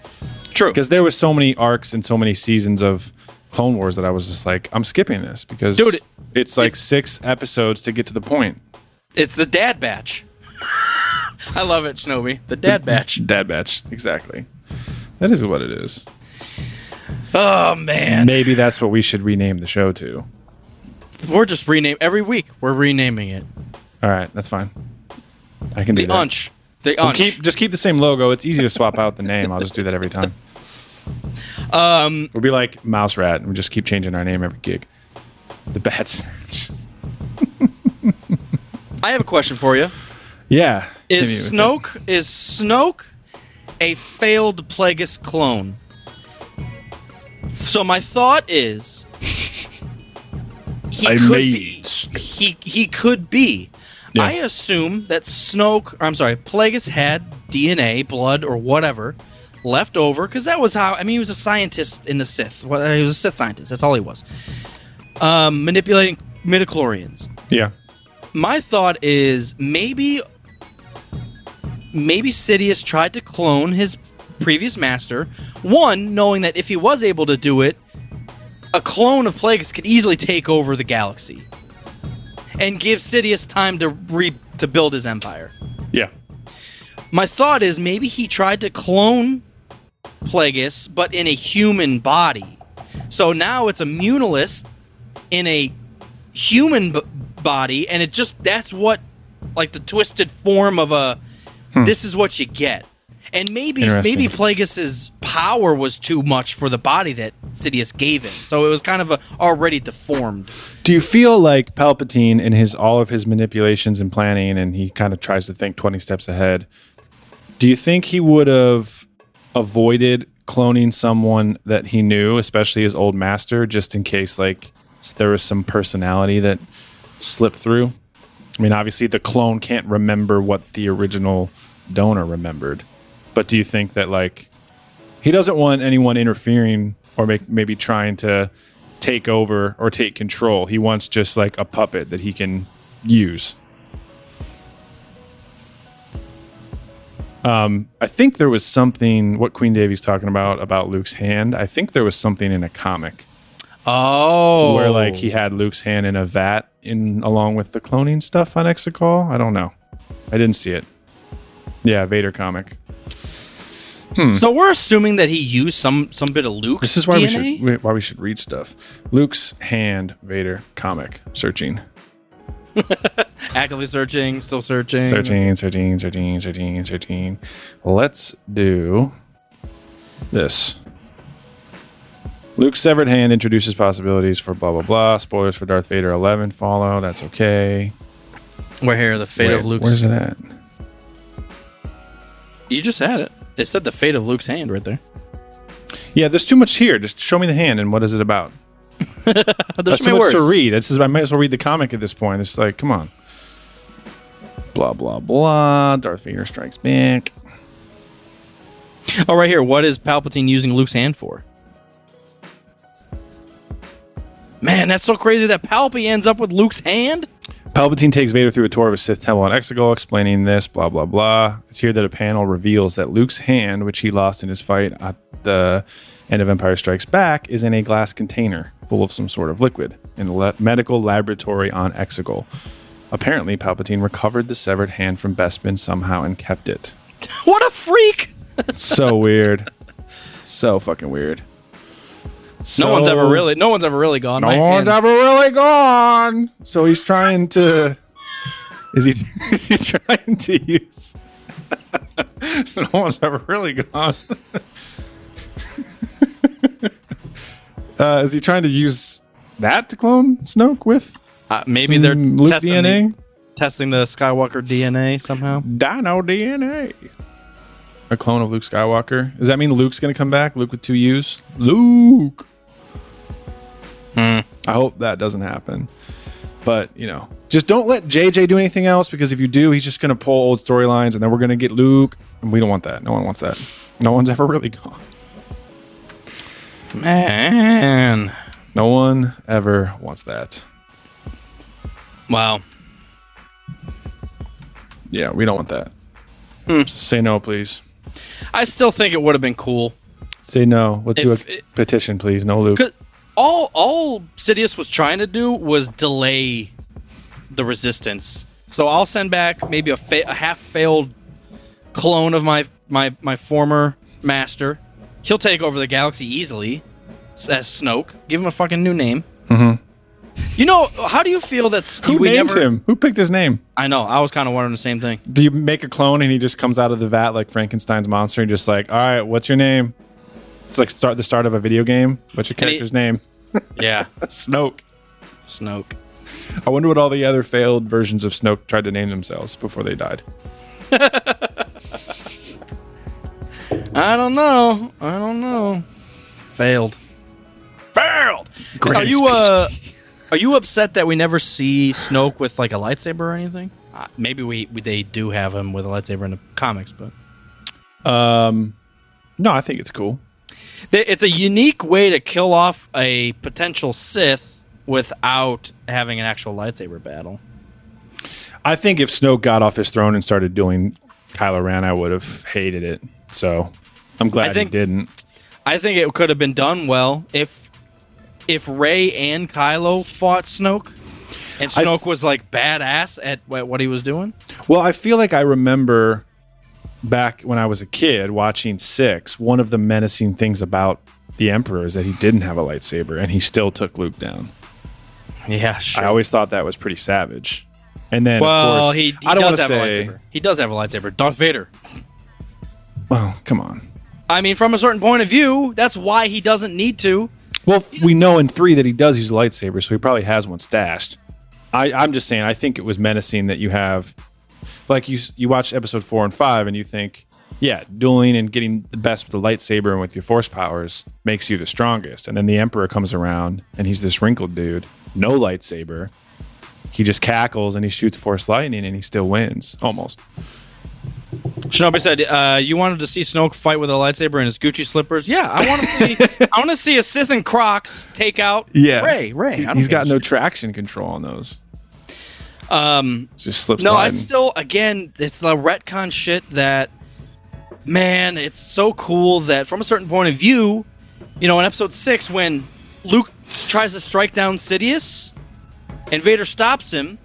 Speaker 2: True.
Speaker 1: Because there was so many arcs and so many seasons of Clone Wars that I was just like, I'm skipping this because
Speaker 2: Dude, it-
Speaker 1: it's like six episodes to get to the point.
Speaker 2: It's the dad batch. [LAUGHS] I love it, Shinobi. The dad batch.
Speaker 1: Dad batch, exactly. That is what it is.
Speaker 2: Oh man,
Speaker 1: Maybe that's what we should rename the show to.
Speaker 2: we're just rename every week. We're renaming it
Speaker 1: All right, that's fine. I can
Speaker 2: the
Speaker 1: do that.
Speaker 2: Unch. The
Speaker 1: Well,
Speaker 2: Unch.
Speaker 1: Keep just keep the same logo. It's easy to swap out the name. I'll just do that every
Speaker 2: [LAUGHS]
Speaker 1: time. Um, we'll be like Mouse Rat, and we just keep changing our name every gig. The Bat Snatch.
Speaker 2: I have a question for you.
Speaker 1: Yeah. hit me
Speaker 2: Is
Speaker 1: with
Speaker 2: Snoke is Snoke a failed Plagueis clone? So my thought is he could be he, he could be.
Speaker 1: Yeah.
Speaker 2: I assume that Snoke, or I'm sorry, Plagueis had DNA, blood, or whatever left over because that was how. I mean, he was a scientist in the Sith. Well, he was a Sith scientist. That's all he was. Um, manipulating midichlorians
Speaker 1: it. Yeah.
Speaker 2: my thought is maybe maybe Sidious tried to clone his previous master. One, knowing that if he was able to do it, a clone of Plagueis could easily take over the galaxy and give Sidious time to re- to build his empire.
Speaker 1: Yeah.
Speaker 2: My thought is maybe he tried to clone Plagueis, but in a human body. So now it's a munalist in a human b- body, and it just that's what like the twisted form of a this is what you get. And maybe
Speaker 1: Hmm. Interesting.
Speaker 2: maybe Plagueis's power was too much for the body that Sidious gave him, so it was kind of a, already deformed.
Speaker 1: Do you feel like Palpatine in his all of his manipulations and planning, and he kind of tries to think twenty steps ahead? Do you think he would have avoided cloning someone that he knew, especially his old master, just in case like s- there was some personality that slipped through? I mean, obviously the clone can't remember what the original donor remembered, but do you think that like he doesn't want anyone interfering or make, maybe trying to take over or take control. He wants just like a puppet that he can use. Um, I think there was something what Queen Davy's talking about about Luke's hand. I think there was something in a comic
Speaker 2: Oh,
Speaker 1: where like he had Luke's hand in a vat in along with the cloning stuff on Exegol. I don't know. I didn't see it. Yeah, Vader comic.
Speaker 2: so we're assuming that he used some some bit of Luke's
Speaker 1: This is why we
Speaker 2: DNA?
Speaker 1: should we- why we should read stuff. Luke's hand Vader comic searching
Speaker 2: actively searching, still searching.
Speaker 1: searching searching searching searching searching. Let's do this. Luke's severed hand introduces possibilities for blah blah blah. Spoilers for Darth Vader eleven follow. That's okay.
Speaker 2: We're here. The fate
Speaker 1: Wait,
Speaker 2: of Luke's
Speaker 1: Where's it at?
Speaker 2: You just had it. It said the fate of Luke's hand right there.
Speaker 1: Yeah, there's too much here. Just show me the hand and what is it about?
Speaker 2: There's
Speaker 1: That's too much to read. It's just, I might as well read the comic at this point. It's like, come on. Blah blah blah. Darth Vader strikes back.
Speaker 2: Oh, right here. What is Palpatine using Luke's hand for? Man, that's so crazy that Palpy ends up with Luke's hand. [LAUGHS]
Speaker 1: Palpatine takes Vader through a tour of a Sith temple in Exegol, explaining this. Blah blah blah. It's here that a panel reveals that Luke's hand, which he lost in his fight at the end of Empire Strikes Back, is in a glass container full of some sort of liquid in the le- medical laboratory on Exegol. Apparently, Palpatine recovered the severed hand from Bespin somehow and kept it.
Speaker 2: What a freak!
Speaker 1: so [LAUGHS] weird. So fucking weird.
Speaker 2: No
Speaker 1: So-
Speaker 2: one's ever really, no one's ever really gone.
Speaker 1: No
Speaker 2: "My
Speaker 1: one's
Speaker 2: hand."
Speaker 1: ever really gone. So he's trying to. Is he? [LAUGHS] Is he trying to use? [LAUGHS] no one's ever really gone. [LAUGHS] uh, is he trying to use that to clone Snoke with?
Speaker 2: Uh, maybe they're
Speaker 1: some Luke
Speaker 2: testing
Speaker 1: DNA.
Speaker 2: The, testing the Skywalker DNA somehow.
Speaker 1: Dino DNA. A clone of Luke Skywalker. Does that mean Luke's going to come back? Luke with two U's? Luke.
Speaker 2: Hmm.
Speaker 1: I hope that doesn't happen. But, you know, just don't let JJ do anything else because if you do, he's just going to pull old storylines and then we're going to get Luke. And we don't want that. No one wants that. No one's ever really gone.
Speaker 2: Man,
Speaker 1: No one ever wants that.
Speaker 2: wow.
Speaker 1: Yeah, we don't want that.
Speaker 2: Hmm.
Speaker 1: Say no, please.
Speaker 2: I still think it would have been cool.
Speaker 1: Say no. Let's do
Speaker 2: If
Speaker 1: a
Speaker 2: it-
Speaker 1: petition, please. No Luke.
Speaker 2: Cause all all Sidious was trying to do was delay the resistance. So I'll send back maybe a, fa- a half failed clone of my my my former master. He'll take over the galaxy easily s- as Snoke. Give him a fucking new name. Mm-hmm. You know how do you feel that
Speaker 1: Who
Speaker 2: we
Speaker 1: named
Speaker 2: never-
Speaker 1: him? Who picked his name?
Speaker 2: I know. I was kind of wondering the same thing.
Speaker 1: Do you make a clone and he just comes out of the vat like Frankenstein's monster and just like, all right, what's your name? It's like start the start of a video game. What's your
Speaker 2: And he-
Speaker 1: character's name? [LAUGHS]
Speaker 2: Yeah, [LAUGHS]
Speaker 1: Snoke.
Speaker 2: Snoke.
Speaker 1: I wonder what all the other failed versions of Snoke tried to name themselves before they died.
Speaker 2: I don't know. I don't know. Failed. Failed. are you uh, are you upset that we never see Snoke with like a lightsaber or anything? Uh, maybe we, we they do have him with a lightsaber in the comics, but
Speaker 1: Um, no, I think it's cool.
Speaker 2: they, it's a unique way to kill off a potential Sith without having an actual lightsaber battle.
Speaker 1: I think if Snoke got off his throne and started dueling Kylo Ren, I would have hated it. So I'm glad
Speaker 2: think-
Speaker 1: he didn't.
Speaker 2: I think it could have been done well if if Ray and Kylo fought Snoke, and
Speaker 1: I-
Speaker 2: Snoke was like badass at wh- what he was doing.
Speaker 1: Well, I feel like I remember back when I was a kid watching Six, one of the menacing things about the Emperor is that he didn't have a lightsaber and he still took Luke down.
Speaker 2: Yeah, sure.
Speaker 1: I always thought that was pretty savage. And then,
Speaker 2: well,
Speaker 1: of course,
Speaker 2: he, he
Speaker 1: I don't
Speaker 2: does
Speaker 1: want to
Speaker 2: have a
Speaker 1: say,
Speaker 2: lightsaber. He does have a lightsaber. Darth Vader.
Speaker 1: well, come on.
Speaker 2: I mean, from a certain point of view, that's why he doesn't need to.
Speaker 1: Well, f- we know in three that he does use a lightsaber, so he probably has one stashed. I, I'm just saying, I think it was menacing that you have, like you s- you watch episode four and five, and you think, yeah, dueling and getting the best with the lightsaber and with your force powers makes you the strongest. And then the Emperor comes around, and he's this wrinkled dude, no lightsaber. He just cackles and he shoots force lightning, and he still wins almost.
Speaker 2: Shinobi said, uh, "You wanted to see Snoke fight with a lightsaber in his Gucci slippers. Yeah, I want to [LAUGHS] see. I want to see a Sith and Crocs take out. Ray. Ray. I
Speaker 1: He's-
Speaker 2: don't
Speaker 1: he's
Speaker 2: give a
Speaker 1: got no traction control on those.
Speaker 2: Um,
Speaker 1: Just slips.
Speaker 2: no, I still again, it's the retcon shit that man, it's so cool that from a certain point of view, you know, in episode six when Luke s- tries to strike down Sidious and Vader stops him,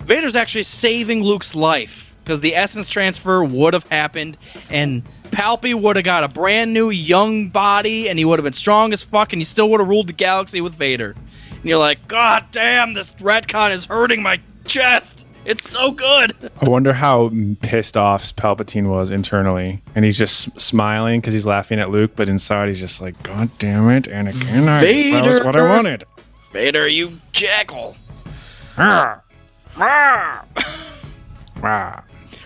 Speaker 2: Vader's actually saving Luke's life because the essence transfer would have happened and Palpy would have got a brand new young body and he would have been strong as fuck and he still would have ruled the galaxy with Vader. And you're like, God damn, this retcon is hurting my chest. It's so good. [LAUGHS]
Speaker 1: I wonder how pissed off Palpatine was internally, and he's just s- smiling because he's laughing at Luke, but inside he's just like, "God damn it, Anakin! I that was what I
Speaker 2: Vader.
Speaker 1: wanted."
Speaker 2: Vader, you jackal.
Speaker 1: Arr. Arr.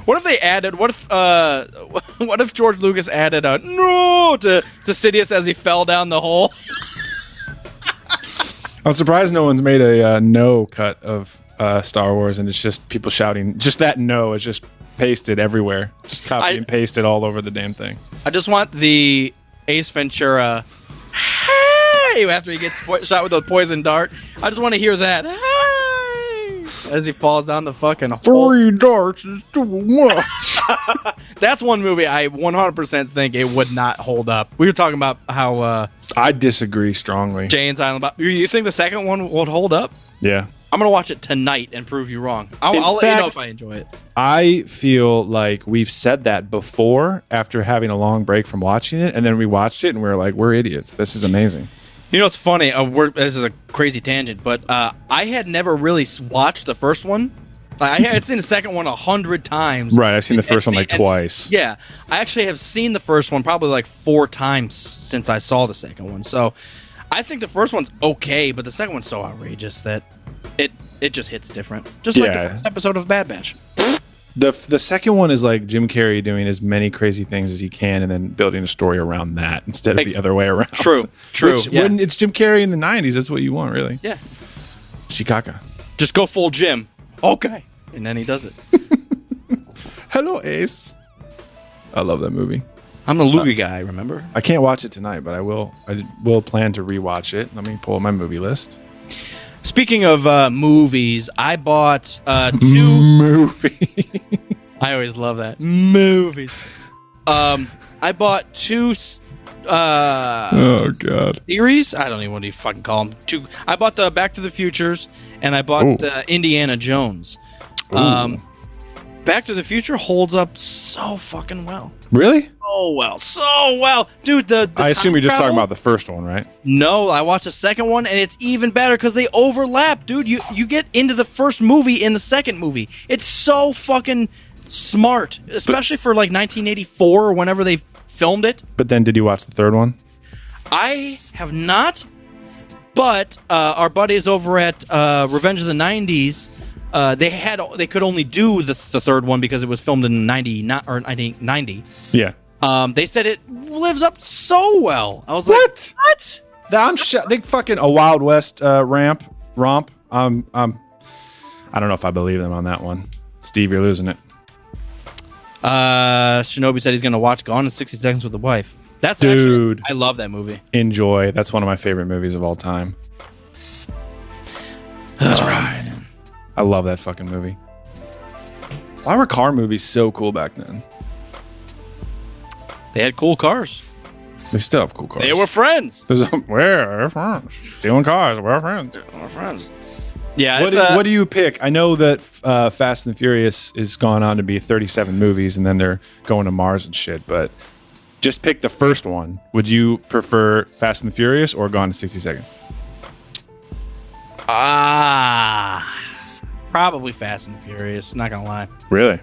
Speaker 2: What if they added? What if uh, [LAUGHS] what if George Lucas added a no to to Sidious as he fell down the hole?
Speaker 1: I'm surprised no one's made a uh, no cut of uh, Star Wars, and it's just people shouting. Just that no is just pasted everywhere. Just copy
Speaker 2: I-
Speaker 1: and paste it all over the damn thing.
Speaker 2: I just want the Ace Ventura. Hey! After he gets po- shot with a poison dart, I just want to hear that. Hey! As he falls down the fucking hole.
Speaker 1: darts is too much.
Speaker 2: That's one movie I 100% think it would not hold up. We were talking about how uh,
Speaker 1: [LAUGHS] I disagree strongly.
Speaker 2: Jane's Island. Bo- You- You think the second one would hold up?
Speaker 1: Yeah.
Speaker 2: I'm gonna watch it tonight and prove you wrong. I'll,
Speaker 1: In
Speaker 2: I'll let you know
Speaker 1: fact-
Speaker 2: if I enjoy it.
Speaker 1: I feel like we've said that before after having a long break from watching it, and then we watched it and we were like, we're idiots. This is amazing.
Speaker 2: You know, it's funny. Uh, we're, this is a crazy tangent, but uh, I had never really s- watched the first one. I I had seen the second one a hundred times.
Speaker 1: Right, I've seen the
Speaker 2: And
Speaker 1: first one,
Speaker 2: seen-
Speaker 1: like,
Speaker 2: and
Speaker 1: twice.
Speaker 2: s- Yeah, I actually have seen the first one probably like four times since I saw the second one. So I think the first one's okay, but the second one's so outrageous that it it just hits different. Just like
Speaker 1: Yeah.
Speaker 2: the first episode of Bad Batch.
Speaker 1: The, the second one is like Jim Carrey doing as many crazy things as he can and then building a story around that instead of
Speaker 2: Ex-
Speaker 1: the other way around.
Speaker 2: True, true,
Speaker 1: Which,
Speaker 2: yeah.
Speaker 1: when it's Jim Carrey in the 90s, that's what you want, really.
Speaker 2: Yeah,
Speaker 1: Chicago.
Speaker 2: just go full Jim. Okay, and then he does it.
Speaker 1: Hello, Ace. I love that movie.
Speaker 2: I'm a Louis guy. Remember?
Speaker 1: I can't watch it tonight, but I will. I will plan to rewatch it. Let me pull up my movie list.
Speaker 2: Speaking of uh, movies, I bought
Speaker 1: [LAUGHS]
Speaker 2: uh, two.
Speaker 1: Movie.
Speaker 2: I always love that movies. Um, I bought two s- uh,
Speaker 1: oh God.
Speaker 2: series. I don't even want to fucking call them two. I bought the Back to the Futures, and I bought
Speaker 1: Ooh.
Speaker 2: uh, Indiana Jones. Um, Back to the Future holds up so fucking well.
Speaker 1: Really?
Speaker 2: Oh well, so well, dude. The, the
Speaker 1: I assume you're just talking
Speaker 2: about.
Speaker 1: about the first one, right?
Speaker 2: No, I watched the second one, and it's even better because they overlap, dude. You you get into the first movie in the second movie. It's so fucking smart, especially for like 1984 or whenever they filmed it.
Speaker 1: But then, did you watch the third one?
Speaker 2: I have not, but uh, our buddies over at uh, Revenge of the '90s, uh, they had they could only do the, the third one because it was filmed in '90 not or 1990.
Speaker 1: Yeah.
Speaker 2: Um, they said it lives up so well. I was
Speaker 1: What?
Speaker 2: like, what?
Speaker 1: I'm sh- they fucking a Wild West uh, ramp romp. Um, um, I don't know if I believe them on that one. Steve, you're losing it,
Speaker 2: Uh, Shinobi said he's gonna watch Gone in 60 Seconds with the wife. That's
Speaker 1: Dude.
Speaker 2: Actually, I love that movie.
Speaker 1: Enjoy. That's one of my favorite movies of all time. Let's ride. I love that fucking movie. Why were car movies so cool back then?
Speaker 2: They had cool cars.
Speaker 1: They still have cool cars.
Speaker 2: They were friends.
Speaker 1: There's a, [LAUGHS] we're friends. Stealing cars. We're friends.
Speaker 2: They were friends. Yeah.
Speaker 1: What
Speaker 2: it's,
Speaker 1: do,
Speaker 2: uh,
Speaker 1: what do you pick? I know that uh, Fast and Furious is gone on to be 37 movies, and then they're going to Mars and shit. But just pick the first one. Would you prefer Fast and Furious or Gone in 60 Seconds?
Speaker 2: ah, probably Fast and Furious. Not gonna lie.
Speaker 1: Really?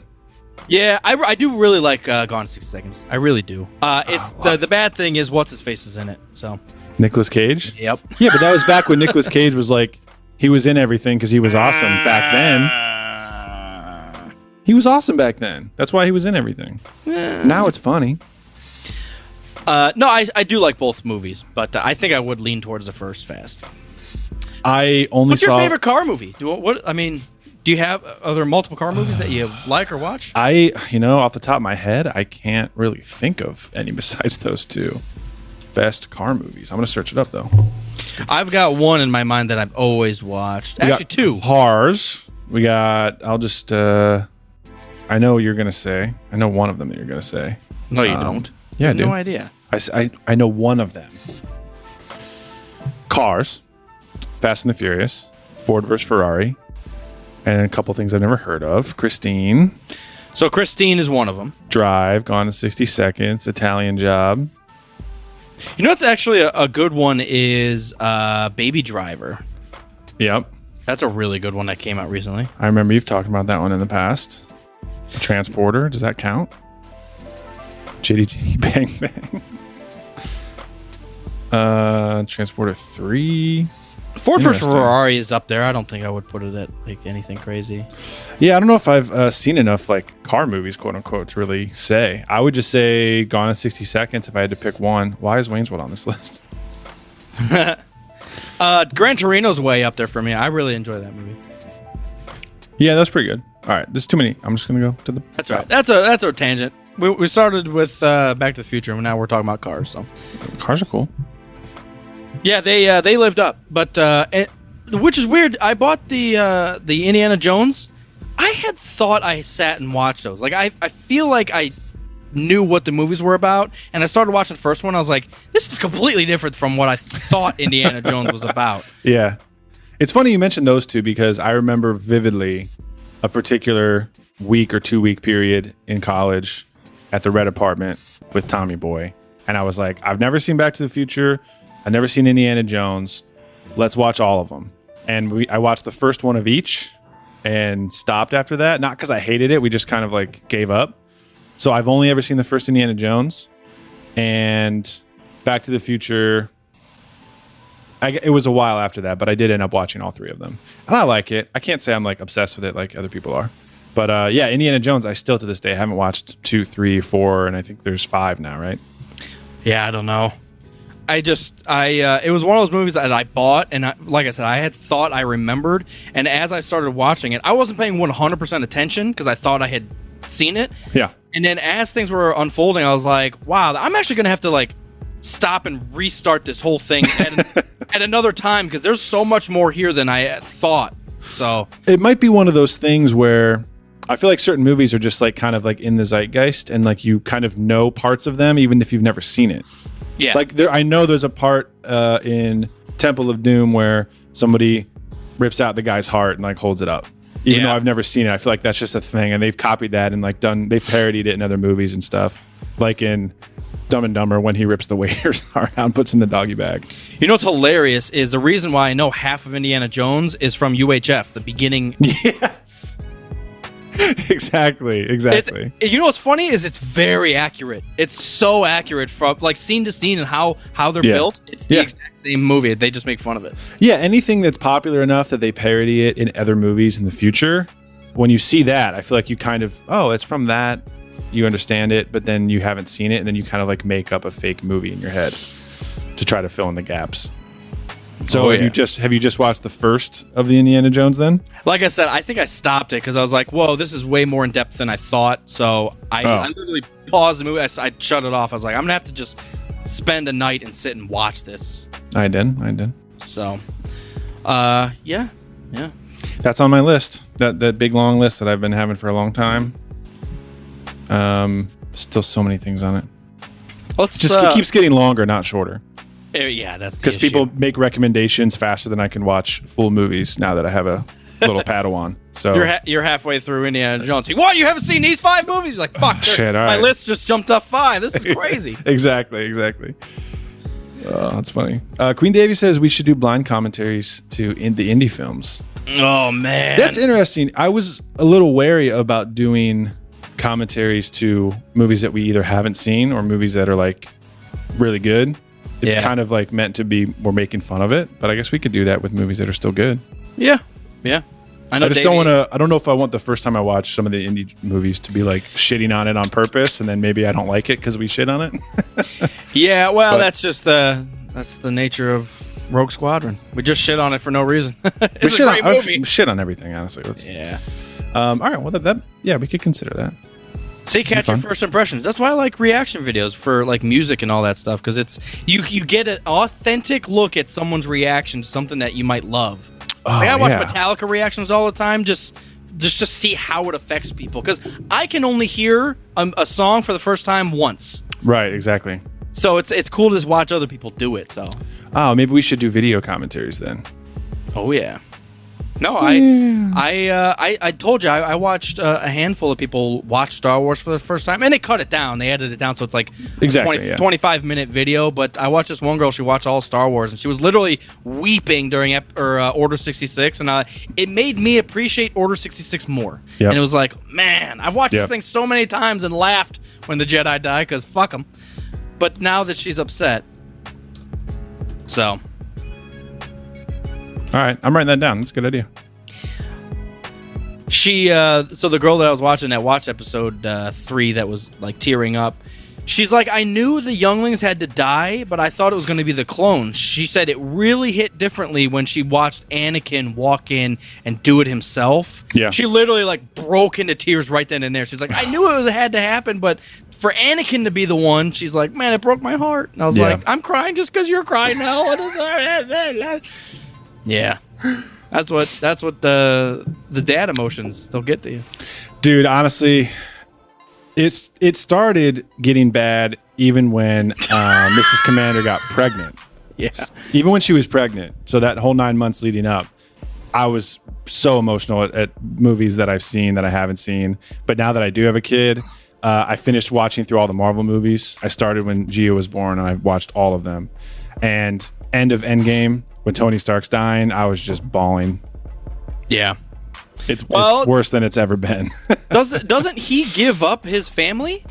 Speaker 2: Yeah, I, I do really like uh, Gone in 60 Seconds. I really do. Uh, it's
Speaker 1: Ah,
Speaker 2: the the bad thing is what's his face is in it. So
Speaker 1: Nicolas Cage?
Speaker 2: yep.
Speaker 1: Yeah, but that was back when Nicolas Cage was like he was in everything because he was awesome back then. He was awesome back then. That's why he was in everything. Now it's funny.
Speaker 2: Uh, no, I, I do like both movies, but uh, I think I would lean towards the first Fast.
Speaker 1: I only
Speaker 2: What's
Speaker 1: saw.
Speaker 2: your favorite car movie? Do what I mean? Do you have are there multiple car movies that [SIGHS] you like or watch?
Speaker 1: I, you know, off the top of my head, I can't really think of any [LAUGHS] besides those two best car movies. I'm gonna search it up though.
Speaker 2: I've got one in my mind that I've always watched.
Speaker 1: We got
Speaker 2: Actually, two.
Speaker 1: cars. We got. I'll just. uh I know you're gonna say. I know one of them that you're gonna say.
Speaker 2: No, you
Speaker 1: Um,
Speaker 2: don't.
Speaker 1: yeah, I
Speaker 2: I have
Speaker 1: do.
Speaker 2: no idea.
Speaker 1: I, s- I- I know one of them. Cars, Fast and the Furious, Ford versus Ferrari, and a couple things I've never heard of. Christine,
Speaker 2: So Christine is one of them.
Speaker 1: Drive, Gone in 60 Seconds, Italian Job.
Speaker 2: You know what's actually a, a good one is uh, Baby Driver.
Speaker 1: Yep.
Speaker 2: That's a really good one that came out recently.
Speaker 1: I remember you've talked about that one in the past. The transporter, does that count? Chitty Chitty [LAUGHS] Bang Bang. Uh, Transporter 3.
Speaker 2: Ford versus
Speaker 1: Interesting.
Speaker 2: Ferrari is up there. I don't think I would put it at like anything crazy.
Speaker 1: Yeah, I don't know if I've uh, seen enough like car movies, quote unquote, to really say. I would just say Gone in 60 Seconds if I had to pick one. Why is Wayne's World on this list? [LAUGHS]
Speaker 2: Uh, Gran Torino's way up there for me. I really enjoy that movie.
Speaker 1: Yeah, that's pretty good. All right, this is too many. I'm just going to go to the.
Speaker 2: That's right. That's a that's our tangent. We, we started with uh, Back to the Future, and now we're talking about cars. So
Speaker 1: [LAUGHS] Cars are cool.
Speaker 2: yeah, they uh, they lived up, but uh, it, which is weird. I bought the uh, the Indiana Jones. I had thought I sat and watched those. Like I I feel like I knew what the movies were about, and I started watching the first one. I was like, this is completely different from what I thought Indiana Jones was about.
Speaker 1: Yeah. It's funny you mentioned those two because I remember vividly a particular week or two week period in college at the red apartment with Tommy Boy. And I was like, I've never seen Back to the Future. I've never seen Indiana Jones. Let's watch all of them. And we, I watched the first one of each and stopped after that. Not because I hated it. We just kind of like gave up. So I've only ever seen the first Indiana Jones and Back to the Future. I, it was a while after that, but I did end up watching all three of them, and I like it. I can't say I'm like obsessed with it like other people are, but uh, yeah, Indiana Jones. I still to this day haven't watched two, three, four, and I think there's five now, right?
Speaker 2: Yeah, I don't know. I just I uh, it was one of those movies that I bought and I, like I said I had thought I remembered and as I started watching it I wasn't paying 100% attention cuz I thought I had seen it.
Speaker 1: Yeah.
Speaker 2: And then as things were unfolding I was like, wow, I'm actually going to have to like stop and restart this whole thing
Speaker 1: [LAUGHS]
Speaker 2: at, an- at another time cuz there's so much more here than I uh, thought. So,
Speaker 1: It might be one of those things where I feel like certain movies are just like kind of like in the zeitgeist, and like you kind of know parts of them even if you've never seen it.
Speaker 2: yeah.
Speaker 1: Like there, I know there's a part uh, in Temple of Doom where somebody rips out the guy's heart and like holds it up. Even
Speaker 2: Yeah.
Speaker 1: though I've never seen it, I feel like that's just a thing, and they've copied that and like done. They've parodied it in other movies and stuff, like in Dumb and Dumber when he rips the [LAUGHS] waiter's heart out and puts it in the doggy bag.
Speaker 2: You know what's hilarious is the reason why I know half of Indiana Jones is from UHF, the beginning
Speaker 1: Yes, [LAUGHS] exactly, exactly.
Speaker 2: It's, you know what's funny is it's very accurate. It's so accurate from like scene to scene and how how they're
Speaker 1: Yeah.
Speaker 2: built. It's the
Speaker 1: Yeah.
Speaker 2: exact same movie. They just make fun of it.
Speaker 1: Yeah, anything that's popular enough that they parody it in other movies in the future, when you see that, I feel like you kind of, oh, it's from that. You understand it, but then you haven't seen it, and then you kind of like make up a fake movie in your head to try to fill in the gaps. So
Speaker 2: Oh,
Speaker 1: have
Speaker 2: yeah.
Speaker 1: you just have you just watched the first of the Indiana Jones then?
Speaker 2: Like I said, I think I stopped it because I was like, "Whoa, this is way more in depth than I thought." So I,
Speaker 1: Oh.
Speaker 2: I literally paused the movie. I, s- I shut it off. I was like, "I'm gonna have to just spend a night and sit and watch this."
Speaker 1: I did, I did.
Speaker 2: So, uh, yeah, yeah.
Speaker 1: That's on my list. That that big long list that I've been having for a long time. Um, still so many things on it.
Speaker 2: Let's
Speaker 1: Just
Speaker 2: uh,
Speaker 1: it keeps getting longer, not shorter.
Speaker 2: eh, Yeah, that's the
Speaker 1: because
Speaker 2: issue.
Speaker 1: people make recommendations faster than I can watch full movies now that I have a
Speaker 2: [LAUGHS]
Speaker 1: little Padawan. So [LAUGHS]
Speaker 2: You're ha- you're halfway through Indiana Jones. Like, what? You haven't seen these five movies? You're like, fuck,
Speaker 1: [LAUGHS]
Speaker 2: they're-
Speaker 1: Shit, all
Speaker 2: my
Speaker 1: right.
Speaker 2: list just jumped up
Speaker 1: [LAUGHS]
Speaker 2: five. This is crazy.
Speaker 1: exactly, exactly. Oh, that's funny. Uh, Queen Davy says we should do blind commentaries to in the indie films.
Speaker 2: oh man,
Speaker 1: That's interesting. I was a little wary about doing commentaries to movies that we either haven't seen or movies that are like really good. It's
Speaker 2: Yeah.
Speaker 1: kind of like meant to be we're making fun of it, but I guess we could do that with movies that are still good.
Speaker 2: yeah, yeah. know
Speaker 1: I just
Speaker 2: Davey-
Speaker 1: don't want to. I don't know if I want the first time I watch some of the indie movies to be like shitting on it on purpose, and then maybe I don't like it because we shit on it. [LAUGHS]
Speaker 2: Yeah, well,
Speaker 1: but-
Speaker 2: that's just the that's the nature of Rogue Squadron. We just shit on it for no reason. [LAUGHS] it's
Speaker 1: we
Speaker 2: a
Speaker 1: shit
Speaker 2: great
Speaker 1: on, I-
Speaker 2: movie.
Speaker 1: we shit on everything, honestly. Let's-
Speaker 2: yeah.
Speaker 1: um, all right. Well, that, that yeah, we could consider that.
Speaker 2: See, catch your
Speaker 1: fun.
Speaker 2: first impressions. That's why I like reaction videos for like music and all that stuff because it's you you get an authentic look at someone's reaction to something that you might love. like I watch
Speaker 1: Oh, yeah.
Speaker 2: Metallica reactions all the time, just just to see how it affects people because I can only hear a, a song for the first time once,
Speaker 1: Right. Exactly.
Speaker 2: so it's it's cool to just watch other people do it. So,
Speaker 1: Oh, maybe we should do video commentaries then.
Speaker 2: oh yeah. No, I, I, uh, I, I told you I, I watched uh, a handful of people watch Star Wars for the first time, and they cut it down. They edited it down, so it's like a
Speaker 1: Exactly, yeah.
Speaker 2: 25 minute video. But I watched this one girl; she watched all Star Wars, and she was literally weeping during ep- or uh, Order 66, and uh, it made me appreciate Order 66 more.
Speaker 1: Yep.
Speaker 2: And it was like, man, I've watched
Speaker 1: Yep.
Speaker 2: this thing so many times and laughed when the Jedi die because fuck them. But now that she's upset, so
Speaker 1: All right, I'm writing that down. That's a good idea.
Speaker 2: she uh so the girl that i was watching that watched episode uh three that was like tearing up she's like i knew the younglings had to die but i thought it was going to be the clones she said it really hit differently when she watched anakin walk in and do it himself
Speaker 1: Yeah.
Speaker 2: she literally like broke into tears right then and there she's like i knew it was, had to happen but for anakin to be the one she's like man it broke my heart and i was
Speaker 1: Yeah.
Speaker 2: like i'm crying just because you're crying now What is- [LAUGHS] yeah that's what that's what the the dad emotions they'll get to you.
Speaker 1: Dude, honestly, it's it started getting bad even when uh, [LAUGHS] Mrs. Commander got pregnant.
Speaker 2: Yeah.
Speaker 1: [LAUGHS] Even when she was pregnant, so that whole nine months leading up, I was so emotional at, at movies that I've seen that I haven't seen. But now that I do have a kid, uh, I finished watching through all the Marvel movies. I started when Gio was born, and I watched all of them. And end of Endgame, when Tony Stark's dying, I was just bawling.
Speaker 2: Yeah.
Speaker 1: It's,
Speaker 2: Well-
Speaker 1: it's worse than it's ever been. [LAUGHS]
Speaker 2: Doesn't doesn't he give up his family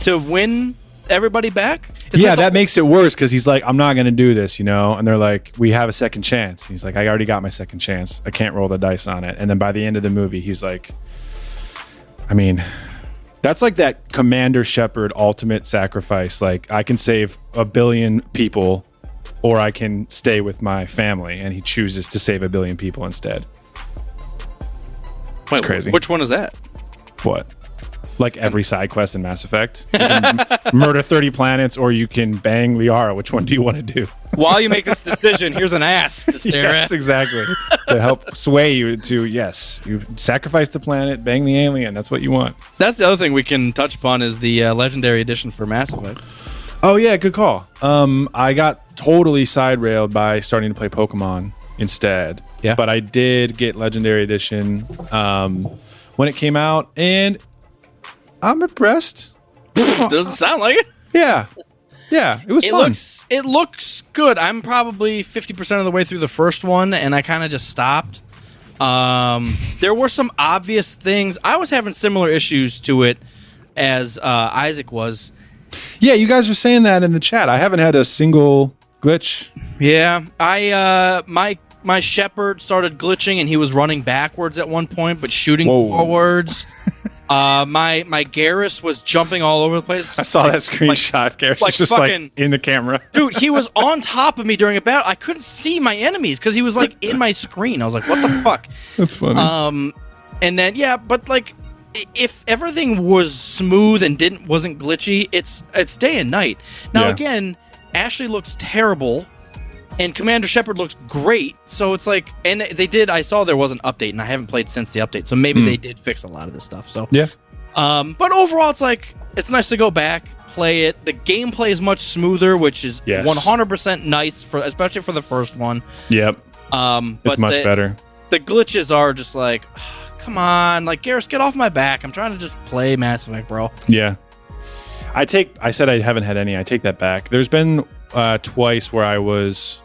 Speaker 2: to win everybody back? Isn't
Speaker 1: yeah,
Speaker 2: the-
Speaker 1: that makes it worse because he's like, I'm not going to do this, you know? And they're like, we have a second chance. He's like, I already got my second chance. I can't roll the dice on it. And then by the end of the movie, he's like, I mean, that's like that Commander Shepard ultimate sacrifice. Like, I can save a billion people or I can stay with my family. And he chooses to save a billion people instead.
Speaker 2: Wait,
Speaker 1: crazy.
Speaker 2: Which one is that?
Speaker 1: What? Like every side quest in Mass Effect? You can [LAUGHS] murder 30 planets or you can bang Liara. Which one do you want to do?
Speaker 2: While you
Speaker 1: [LAUGHS]
Speaker 2: make this decision, here's an ass to stare
Speaker 1: yes,
Speaker 2: at.
Speaker 1: exactly. to help sway you to yes, you sacrifice the planet, bang the alien. That's what you want.
Speaker 2: That's the other thing we can touch upon is the uh, legendary edition for Mass Effect.
Speaker 1: Oh yeah, good call. Um, I got totally side railed by starting to play Pokemon instead.
Speaker 2: Yeah.
Speaker 1: but I did get Legendary Edition um, when it came out, and I'm impressed.
Speaker 2: Doesn't sound like it.
Speaker 1: Yeah, yeah, it was
Speaker 2: It
Speaker 1: fun.
Speaker 2: looks it looks good. I'm probably 50% of the way through the first one and I kind of just stopped.
Speaker 1: [LAUGHS]
Speaker 2: Um, there were some obvious things. I was having similar issues to it as uh, Isaac was.
Speaker 1: yeah, you guys were saying that in the chat. I haven't had a single glitch.
Speaker 2: Yeah, I uh, my my shepherd started glitching and he was running backwards at one point but shooting
Speaker 1: Whoa. [LAUGHS]
Speaker 2: forwards. uh, my my Garrus was jumping all over the place.
Speaker 1: I [LAUGHS] saw that screenshot, Garrus.
Speaker 2: like
Speaker 1: it's just
Speaker 2: fucking-
Speaker 1: like in the camera. [LAUGHS]
Speaker 2: Dude, he was on top of me during a battle. I couldn't see my enemies because he was like in my screen. I was like, "What the fuck?"
Speaker 1: That's funny.
Speaker 2: Um, and then yeah, but like, i- if everything was smooth and didn't wasn't glitchy, it's it's day and night. Now
Speaker 1: Yeah.
Speaker 2: again, Ashley looks terrible, and Commander Shepard looks great. So it's like, and they did. I saw there was an update, and I haven't played since the update. So
Speaker 1: Hmm.
Speaker 2: maybe they did fix a lot of this stuff. So
Speaker 1: yeah.
Speaker 2: um, but overall, it's like it's nice to go back, play it. The gameplay is much smoother, which is
Speaker 1: Yes.
Speaker 2: one hundred percent nice for especially for the first one.
Speaker 1: Yep.
Speaker 2: Um,
Speaker 1: It's
Speaker 2: but
Speaker 1: much
Speaker 2: the-
Speaker 1: better.
Speaker 2: the glitches are just like, [SIGHS] come on, like Garrus, get off my back. I'm trying to just play Mass Effect, bro.
Speaker 1: Yeah. I take I said I haven't had any. I take that back. There's been uh twice where I was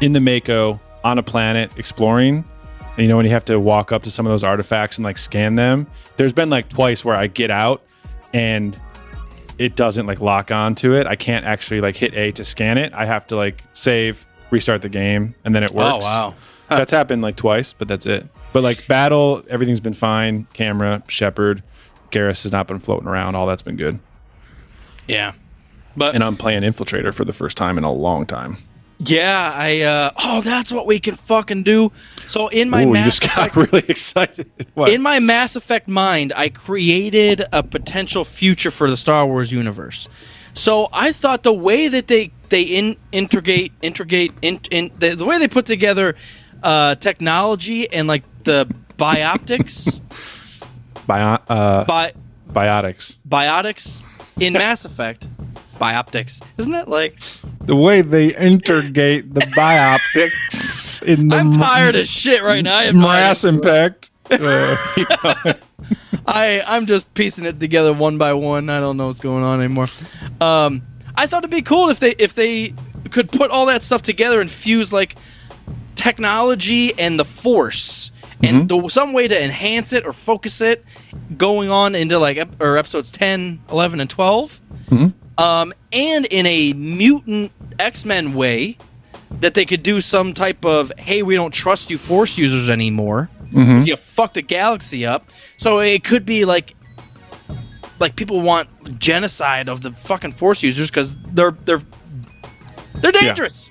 Speaker 1: in the Mako on a planet exploring. And you know when you have to walk up to some of those artifacts and like scan them. There's been like twice where I get out and it doesn't like lock on to it. I can't actually like hit A to scan it. I have to like save, restart the game, and then it works.
Speaker 2: Oh, wow.
Speaker 1: [LAUGHS] That's happened like twice, but that's it. But like battle, everything's been fine. Camera, Shepard, Garrus has not been floating around. All that's been good.
Speaker 2: Yeah, but
Speaker 1: And I'm playing Infiltrator for the first time in a long time.
Speaker 2: yeah, I uh, oh, that's what we can fucking do. So in my
Speaker 1: Ooh, you
Speaker 2: Mass
Speaker 1: just got
Speaker 2: Effect,
Speaker 1: really [LAUGHS] excited. What?
Speaker 2: in my Mass Effect mind, I created a potential future for the Star Wars universe. So I thought the way that they they in, integrate integrate in, in the, the way they put together uh, technology and like the bioptics
Speaker 1: Bio- uh,
Speaker 2: bi-
Speaker 1: biotics.
Speaker 2: biotics in Mass Effect. Bioptics, isn't that like?
Speaker 1: The way they integrate the bioptics in the
Speaker 2: I'm tired as shit right now. I am not,
Speaker 1: Mm. Mass
Speaker 2: [LAUGHS]
Speaker 1: Impact.
Speaker 2: I I'm just piecing it together one by one. I don't know what's going on anymore. Um, I thought it'd be cool if they if they could put all that stuff together and fuse like technology and the Force and the, some way to enhance it or focus it going on into like ep- or episodes 10, 11, and 12 Um, and in a mutant X Men way, that they could do some type of hey, we don't trust you force users anymore. You fucked the galaxy up. So it could be like like people want genocide of the fucking force users because they're they're they're dangerous.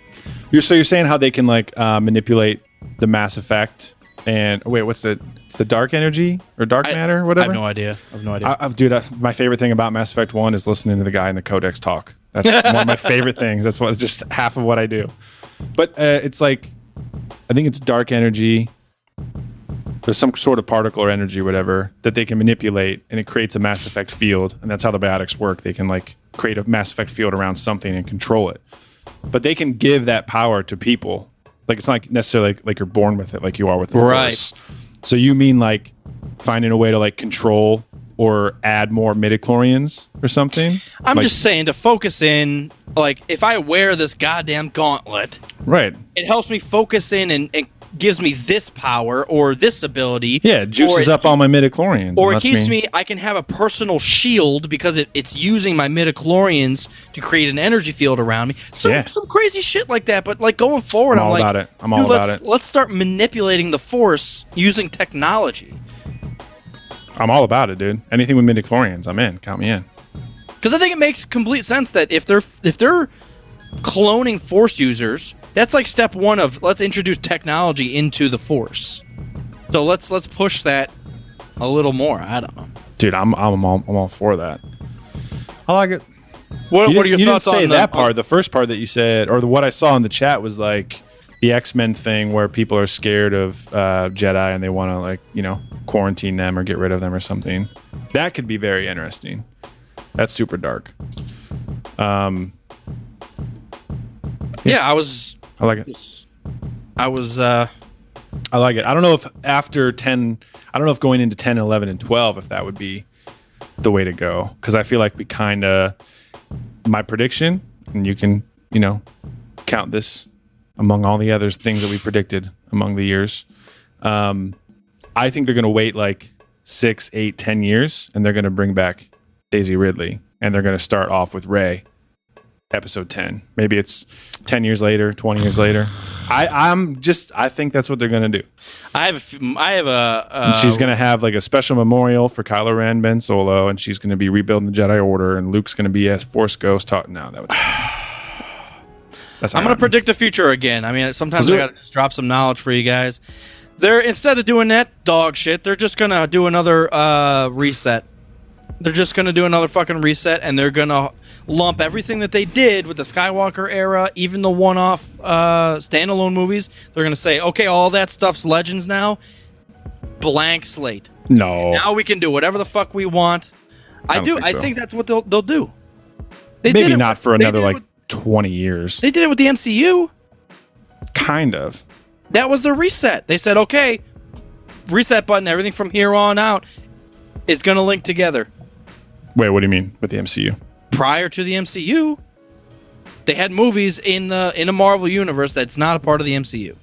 Speaker 1: You're, so you're saying how they can like uh, manipulate the Mass Effect and oh, wait, what's the the dark energy or dark matter,
Speaker 2: I
Speaker 1: whatever?
Speaker 2: have no idea. I have no idea.
Speaker 1: I, I, dude, I, my favorite thing about Mass Effect One is listening to the guy in the Codex talk. That's [LAUGHS] one of my favorite things. That's what just half of what I do. But uh, it's like, I think it's dark energy. There's some sort of particle or energy, whatever, that they can manipulate, and it creates a Mass Effect field. And that's how the biotics work. They can like create a Mass Effect field around something and control it. But they can give that power to people. Like it's not necessarily like, like you're born with it, like you are with the
Speaker 2: Right.
Speaker 1: Force. So you mean like finding a way to like control or add more midichlorians or something?
Speaker 2: I'm
Speaker 1: Like-
Speaker 2: just saying to focus in. Like if I wear this goddamn gauntlet,
Speaker 1: right.
Speaker 2: it helps me focus in and, and gives me this power or this ability.
Speaker 1: Yeah, it juices
Speaker 2: or it-
Speaker 1: up all my midichlorians. and
Speaker 2: Or it
Speaker 1: lets
Speaker 2: keeps me, I can have a personal shield because it, it's using my midichlorians to create an energy field around me. Some,
Speaker 1: Yeah.
Speaker 2: some crazy shit like that. But like going forward,
Speaker 1: I'm
Speaker 2: I'm,
Speaker 1: all
Speaker 2: like,
Speaker 1: about it. I'm
Speaker 2: dude,
Speaker 1: all about
Speaker 2: let's-
Speaker 1: it.
Speaker 2: Let's start manipulating the force using technology.
Speaker 1: I'm all about it, dude. Anything with midichlorians, I'm in. Count me in.
Speaker 2: Because I think it makes complete sense that if they're if they're cloning force users, that's like step one of let's introduce technology into the force. So let's let's push that a little more. I don't know.
Speaker 1: Dude, I'm I'm all, I'm all for that. I like it.
Speaker 2: What,
Speaker 1: You
Speaker 2: what are your
Speaker 1: didn't- you
Speaker 2: thoughts
Speaker 1: didn't say
Speaker 2: on um,
Speaker 1: that
Speaker 2: the,
Speaker 1: part? the first part that you said, or the, what I saw in the chat was like the X Men thing, where people are scared of uh, Jedi and they want to like you know quarantine them or get rid of them or something. That could be very interesting. That's super dark.
Speaker 2: Yeah, I was
Speaker 1: I like it.
Speaker 2: I was uh
Speaker 1: I like it. I don't know if after ten, I don't know if going into 10, 11, and twelve, if that would be the way to go. Because I feel like we kind of my prediction, and you can you know count this among all the other things that we predicted among the years. Um, I think they're going to wait like six, eight, ten years, and they're going to bring back Daisy Ridley, and they're going to start off with Ray, episode ten. Maybe it's ten years later, twenty years later. I, I'm just, I think that's what they're going to do.
Speaker 2: I have a few- I have a uh,
Speaker 1: And she's going to have like a special memorial for Kylo Ren, Ben Solo, and she's going to be rebuilding the Jedi Order, and Luke's going to be as Force Ghost. Taught now that was. [SIGHS] That's
Speaker 2: I'm gonna
Speaker 1: ironic.
Speaker 2: predict the future again. I mean, sometimes
Speaker 1: Let's do
Speaker 2: I
Speaker 1: Um, it.
Speaker 2: gotta just drop some knowledge for you guys. They're instead of doing that dog shit, they're just gonna do another uh, reset. They're just gonna do another fucking reset, and they're gonna lump everything that they did with the Skywalker era, even the one-off uh, standalone movies. They're gonna say, okay, all that stuff's legends now, blank slate.
Speaker 1: No.
Speaker 2: Now we can do whatever the fuck we want. I,
Speaker 1: don't
Speaker 2: do.
Speaker 1: think
Speaker 2: I
Speaker 1: so.
Speaker 2: think that's what they'll they'll do. They did
Speaker 1: Maybe
Speaker 2: it
Speaker 1: not
Speaker 2: with-
Speaker 1: for
Speaker 2: they
Speaker 1: another
Speaker 2: did it
Speaker 1: like
Speaker 2: with-
Speaker 1: 20 years.
Speaker 2: they did it with the MCU.
Speaker 1: kind of.
Speaker 2: That was the reset. They said, okay, reset button, everything from here on out is going to link together.
Speaker 1: Wait, what do you mean with the MCU?
Speaker 2: Prior to the MCU, they had movies in the in a Marvel universe that's not a part of the MCU.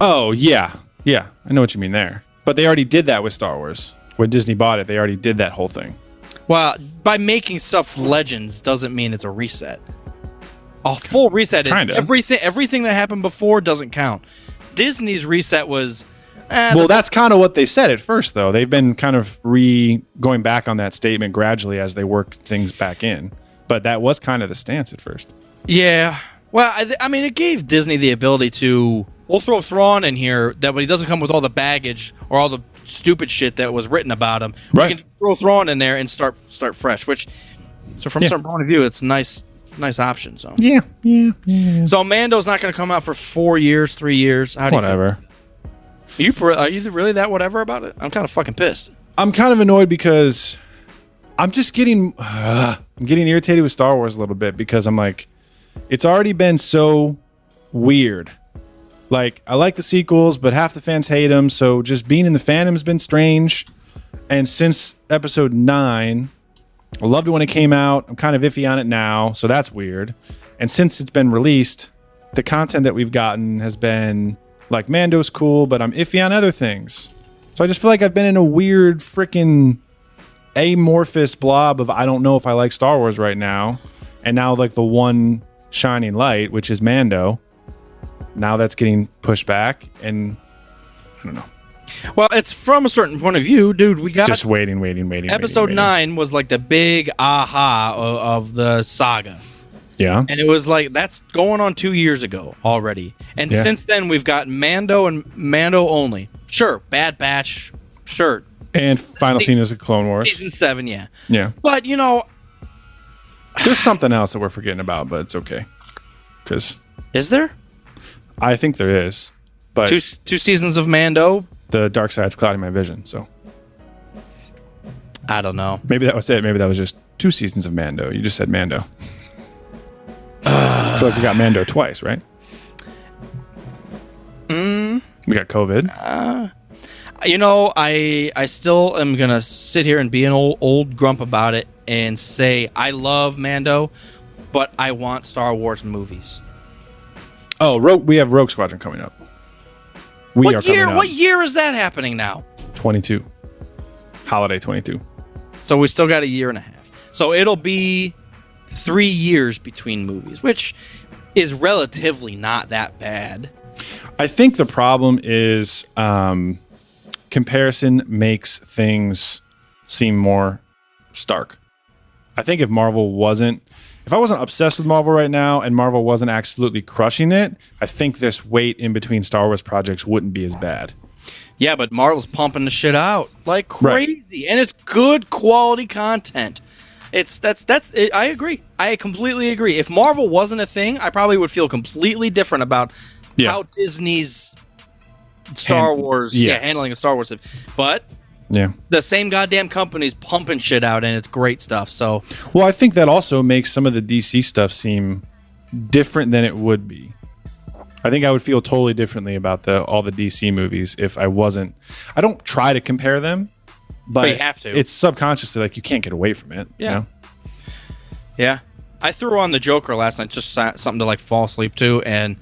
Speaker 1: Oh, yeah. Yeah. I know what you mean there. But they already did that with Star Wars. When Disney bought it, they already did that whole thing.
Speaker 2: Well, by making stuff legends doesn't mean it's a reset. A full reset is
Speaker 1: Kinda.
Speaker 2: everything everything that happened before doesn't count. Disney's reset was eh,
Speaker 1: Well, that's kind of what they said at first, though. They've been kind of re going back on that statement gradually as they work things back in. But that was kind of the stance at first.
Speaker 2: Yeah. Well, I, th- I mean, it gave Disney the ability to we'll throw Thrawn in here that way he doesn't come with all the baggage or all the stupid shit that was written about him.
Speaker 1: Right.
Speaker 2: We can throw Thrawn in there and start start fresh. Which, so from
Speaker 1: Yeah.
Speaker 2: some point of view, it's nice nice option. So
Speaker 1: Yeah. Yeah.
Speaker 2: so Mando's not going to come out for four years, three years. How do you feel?
Speaker 1: Whatever.
Speaker 2: Are you per- are you really that whatever about it? I'm kind of fucking pissed.
Speaker 1: I'm kind of annoyed because I'm just getting [SIGHS] I'm getting irritated with Star Wars a little bit because I'm like it's already been so weird. Like I like the sequels, but half the fans hate them, so just being in the Phantom's been strange. And since episode 9, I loved it when it came out. I'm kind of iffy on it now, so that's weird. And since it's been released, the content that we've gotten has been like Mando's cool, but I'm iffy on other things. So I just feel like I've been in a weird freaking amorphous blob of I don't know if I like Star Wars right now. And now like the one shining light, which is Mando, now that's getting pushed back, and I don't know.
Speaker 2: Well, it's from a certain point of view, dude. We got
Speaker 1: Just waiting, waiting, waiting.
Speaker 2: episode
Speaker 1: waiting, waiting.
Speaker 2: nine was like the big aha o- of the saga.
Speaker 1: Yeah.
Speaker 2: And it was like that's going on two years ago already. And
Speaker 1: Yeah.
Speaker 2: since then we've got Mando and Mando only. Sure, Bad Batch, sure.
Speaker 1: And final
Speaker 2: See-
Speaker 1: scene is a Clone Wars.
Speaker 2: Season seven, yeah.
Speaker 1: Yeah.
Speaker 2: But you know,
Speaker 1: There's something else that we're forgetting about, but it's okay. Because
Speaker 2: is there
Speaker 1: I think there is, but
Speaker 2: two two seasons of Mando?
Speaker 1: the dark side's clouding my vision. So
Speaker 2: I don't know.
Speaker 1: maybe that was it. Maybe that was just two seasons of Mando. You just said Mando. so like we got Mando twice, right?
Speaker 2: Mm.
Speaker 1: We got COVID.
Speaker 2: Uh, You know, I I still am gonna sit here and be an old old grump about it and say I love Mando, but I want Star Wars movies.
Speaker 1: oh, Rogue, we have Rogue Squadron coming up. We are
Speaker 2: what
Speaker 1: coming
Speaker 2: year?
Speaker 1: up.
Speaker 2: What year is that happening now?
Speaker 1: 22. Holiday 22.
Speaker 2: So we still got a year and a half. So it'll be three years between movies, which is relatively not that bad.
Speaker 1: I think the problem is um, comparison makes things seem more stark. I think if Marvel wasn't, if I wasn't obsessed with Marvel right now and Marvel wasn't absolutely crushing it, I think this wait in between Star Wars projects wouldn't be as bad.
Speaker 2: Yeah, but Marvel's pumping the shit out like
Speaker 1: Right.
Speaker 2: crazy, and it's good quality content. It's that's that's it, I agree. I completely agree. If Marvel wasn't a thing, I probably would feel completely different about
Speaker 1: Yeah.
Speaker 2: how Disney's Star
Speaker 1: Hand-
Speaker 2: Wars,
Speaker 1: yeah.
Speaker 2: yeah, handling of Star Wars. But
Speaker 1: Yeah.
Speaker 2: the same goddamn company's pumping shit out, and it's great stuff. So
Speaker 1: Well, I think that also makes some of the DC stuff seem different than it would be. I think I would feel totally differently about the all the DC movies if I wasn't. I don't try to compare them, but,
Speaker 2: you have to.
Speaker 1: It's subconsciously like you can't get away from it.
Speaker 2: Yeah. Yeah, I threw on the Joker last night, just sa- something to like fall asleep to, and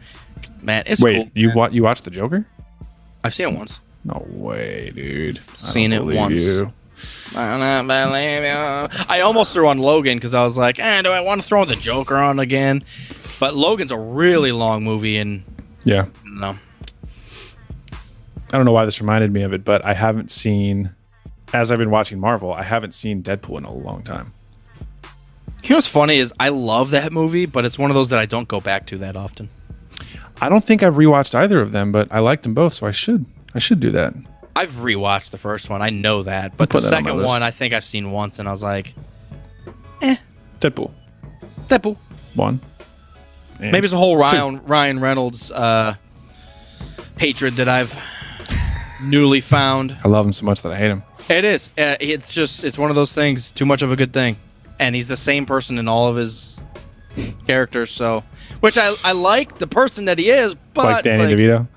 Speaker 2: man, it's
Speaker 1: Wait,
Speaker 2: cool.
Speaker 1: you wa- you watched the Joker?
Speaker 2: I've seen it once.
Speaker 1: No way, dude. I don't
Speaker 2: Seen it
Speaker 1: believe
Speaker 2: once.
Speaker 1: you.
Speaker 2: I don't believe you. uh, I almost threw on Logan because I was like, eh, do I want to throw the Joker on again? But Logan's a really long movie, and
Speaker 1: Yeah.
Speaker 2: no,
Speaker 1: I don't know why this reminded me of it, but I haven't seen as I've been watching Marvel, I haven't seen Deadpool in a long time.
Speaker 2: you know what's funny is I love that movie, but it's one of those that I don't go back to that often.
Speaker 1: I don't think I've rewatched either of them, but I liked them both, so I should I should do that.
Speaker 2: I've rewatched the first one, I know that, but
Speaker 1: Put
Speaker 2: the
Speaker 1: that on my
Speaker 2: second
Speaker 1: list.
Speaker 2: one I think I've seen once, and I was like,
Speaker 1: Deadpool
Speaker 2: Deadpool.
Speaker 1: one. And-
Speaker 2: Maybe it's a whole Ryan Ryan Reynolds uh, hatred that I've newly found.
Speaker 1: I love him so much that I hate him.
Speaker 2: It is. Uh, it's just it's one of those things. Too much of a good thing, and he's the same person in all of his characters. So, which I I like the person that he is, but
Speaker 1: like Danny
Speaker 2: like,
Speaker 1: DeVito.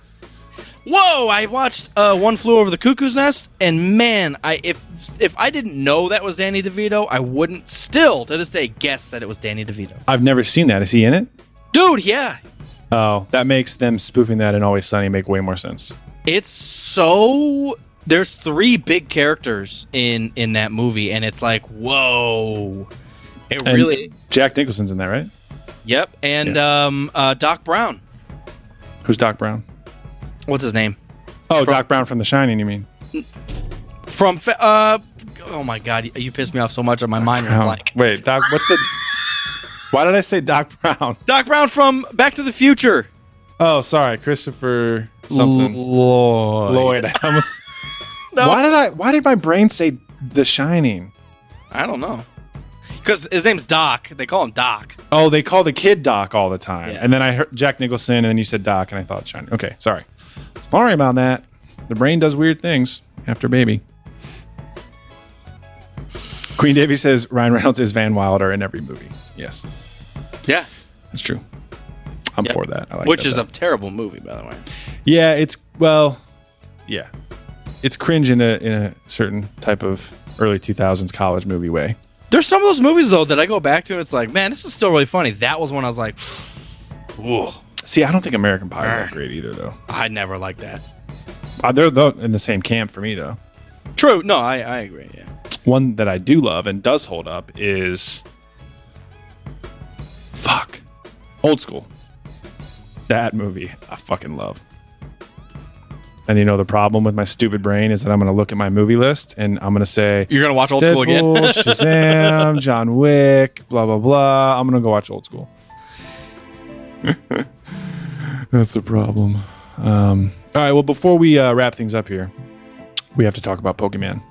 Speaker 2: Whoa! I watched uh, One Flew Over the Cuckoo's Nest, and man, I if if I didn't know that was Danny DeVito, I wouldn't still to this day guess that it was Danny DeVito.
Speaker 1: I've never seen that. Is he in it?
Speaker 2: Dude, yeah,
Speaker 1: Oh, that makes them spoofing that in Always Sunny make way more sense.
Speaker 2: it's so there's three big characters in in that movie and it's like whoa it
Speaker 1: And
Speaker 2: really
Speaker 1: Jack Nicholson's in that, right?
Speaker 2: yep and um uh doc brown
Speaker 1: Who's Doc Brown?
Speaker 2: what's his name
Speaker 1: Oh, Doc Brown from The Shining. You mean?
Speaker 2: from fa- uh oh my god you, you pissed me off so much on my mind went
Speaker 1: Oh,
Speaker 2: blank
Speaker 1: Wait, Doc. What's the? Why did I say Doc Brown? [LAUGHS]
Speaker 2: doc brown from back to the future
Speaker 1: Oh, sorry, Christopher something.
Speaker 2: Lord.
Speaker 1: Lloyd. I [LAUGHS] almost. Why did I? Why did my brain say The Shining?
Speaker 2: i don't know because his name's doc they call him doc
Speaker 1: Oh, they call the kid Doc all the time.
Speaker 2: Yeah.
Speaker 1: And then I heard Jack Nicholson, and then you said Doc, and I thought Shiny. Okay, sorry. Sorry about that. The brain does weird things after baby. Queen Davy says Ryan Reynolds is Van Wilder in every movie. Yes,
Speaker 2: yeah
Speaker 1: that's true. I'm for that. I like
Speaker 2: which
Speaker 1: is
Speaker 2: is a terrible movie by the way
Speaker 1: yeah. It's well, yeah. It's cringe in a in a certain type of early 2000s college movie way.
Speaker 2: There's some of those movies though that I go back to and it's like, man, this is still really funny. That was when I was like, ooh,
Speaker 1: See, I don't think American Pie is that great either, though.
Speaker 2: I never liked that.
Speaker 1: Uh, They're though in the same camp for me, though.
Speaker 2: True. No, I, I agree. Yeah.
Speaker 1: one that I do love and does hold up is fuck old school. That movie, I fucking love. And you know the problem with my stupid brain is that I'm going to look at my movie list and I'm going to say
Speaker 2: You're gonna watch old school again.
Speaker 1: Deadpool, Shazam, John Wick, blah blah blah. I'm going to go watch Old School. That's the problem. Um, all right. Well, before we uh, wrap things up here, we have to talk about Pokemon.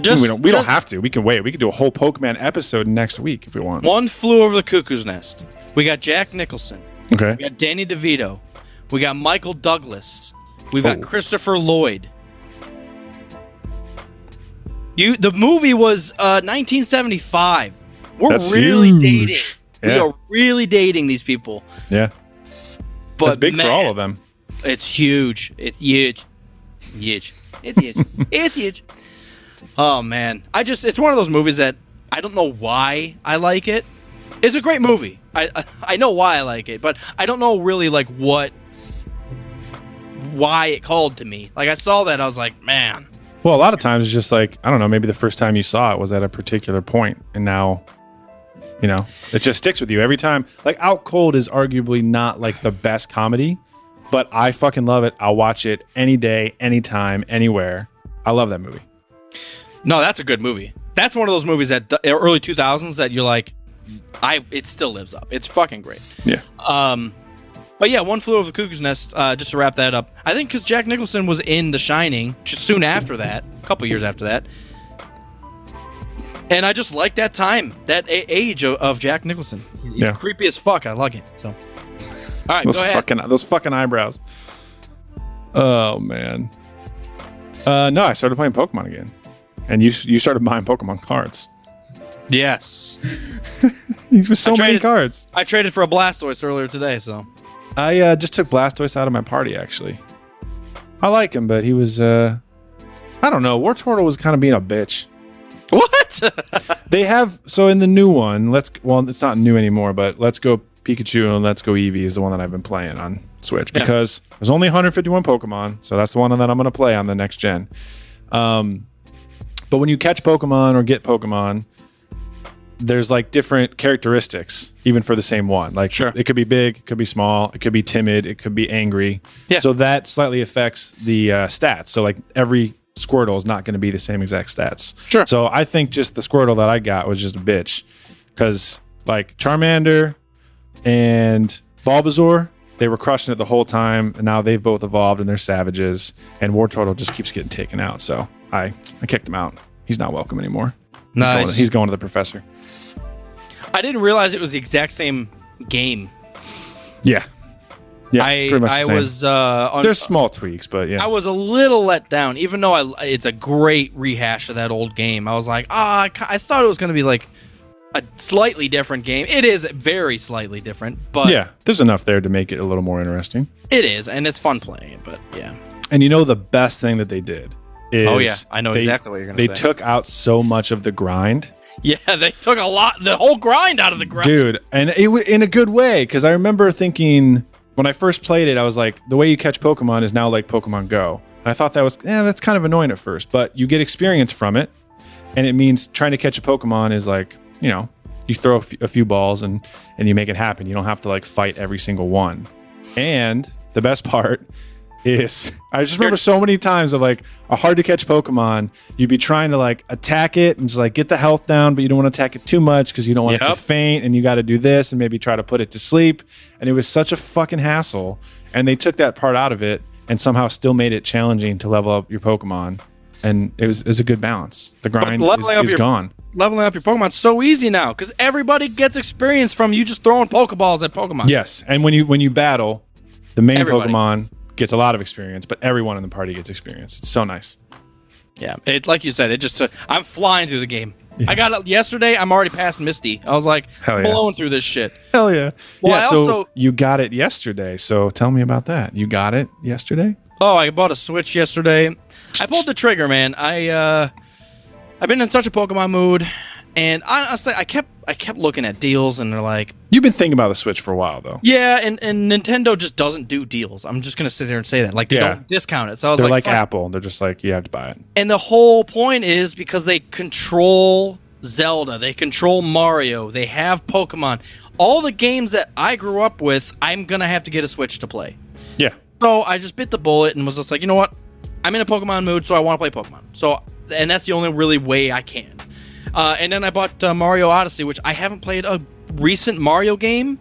Speaker 2: Just
Speaker 1: [LAUGHS] we don't. We don't
Speaker 2: just
Speaker 1: have to. We can wait. We can do a whole Pokemon episode next week if we want.
Speaker 2: One flew over the cuckoo's nest. We got Jack Nicholson.
Speaker 1: Okay.
Speaker 2: We got Danny DeVito. We got Michael Douglas. We've got
Speaker 1: Oh.
Speaker 2: Christopher Lloyd. You the movie was uh, 1975. We're
Speaker 1: That's
Speaker 2: really
Speaker 1: huge.
Speaker 2: dating. We
Speaker 1: Yeah.
Speaker 2: are really dating these people.
Speaker 1: Yeah.
Speaker 2: But
Speaker 1: That's big
Speaker 2: man,
Speaker 1: for all of them.
Speaker 2: It's huge. It's huge. Huge. It's huge. it's huge. Oh man, I just it's one of those movies that I don't know why I like it. It's a great movie. I I, I know why I like it, but I don't know really like what why it called to me. Like I saw that I was like, man.
Speaker 1: Well, a lot of times it's just like I don't know. Maybe the first time you saw it was at a particular point, and now, you know, it just sticks with you every time. Like Out Cold is arguably not like the best comedy, but I fucking love it. I'll watch it any day, anytime, anywhere. I love that movie.
Speaker 2: No, that's a good movie. That's one of those movies that the early 2000s that you're like I it still lives up. It's fucking great.
Speaker 1: Yeah.
Speaker 2: Um, but yeah, one flew over the cuckoo's nest. Uh, just to wrap that up, I think because Jack Nicholson was in The Shining just soon after that, a couple years after that, and I just like that time, that a- age of, of Jack Nicholson. He's
Speaker 1: Yeah.
Speaker 2: creepy as fuck. I like it. So, all right,
Speaker 1: Those
Speaker 2: go ahead.
Speaker 1: fucking those fucking eyebrows. Oh man. Uh, no, I started playing Pokemon again, and you you started buying Pokemon cards.
Speaker 2: yes,
Speaker 1: It was so
Speaker 2: I
Speaker 1: many
Speaker 2: traded-
Speaker 1: cards.
Speaker 2: I traded for a Blastoise earlier
Speaker 1: [LAUGHS]
Speaker 2: today. So
Speaker 1: I uh, just took Blastoise out of my party. Actually, I like him, but he was uh, I don't know. War Turtle was kind of being a bitch.
Speaker 2: [LAUGHS] what?
Speaker 1: They have so in the new one. Let's well, it's not new anymore, but let's go Pikachu and let's go Eevee is the one that I've been playing on Switch
Speaker 2: Yeah.
Speaker 1: because there's only 151 Pokemon, so that's the one that I'm going to play on the next gen. Um, but when you catch Pokemon or get Pokemon, there's like different characteristics even for the same one. Like
Speaker 2: Sure.
Speaker 1: it could be big, it could be small, it could be timid, it could be angry.
Speaker 2: Yeah.
Speaker 1: So that slightly affects the uh, stats. So like every Squirtle is not going to be the same exact stats.
Speaker 2: Sure.
Speaker 1: So I think just the Squirtle that I got was just a bitch because like Charmander and Bulbasaur. They were crushing it the whole time, and now they've both evolved and they're savages. And War Turtle just keeps getting taken out, so I I kicked him out. He's not welcome anymore. He's
Speaker 2: Nice.
Speaker 1: Going, he's going to the professor.
Speaker 2: I didn't realize it was the exact same game.
Speaker 1: Yeah. Yeah. it's
Speaker 2: I
Speaker 1: pretty much the
Speaker 2: I
Speaker 1: same.
Speaker 2: was uh, on,
Speaker 1: There's small tweaks, but yeah.
Speaker 2: I was a little let down, even though I it's a great rehash of that old game. I was like, ah, I ki- I thought it was going to be like a slightly different game. It is very slightly different, but
Speaker 1: yeah. There's enough there to make it a little more interesting.
Speaker 2: it is, and it's fun playing it. But yeah, [LAUGHS]
Speaker 1: And you know the best thing that they did is
Speaker 2: Oh, yeah. I know
Speaker 1: they-
Speaker 2: exactly what you're gonna
Speaker 1: They
Speaker 2: say.
Speaker 1: took out so much of the grind.
Speaker 2: yeah, they took a lot, the whole grind out of the grind.
Speaker 1: dude and it w- in a good way because i remember thinking when i first played it i was like the way you catch pokemon is now like pokemon go and i thought that was yeah that's kind of annoying at first but you get experience from it and it means trying to catch a pokemon is like you know you throw a f- a few balls and and you make it happen you don't have to like fight every single one and the best part is I just remember so many times of like a hard to catch Pokemon, you'd be trying to like attack it and just like get the health down, but you don't want to attack it too much because you don't want it
Speaker 2: Yep.
Speaker 1: to faint and you got to do this and maybe try to put it to sleep. And it was such a fucking hassle. And they took that part out of it and somehow still made it challenging to level up your Pokemon. And it was, it was a good balance. The grind is,
Speaker 2: leveling up
Speaker 1: is
Speaker 2: your-
Speaker 1: gone.
Speaker 2: Leveling up your Pokemon's so easy now because everybody gets experience from you just throwing Pokeballs at Pokemon.
Speaker 1: Yes, and when you when you battle, the main
Speaker 2: Everybody.
Speaker 1: Pokemon gets a lot of experience, but everyone in the party gets experience. It's so nice.
Speaker 2: yeah. It like you said, it just took. I'm flying through the game. I got it yesterday. I'm already past Misty. I was like,
Speaker 1: Hell
Speaker 2: I'm
Speaker 1: yeah.
Speaker 2: blown through this shit.
Speaker 1: Hell yeah.
Speaker 2: Well,
Speaker 1: yeah,
Speaker 2: I
Speaker 1: so
Speaker 2: also-
Speaker 1: you got it yesterday. So tell me about that. You got it yesterday?
Speaker 2: Oh, I bought a Switch yesterday. I pulled the trigger, man. I uh I've been in such a Pokemon mood and honestly I kept I kept looking at deals and they're like,
Speaker 1: You've been thinking about the Switch for a while though.
Speaker 2: yeah, and, and Nintendo just doesn't do deals. I'm just gonna sit there and say that. Like they
Speaker 1: Yeah.
Speaker 2: don't discount it. So I was
Speaker 1: They're
Speaker 2: like,
Speaker 1: like,
Speaker 2: fuck.
Speaker 1: Apple. They're just like you have to buy it.
Speaker 2: And the whole point is because they control Zelda, they control Mario, they have Pokemon. all the games that I grew up with, I'm gonna have to get a Switch to play.
Speaker 1: Yeah.
Speaker 2: So I just bit the bullet and was just like, you know what? I'm in a Pokemon mood, so I want to play Pokemon. So, and that's the only really way I can. Uh, and then I bought uh, Mario Odyssey, which I haven't played a recent Mario game.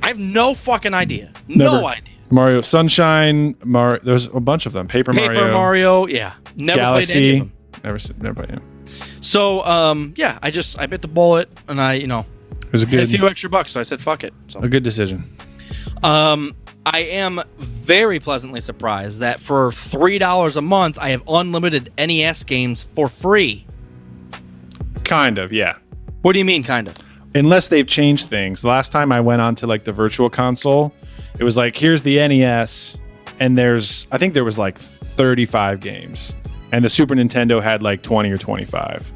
Speaker 2: I have no fucking idea.
Speaker 1: Never.
Speaker 2: No idea.
Speaker 1: Mario Sunshine, Mar. There's a bunch of them. Paper,
Speaker 2: Paper
Speaker 1: Mario,
Speaker 2: Mario, yeah. Never played any of
Speaker 1: Galaxy.
Speaker 2: them.
Speaker 1: Never, se- never played. It
Speaker 2: So, um, yeah, I just I bit the bullet and I, you know,
Speaker 1: It was a
Speaker 2: had a
Speaker 1: good,
Speaker 2: few extra bucks, so I said fuck it. So,
Speaker 1: a good decision.
Speaker 2: um, I am very pleasantly surprised that for three dollars a month, I have unlimited NES games for free.
Speaker 1: Kind of, yeah.
Speaker 2: What do you mean, kind of?
Speaker 1: unless they've changed things. Last time I went on to like the virtual console, it was like here's the NES, and there's I think there was like 35 games, and the Super Nintendo had like 20 or 25.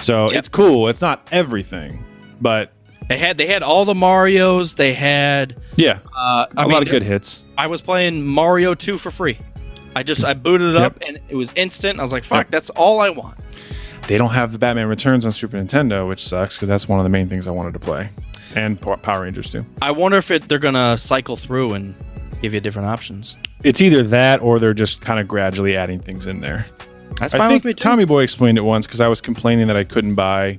Speaker 1: So
Speaker 2: Yep.
Speaker 1: it's cool. It's not everything, but
Speaker 2: They had they had all the Mario's. They had
Speaker 1: yeah,
Speaker 2: uh,
Speaker 1: a
Speaker 2: I mean,
Speaker 1: lot of good hits.
Speaker 2: I was playing Mario Two for free. I just I booted it
Speaker 1: Yep.
Speaker 2: up and it was instant. I was like, fuck, that's all I want.
Speaker 1: They don't have the Batman Returns on Super Nintendo, which sucks because that's one of the main things I wanted to play, and Pow- Power Rangers too.
Speaker 2: I wonder if it, they're gonna cycle through and give you different options.
Speaker 1: It's either that or they're just kind of gradually adding things in there.
Speaker 2: That's
Speaker 1: I
Speaker 2: fine
Speaker 1: think
Speaker 2: with me too.
Speaker 1: Tommy Boy explained it once because I was complaining that I couldn't buy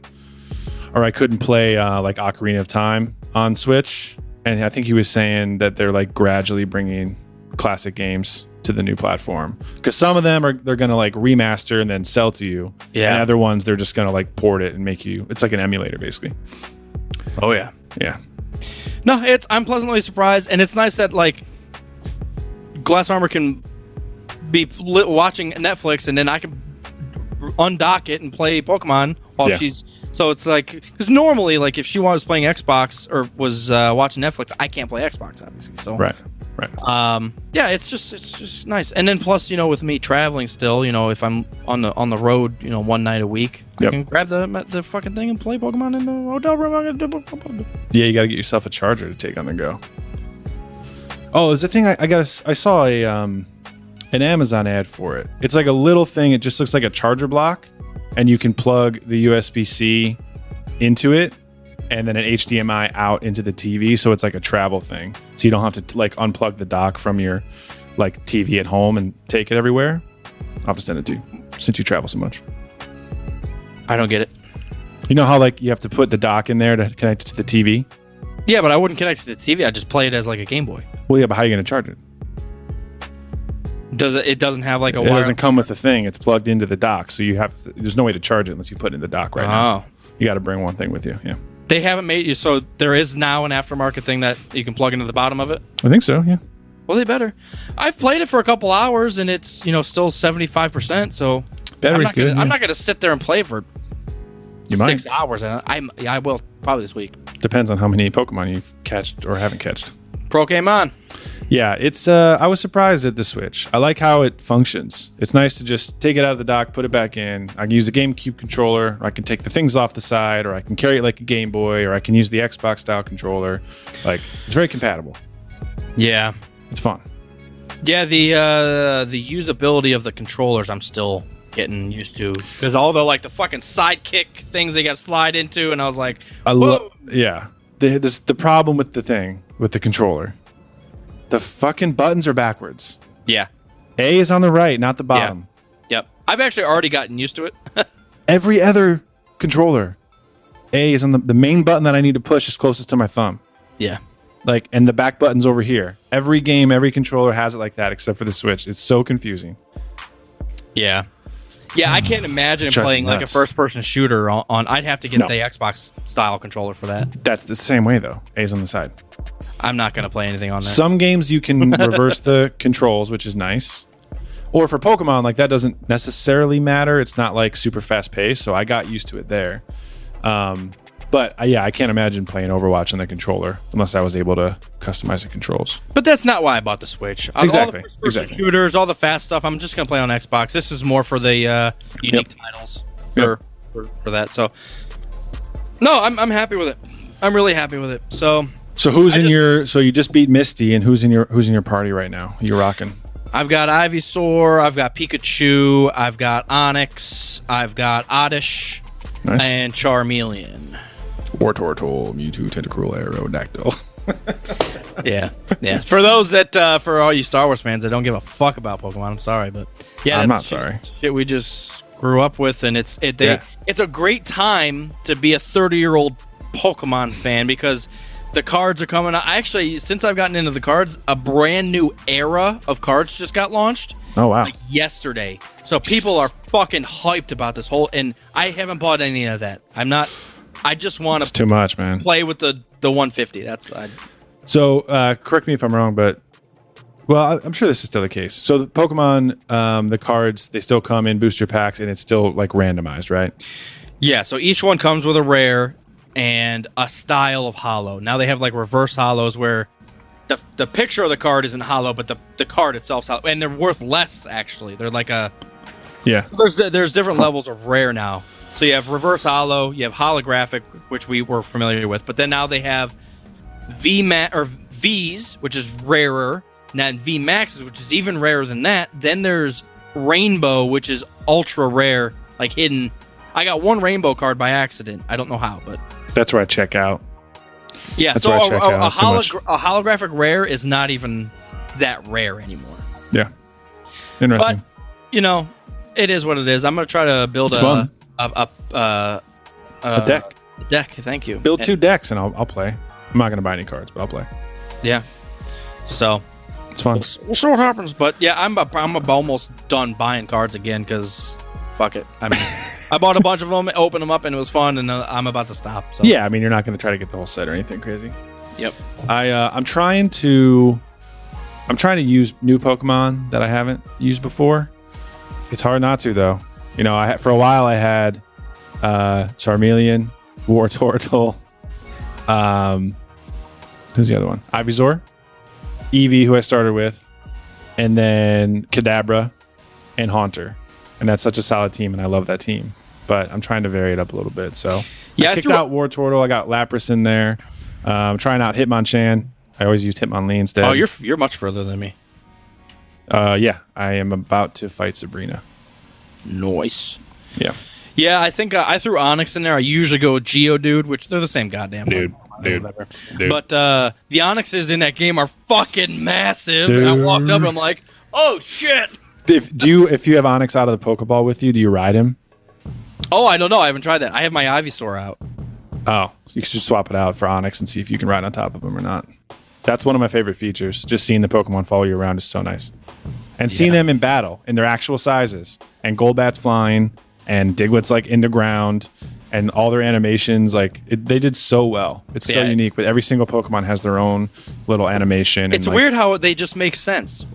Speaker 1: or I couldn't play uh, like Ocarina of Time on Switch, and I think he was saying that they're like gradually bringing classic games to the new platform because some of them are they're gonna like remaster and then sell to you,
Speaker 2: Yeah.
Speaker 1: And other ones they're just gonna like port it and make you. It's like an emulator basically.
Speaker 2: Oh yeah.
Speaker 1: Yeah,
Speaker 2: No, it's I'm pleasantly surprised, and it's nice that like Glass Armor can be li- watching Netflix, and then I can undock it and play Pokemon while
Speaker 1: Yeah.
Speaker 2: she's. So it's like because normally, like if she was playing Xbox or was uh, watching Netflix, I can't play Xbox, obviously. So
Speaker 1: right, right.
Speaker 2: um, yeah, it's just it's just nice. And then plus, you know, with me traveling still, you know, if I'm on the on the road, you know, one night a week,
Speaker 1: Yep.
Speaker 2: I can grab the the fucking thing and play Pokemon in the hotel room. I can-
Speaker 1: Yeah, you got to get yourself a charger to take on the go. Oh, there's a thing I, I got. I saw a um, an Amazon ad for it. It's like a little thing. It just looks like a charger block, and you can plug the USB C into it, and then an HDMI out into the TV. So it's like a travel thing. So you don't have to t- like unplug the dock from your like TV at home and take it everywhere. I'll have to send it to you since you travel so much.
Speaker 2: I don't get it.
Speaker 1: You know how like you have to put the dock in there to connect it to the TV.
Speaker 2: Yeah, but I wouldn't connect it to the TV. I just play it as like a Game Boy.
Speaker 1: Well, yeah, but how are you going to charge it?
Speaker 2: Does it? It doesn't have like a.
Speaker 1: it
Speaker 2: wire-
Speaker 1: doesn't come with a thing. It's plugged into the dock, so you have to, there's no way to charge it unless you put it in the dock right now.
Speaker 2: Oh,
Speaker 1: You got to bring one thing with you. Yeah,
Speaker 2: they haven't made you. So there is now an aftermarket thing that you can plug into the bottom of it.
Speaker 1: I think so. Yeah,
Speaker 2: Well, they better. I've played it for a couple hours and it's you know still seventy five percent. So I'm
Speaker 1: Battery's
Speaker 2: not gonna,
Speaker 1: good,
Speaker 2: I'm
Speaker 1: yeah.
Speaker 2: not going to sit there and play for
Speaker 1: you might.
Speaker 2: six hours. And I'm yeah, I will probably this week.
Speaker 1: Depends on how many Pokemon you've catched or haven't catched.
Speaker 2: Pokemon.
Speaker 1: Yeah, it's. Uh, I was surprised at the Switch. I like how it functions. It's nice to just take it out of the dock, put it back in. I can use the GameCube controller, or I can take the things off the side, or I can carry it like a Game Boy, or I can use the Xbox style controller. Like it's very compatible.
Speaker 2: Yeah,
Speaker 1: It's fun.
Speaker 2: yeah. The uh, the usability of the controllers, I'm still getting used to because all the like the fucking sidekick things they got to slide into, and I was like,
Speaker 1: I
Speaker 2: whoa.
Speaker 1: love. Yeah. The this, the problem with the thing with the controller, the fucking buttons are backwards.
Speaker 2: yeah,
Speaker 1: A is on the right, not the
Speaker 2: Yeah.
Speaker 1: bottom.
Speaker 2: yep. I've actually already gotten used to it.
Speaker 1: Every other controller, A is on the the main button that I need to push is closest to my thumb.
Speaker 2: yeah.
Speaker 1: Like, and the back button's over here. Every game, every controller has it like that, except for the Switch. It's so confusing.
Speaker 2: Yeah. Yeah, I can't imagine
Speaker 1: Just
Speaker 2: playing like a
Speaker 1: nuts.
Speaker 2: first person shooter on, on I'd have to get
Speaker 1: No.
Speaker 2: the Xbox style controller for that.
Speaker 1: That's the same way though. A's on the side.
Speaker 2: I'm not going to play anything on that.
Speaker 1: Some games you
Speaker 10: [LAUGHS]
Speaker 1: can reverse the controls, which is nice. Or for Pokemon, like that doesn't necessarily matter. It's not like super fast paced, so I got used to it there. Um, but uh, yeah, I can't imagine playing Overwatch on the controller unless I was able to customize the controls.
Speaker 2: but that's not why I bought the Switch. Out of
Speaker 1: Exactly,
Speaker 2: All the first person
Speaker 1: exactly.
Speaker 2: shooters, all the fast stuff, I'm just going to play on Xbox. This is more for the uh, unique titles for, for, for that. So No, I'm I'm happy with it. I'm really happy with it. So
Speaker 1: So who's
Speaker 2: I
Speaker 1: in
Speaker 2: just-
Speaker 1: your? So you just beat Misty, and who's in your? Who's in your party right now? You rocking?
Speaker 2: I've got Ivysaur, I've got Pikachu, I've got Onyx, I've got Oddish,
Speaker 10: [LAUGHS]
Speaker 1: Nice.
Speaker 2: and Charmeleon.
Speaker 10: War Tortle, Mewtwo, Tentacruel, Aerodactyl.
Speaker 2: Yeah, yeah. For those that, uh, for all you Star Wars fans that don't give a fuck about Pokemon, I'm sorry, but yeah,
Speaker 10: I'm
Speaker 2: that's
Speaker 10: not
Speaker 2: shit-
Speaker 10: sorry.
Speaker 2: Shit, we just grew up with, and it's it. They,
Speaker 1: Yeah.
Speaker 2: It's a great time to be a 30 year old Pokemon fan because the cards are coming out. Actually, since I've gotten into the cards, a brand new era of cards just got launched
Speaker 10: Oh [LAUGHS] wow!
Speaker 2: like yesterday. So people are fucking hyped about this whole, and I haven't bought any of that. I'm not. I just want
Speaker 1: It's
Speaker 2: to
Speaker 1: too much, man.
Speaker 2: play with the the 150. That's I,
Speaker 1: So, uh, correct me if I'm wrong, but well, I- I'm sure this is still the case. So, the Pokemon, um, the cards, they still come in booster packs, and it's still like randomized, right?
Speaker 2: Yeah, so each one comes with a rare and a style of hollow. Now they have like reverse hollows where the the picture of the card isn't hollow, but the, the card itself's hollow, and they're worth less actually. They're like a
Speaker 1: Yeah.
Speaker 2: there's there's different levels of rare now. So you have reverse hollow, you have holographic, which we were familiar with, but then now they have V ma- or V's, which is rarer, and then V maxes, which is even rarer than that. Then there's rainbow, which is ultra rare, like hidden. I got one rainbow card by accident. I don't know how, but
Speaker 1: That's where I check out.
Speaker 2: yeah.
Speaker 1: That's
Speaker 2: so
Speaker 1: where I
Speaker 2: a,
Speaker 1: check
Speaker 2: a-
Speaker 1: out.
Speaker 2: a
Speaker 1: It's too much.
Speaker 2: holog- a holographic rare is not even that rare anymore.
Speaker 1: Yeah.
Speaker 2: But
Speaker 1: Interesting.
Speaker 2: you know, it is what it is. I'm gonna try to build
Speaker 1: It's
Speaker 2: a,
Speaker 1: fun.
Speaker 2: a a uh, a,
Speaker 1: a deck.
Speaker 2: deck. Thank you.
Speaker 1: Build two
Speaker 2: And-
Speaker 1: decks, and I'll, I'll play. I'm not going to buy any cards, but I'll play.
Speaker 2: Yeah. So
Speaker 1: It's fun.
Speaker 2: we'll see what happens. But yeah, I'm a, I'm a, almost done buying cards again because fuck it.
Speaker 1: [LAUGHS]
Speaker 2: I mean, I bought a bunch of them, opened them up, and it was fun, and uh, I'm about to stop. So
Speaker 1: Yeah, I mean, you're not going to try to get the whole set or anything crazy.
Speaker 2: Yep.
Speaker 1: I uh, I'm trying to I'm trying to use new Pokemon that I haven't used before. It's hard not to though. You know, I had, for a while I had uh, Charmeleon, War [LAUGHS] Turtle, um, who's the other one? Ivysaur, Eevee, who I started with, and then Kadabra and Haunter, and that's such a solid team, and I love that team. But I'm trying to vary it up a little bit. So
Speaker 2: Yeah,
Speaker 1: I
Speaker 2: I
Speaker 1: kicked
Speaker 2: threw-
Speaker 1: out War Turtle. I got Lapras in there. Um, trying out Hitmonchan. I always used Hitmonlee instead.
Speaker 2: Oh, you're you're much further than me.
Speaker 1: Uh, yeah, I am about to fight Sabrina.
Speaker 2: Noise.
Speaker 1: Yeah,
Speaker 2: Yeah, I think uh, I threw Onyx in there. I usually go with Geodude, which they're the same goddamn
Speaker 10: Dude,
Speaker 2: Pokemon,
Speaker 10: dude,
Speaker 2: whatever.
Speaker 10: dude.
Speaker 2: But uh, the Onyxes in that game are fucking massive. And I walked up and I'm like, oh shit.
Speaker 1: if do you if you have Onyx out of the Pokeball with you, do you ride him?
Speaker 2: Oh, I don't know. I haven't tried that. I have my Ivysaur out.
Speaker 1: Oh, you should swap it out for Onyx and see if you can ride on top of him or not. That's one of my favorite features. Just seeing the Pokemon follow you around is so nice, and seeing them in battle in their actual sizes and Golbat's flying and Diglett's like in the ground and all their animations like it, they did so well. It's so
Speaker 2: Yeah.
Speaker 1: unique. But every single Pokemon has their own little animation.
Speaker 2: It's
Speaker 1: and, like,
Speaker 2: weird how they just make sense.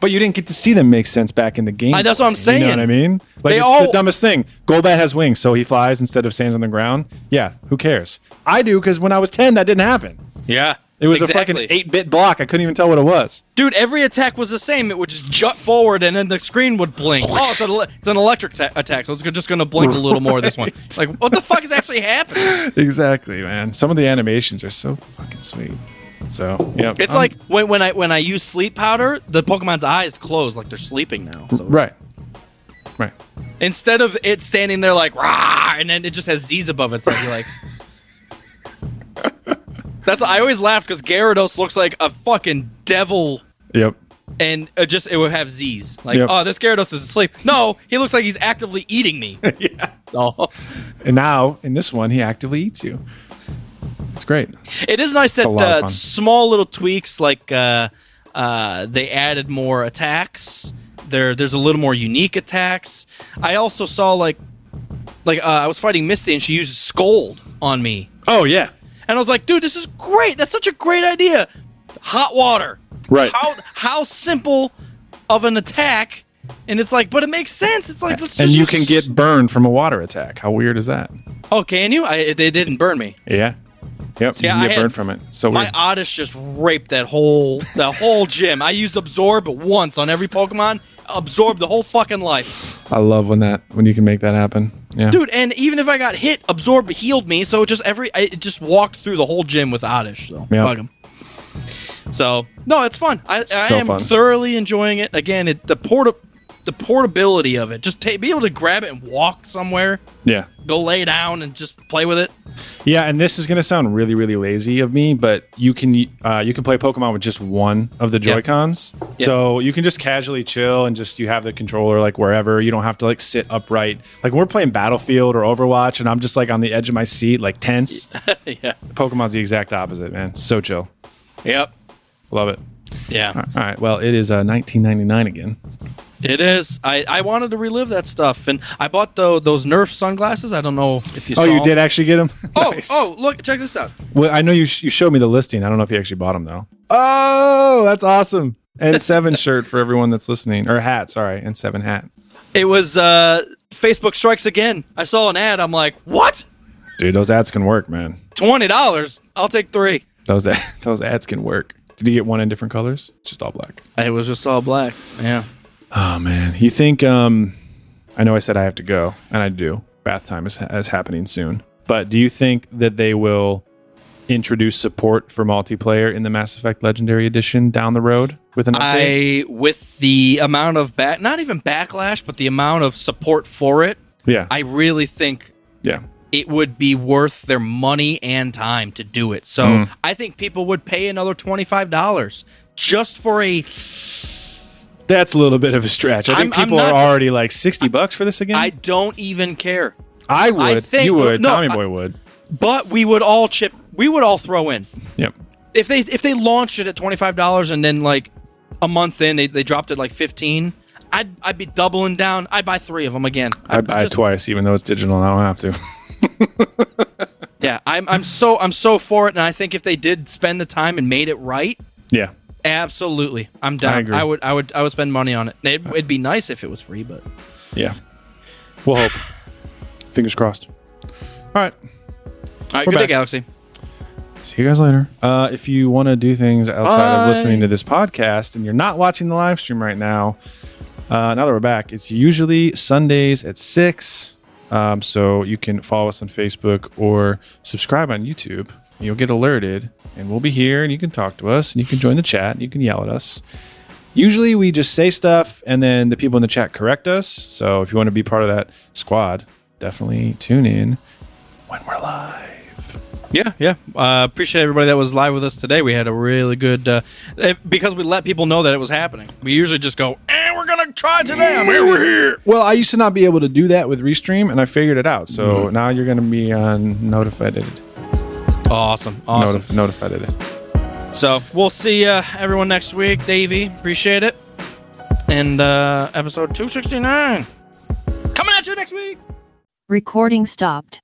Speaker 1: But you didn't get to see them make sense back in the game.
Speaker 2: I- that's what I'm
Speaker 1: You
Speaker 2: saying.
Speaker 1: know what I mean? Like
Speaker 2: They
Speaker 1: it's the
Speaker 2: all-
Speaker 1: dumbest thing. Golbat has wings, so he flies instead of stands on the ground. Yeah, who cares? I do because when I was ten, that didn't happen.
Speaker 2: Yeah.
Speaker 1: It was a fucking eight-bit block. I couldn't even tell what it was.
Speaker 2: Dude, every attack was the same. It would just jut forward and then the screen would blink. Oh, it's an, ele- it's an electric ta- attack, so it's just going to blink a little more this one. Like, what the fuck is actually happening?
Speaker 1: [LAUGHS] Exactly, man. Some of the animations are so fucking sweet. So yeah,
Speaker 2: It's
Speaker 1: I'm-
Speaker 2: like when, when I when I use sleep powder, the Pokemon's eyes close like they're sleeping now. So
Speaker 1: right, right.
Speaker 2: Instead of it standing there like rah, and then it just has Z's above it, so you're like. [LAUGHS] That's I always laugh because Gyarados looks like a fucking devil,
Speaker 1: Yep.
Speaker 2: and it just it would have Z's. Like,
Speaker 1: Yep.
Speaker 2: oh, this Gyarados is asleep. No, he looks like he's actively eating
Speaker 1: [LAUGHS]
Speaker 2: me. yeah. Oh.
Speaker 1: And now in this one, he actively eats you. It's great.
Speaker 2: It is nice that
Speaker 1: a lot of
Speaker 2: uh,
Speaker 1: fun.
Speaker 2: small little tweaks like uh, uh, they added more attacks. There, there's a little more unique attacks. I also saw like, like uh, I was fighting Misty and she used Scold on me,
Speaker 1: Oh yeah.
Speaker 2: and I was like, dude, this is great. That's such a great idea. Hot water.
Speaker 1: Right.
Speaker 2: How how simple of an attack, and it's like, but it makes sense. It's like, let's
Speaker 1: And
Speaker 2: just
Speaker 1: you
Speaker 2: use-
Speaker 1: can get burned from a water attack. How weird is that?
Speaker 2: Oh, can you? I, they didn't burn me.
Speaker 1: Yeah. Yep. you
Speaker 2: yeah,
Speaker 1: can
Speaker 2: I
Speaker 1: get
Speaker 2: had-
Speaker 1: burned from it. So
Speaker 2: My
Speaker 1: weird.
Speaker 2: Oddish just raped that whole the whole gym. I used Absorb once on every Pokemon. Absorb the whole fucking life,
Speaker 1: I love when that when you can make that happen. Yeah.
Speaker 2: dude. And even if I got hit, Absorb healed me. So it just every I, it just walked through the whole gym with Oddish. So
Speaker 1: Yeah.
Speaker 2: fuck him. So no, it's fun. I, I
Speaker 1: so
Speaker 2: am
Speaker 1: fun.
Speaker 2: thoroughly enjoying it. Again, it the porta the portability of it. Just ta be able to grab it and walk somewhere,
Speaker 1: Yeah.
Speaker 2: go lay down and just play with it.
Speaker 1: Yeah, and this is going to sound really, really lazy of me, but you can uh, you can play Pokemon with just one of the
Speaker 2: Yeah.
Speaker 1: Joy Cons, so you can just casually chill and just you have the controller like wherever. You don't have to like sit upright. Like we're playing Battlefield or Overwatch, and I'm just like on the edge of my seat, like tense.
Speaker 2: [LAUGHS] yeah.
Speaker 1: Pokemon's the exact opposite, man. So chill,
Speaker 2: Yep.
Speaker 1: love it.
Speaker 2: Yeah.
Speaker 1: All right, well, it is uh, 1999 again.
Speaker 2: It is. I, I wanted to relive that stuff, and I bought tho- those Nerf sunglasses. I don't know if you.
Speaker 1: Oh,
Speaker 2: saw
Speaker 1: you
Speaker 2: them.
Speaker 1: did actually get [LAUGHS] him.
Speaker 2: Oh, oh, look! Check this out.
Speaker 1: Well, I know you sh- you showed me the listing. I don't know if you actually bought them though. Oh, that's awesome! And
Speaker 2: [LAUGHS]
Speaker 1: seven shirt for everyone that's listening, or hat. Sorry, and seven hat.
Speaker 2: It was uh, Facebook strikes again. I saw an ad. I'm like, what?
Speaker 1: Dude, those ads can work, man.
Speaker 2: Twenty dollars? I'll take three.
Speaker 1: Those ad- [LAUGHS] those ads can work. Did you get one in different colors? It's just all black.
Speaker 2: It was just all black. Yeah.
Speaker 1: Oh man, you think? Um, I know I said I have to go, and I do. Bath time is is happening soon. But do you think that they will introduce support for multiplayer in the Mass Effect Legendary Edition down the road with an update?
Speaker 2: I with the amount of back, not even backlash, but the amount of support for it,
Speaker 1: yeah,
Speaker 2: I really think
Speaker 1: yeah.
Speaker 2: it would be worth their money and time to do it. So I think people would pay another twenty five dollars just for a.
Speaker 1: That's a little bit of a stretch. I think
Speaker 2: I'm- I'm
Speaker 1: people
Speaker 2: not-
Speaker 1: are already like sixty bucks for this again.
Speaker 2: I don't even care,
Speaker 1: I would.
Speaker 2: think-
Speaker 1: you would.
Speaker 2: no,
Speaker 1: Tommy
Speaker 2: I-
Speaker 1: Boy would.
Speaker 2: but we would all chip. We would all throw in
Speaker 1: Yep.
Speaker 2: if they if they launched it at twenty five dollars and then like a month in they, they dropped it like fifteen. I'd I'd be doubling down. I'd buy three of them again.
Speaker 1: I'd buy it
Speaker 2: just-
Speaker 1: twice, even though it's digital and I don't have to.
Speaker 2: Yeah, I'm I'm so I'm so for it, and I think if they did spend the time and made it right,
Speaker 1: yeah.
Speaker 2: absolutely, I'm down. I,
Speaker 1: agree.
Speaker 2: would I would I would spend money on it. It'd, it'd be nice if it was free, but
Speaker 1: Yeah. We'll hope. Fingers crossed. All right.
Speaker 2: all right,
Speaker 1: We're
Speaker 2: good day,
Speaker 1: back.
Speaker 2: Galaxy.
Speaker 1: See you guys later. Uh, if you want to do things outside
Speaker 2: Bye.
Speaker 1: of listening to this podcast and you're not watching the live stream right now, uh, now that we're back, it's usually Sundays at 6. Um, so you can follow us on Facebook or subscribe on YouTube. You'll get alerted and we'll be here and you can talk to us and you can join the chat and you can yell at us. Usually we just say stuff and then the people in the chat correct us. So if you want to be part of that squad, definitely tune in when we're live.
Speaker 2: Yeah, yeah. Uh, appreciate everybody that was live with us today. We had a really good uh, eh, because we let people know that it was happening. We usually just go, and we're gonna try Eh, today.
Speaker 1: Well, I used to not be able to do that with Restream, and I figured it out. So now you're going to be on notified.
Speaker 2: Awesome,
Speaker 1: Notif-
Speaker 2: awesome.
Speaker 1: notified.
Speaker 2: So we'll see uh, everyone next week. Davey, appreciate it. And uh, episode two sixty nine coming at you next week.
Speaker 3: Recording stopped.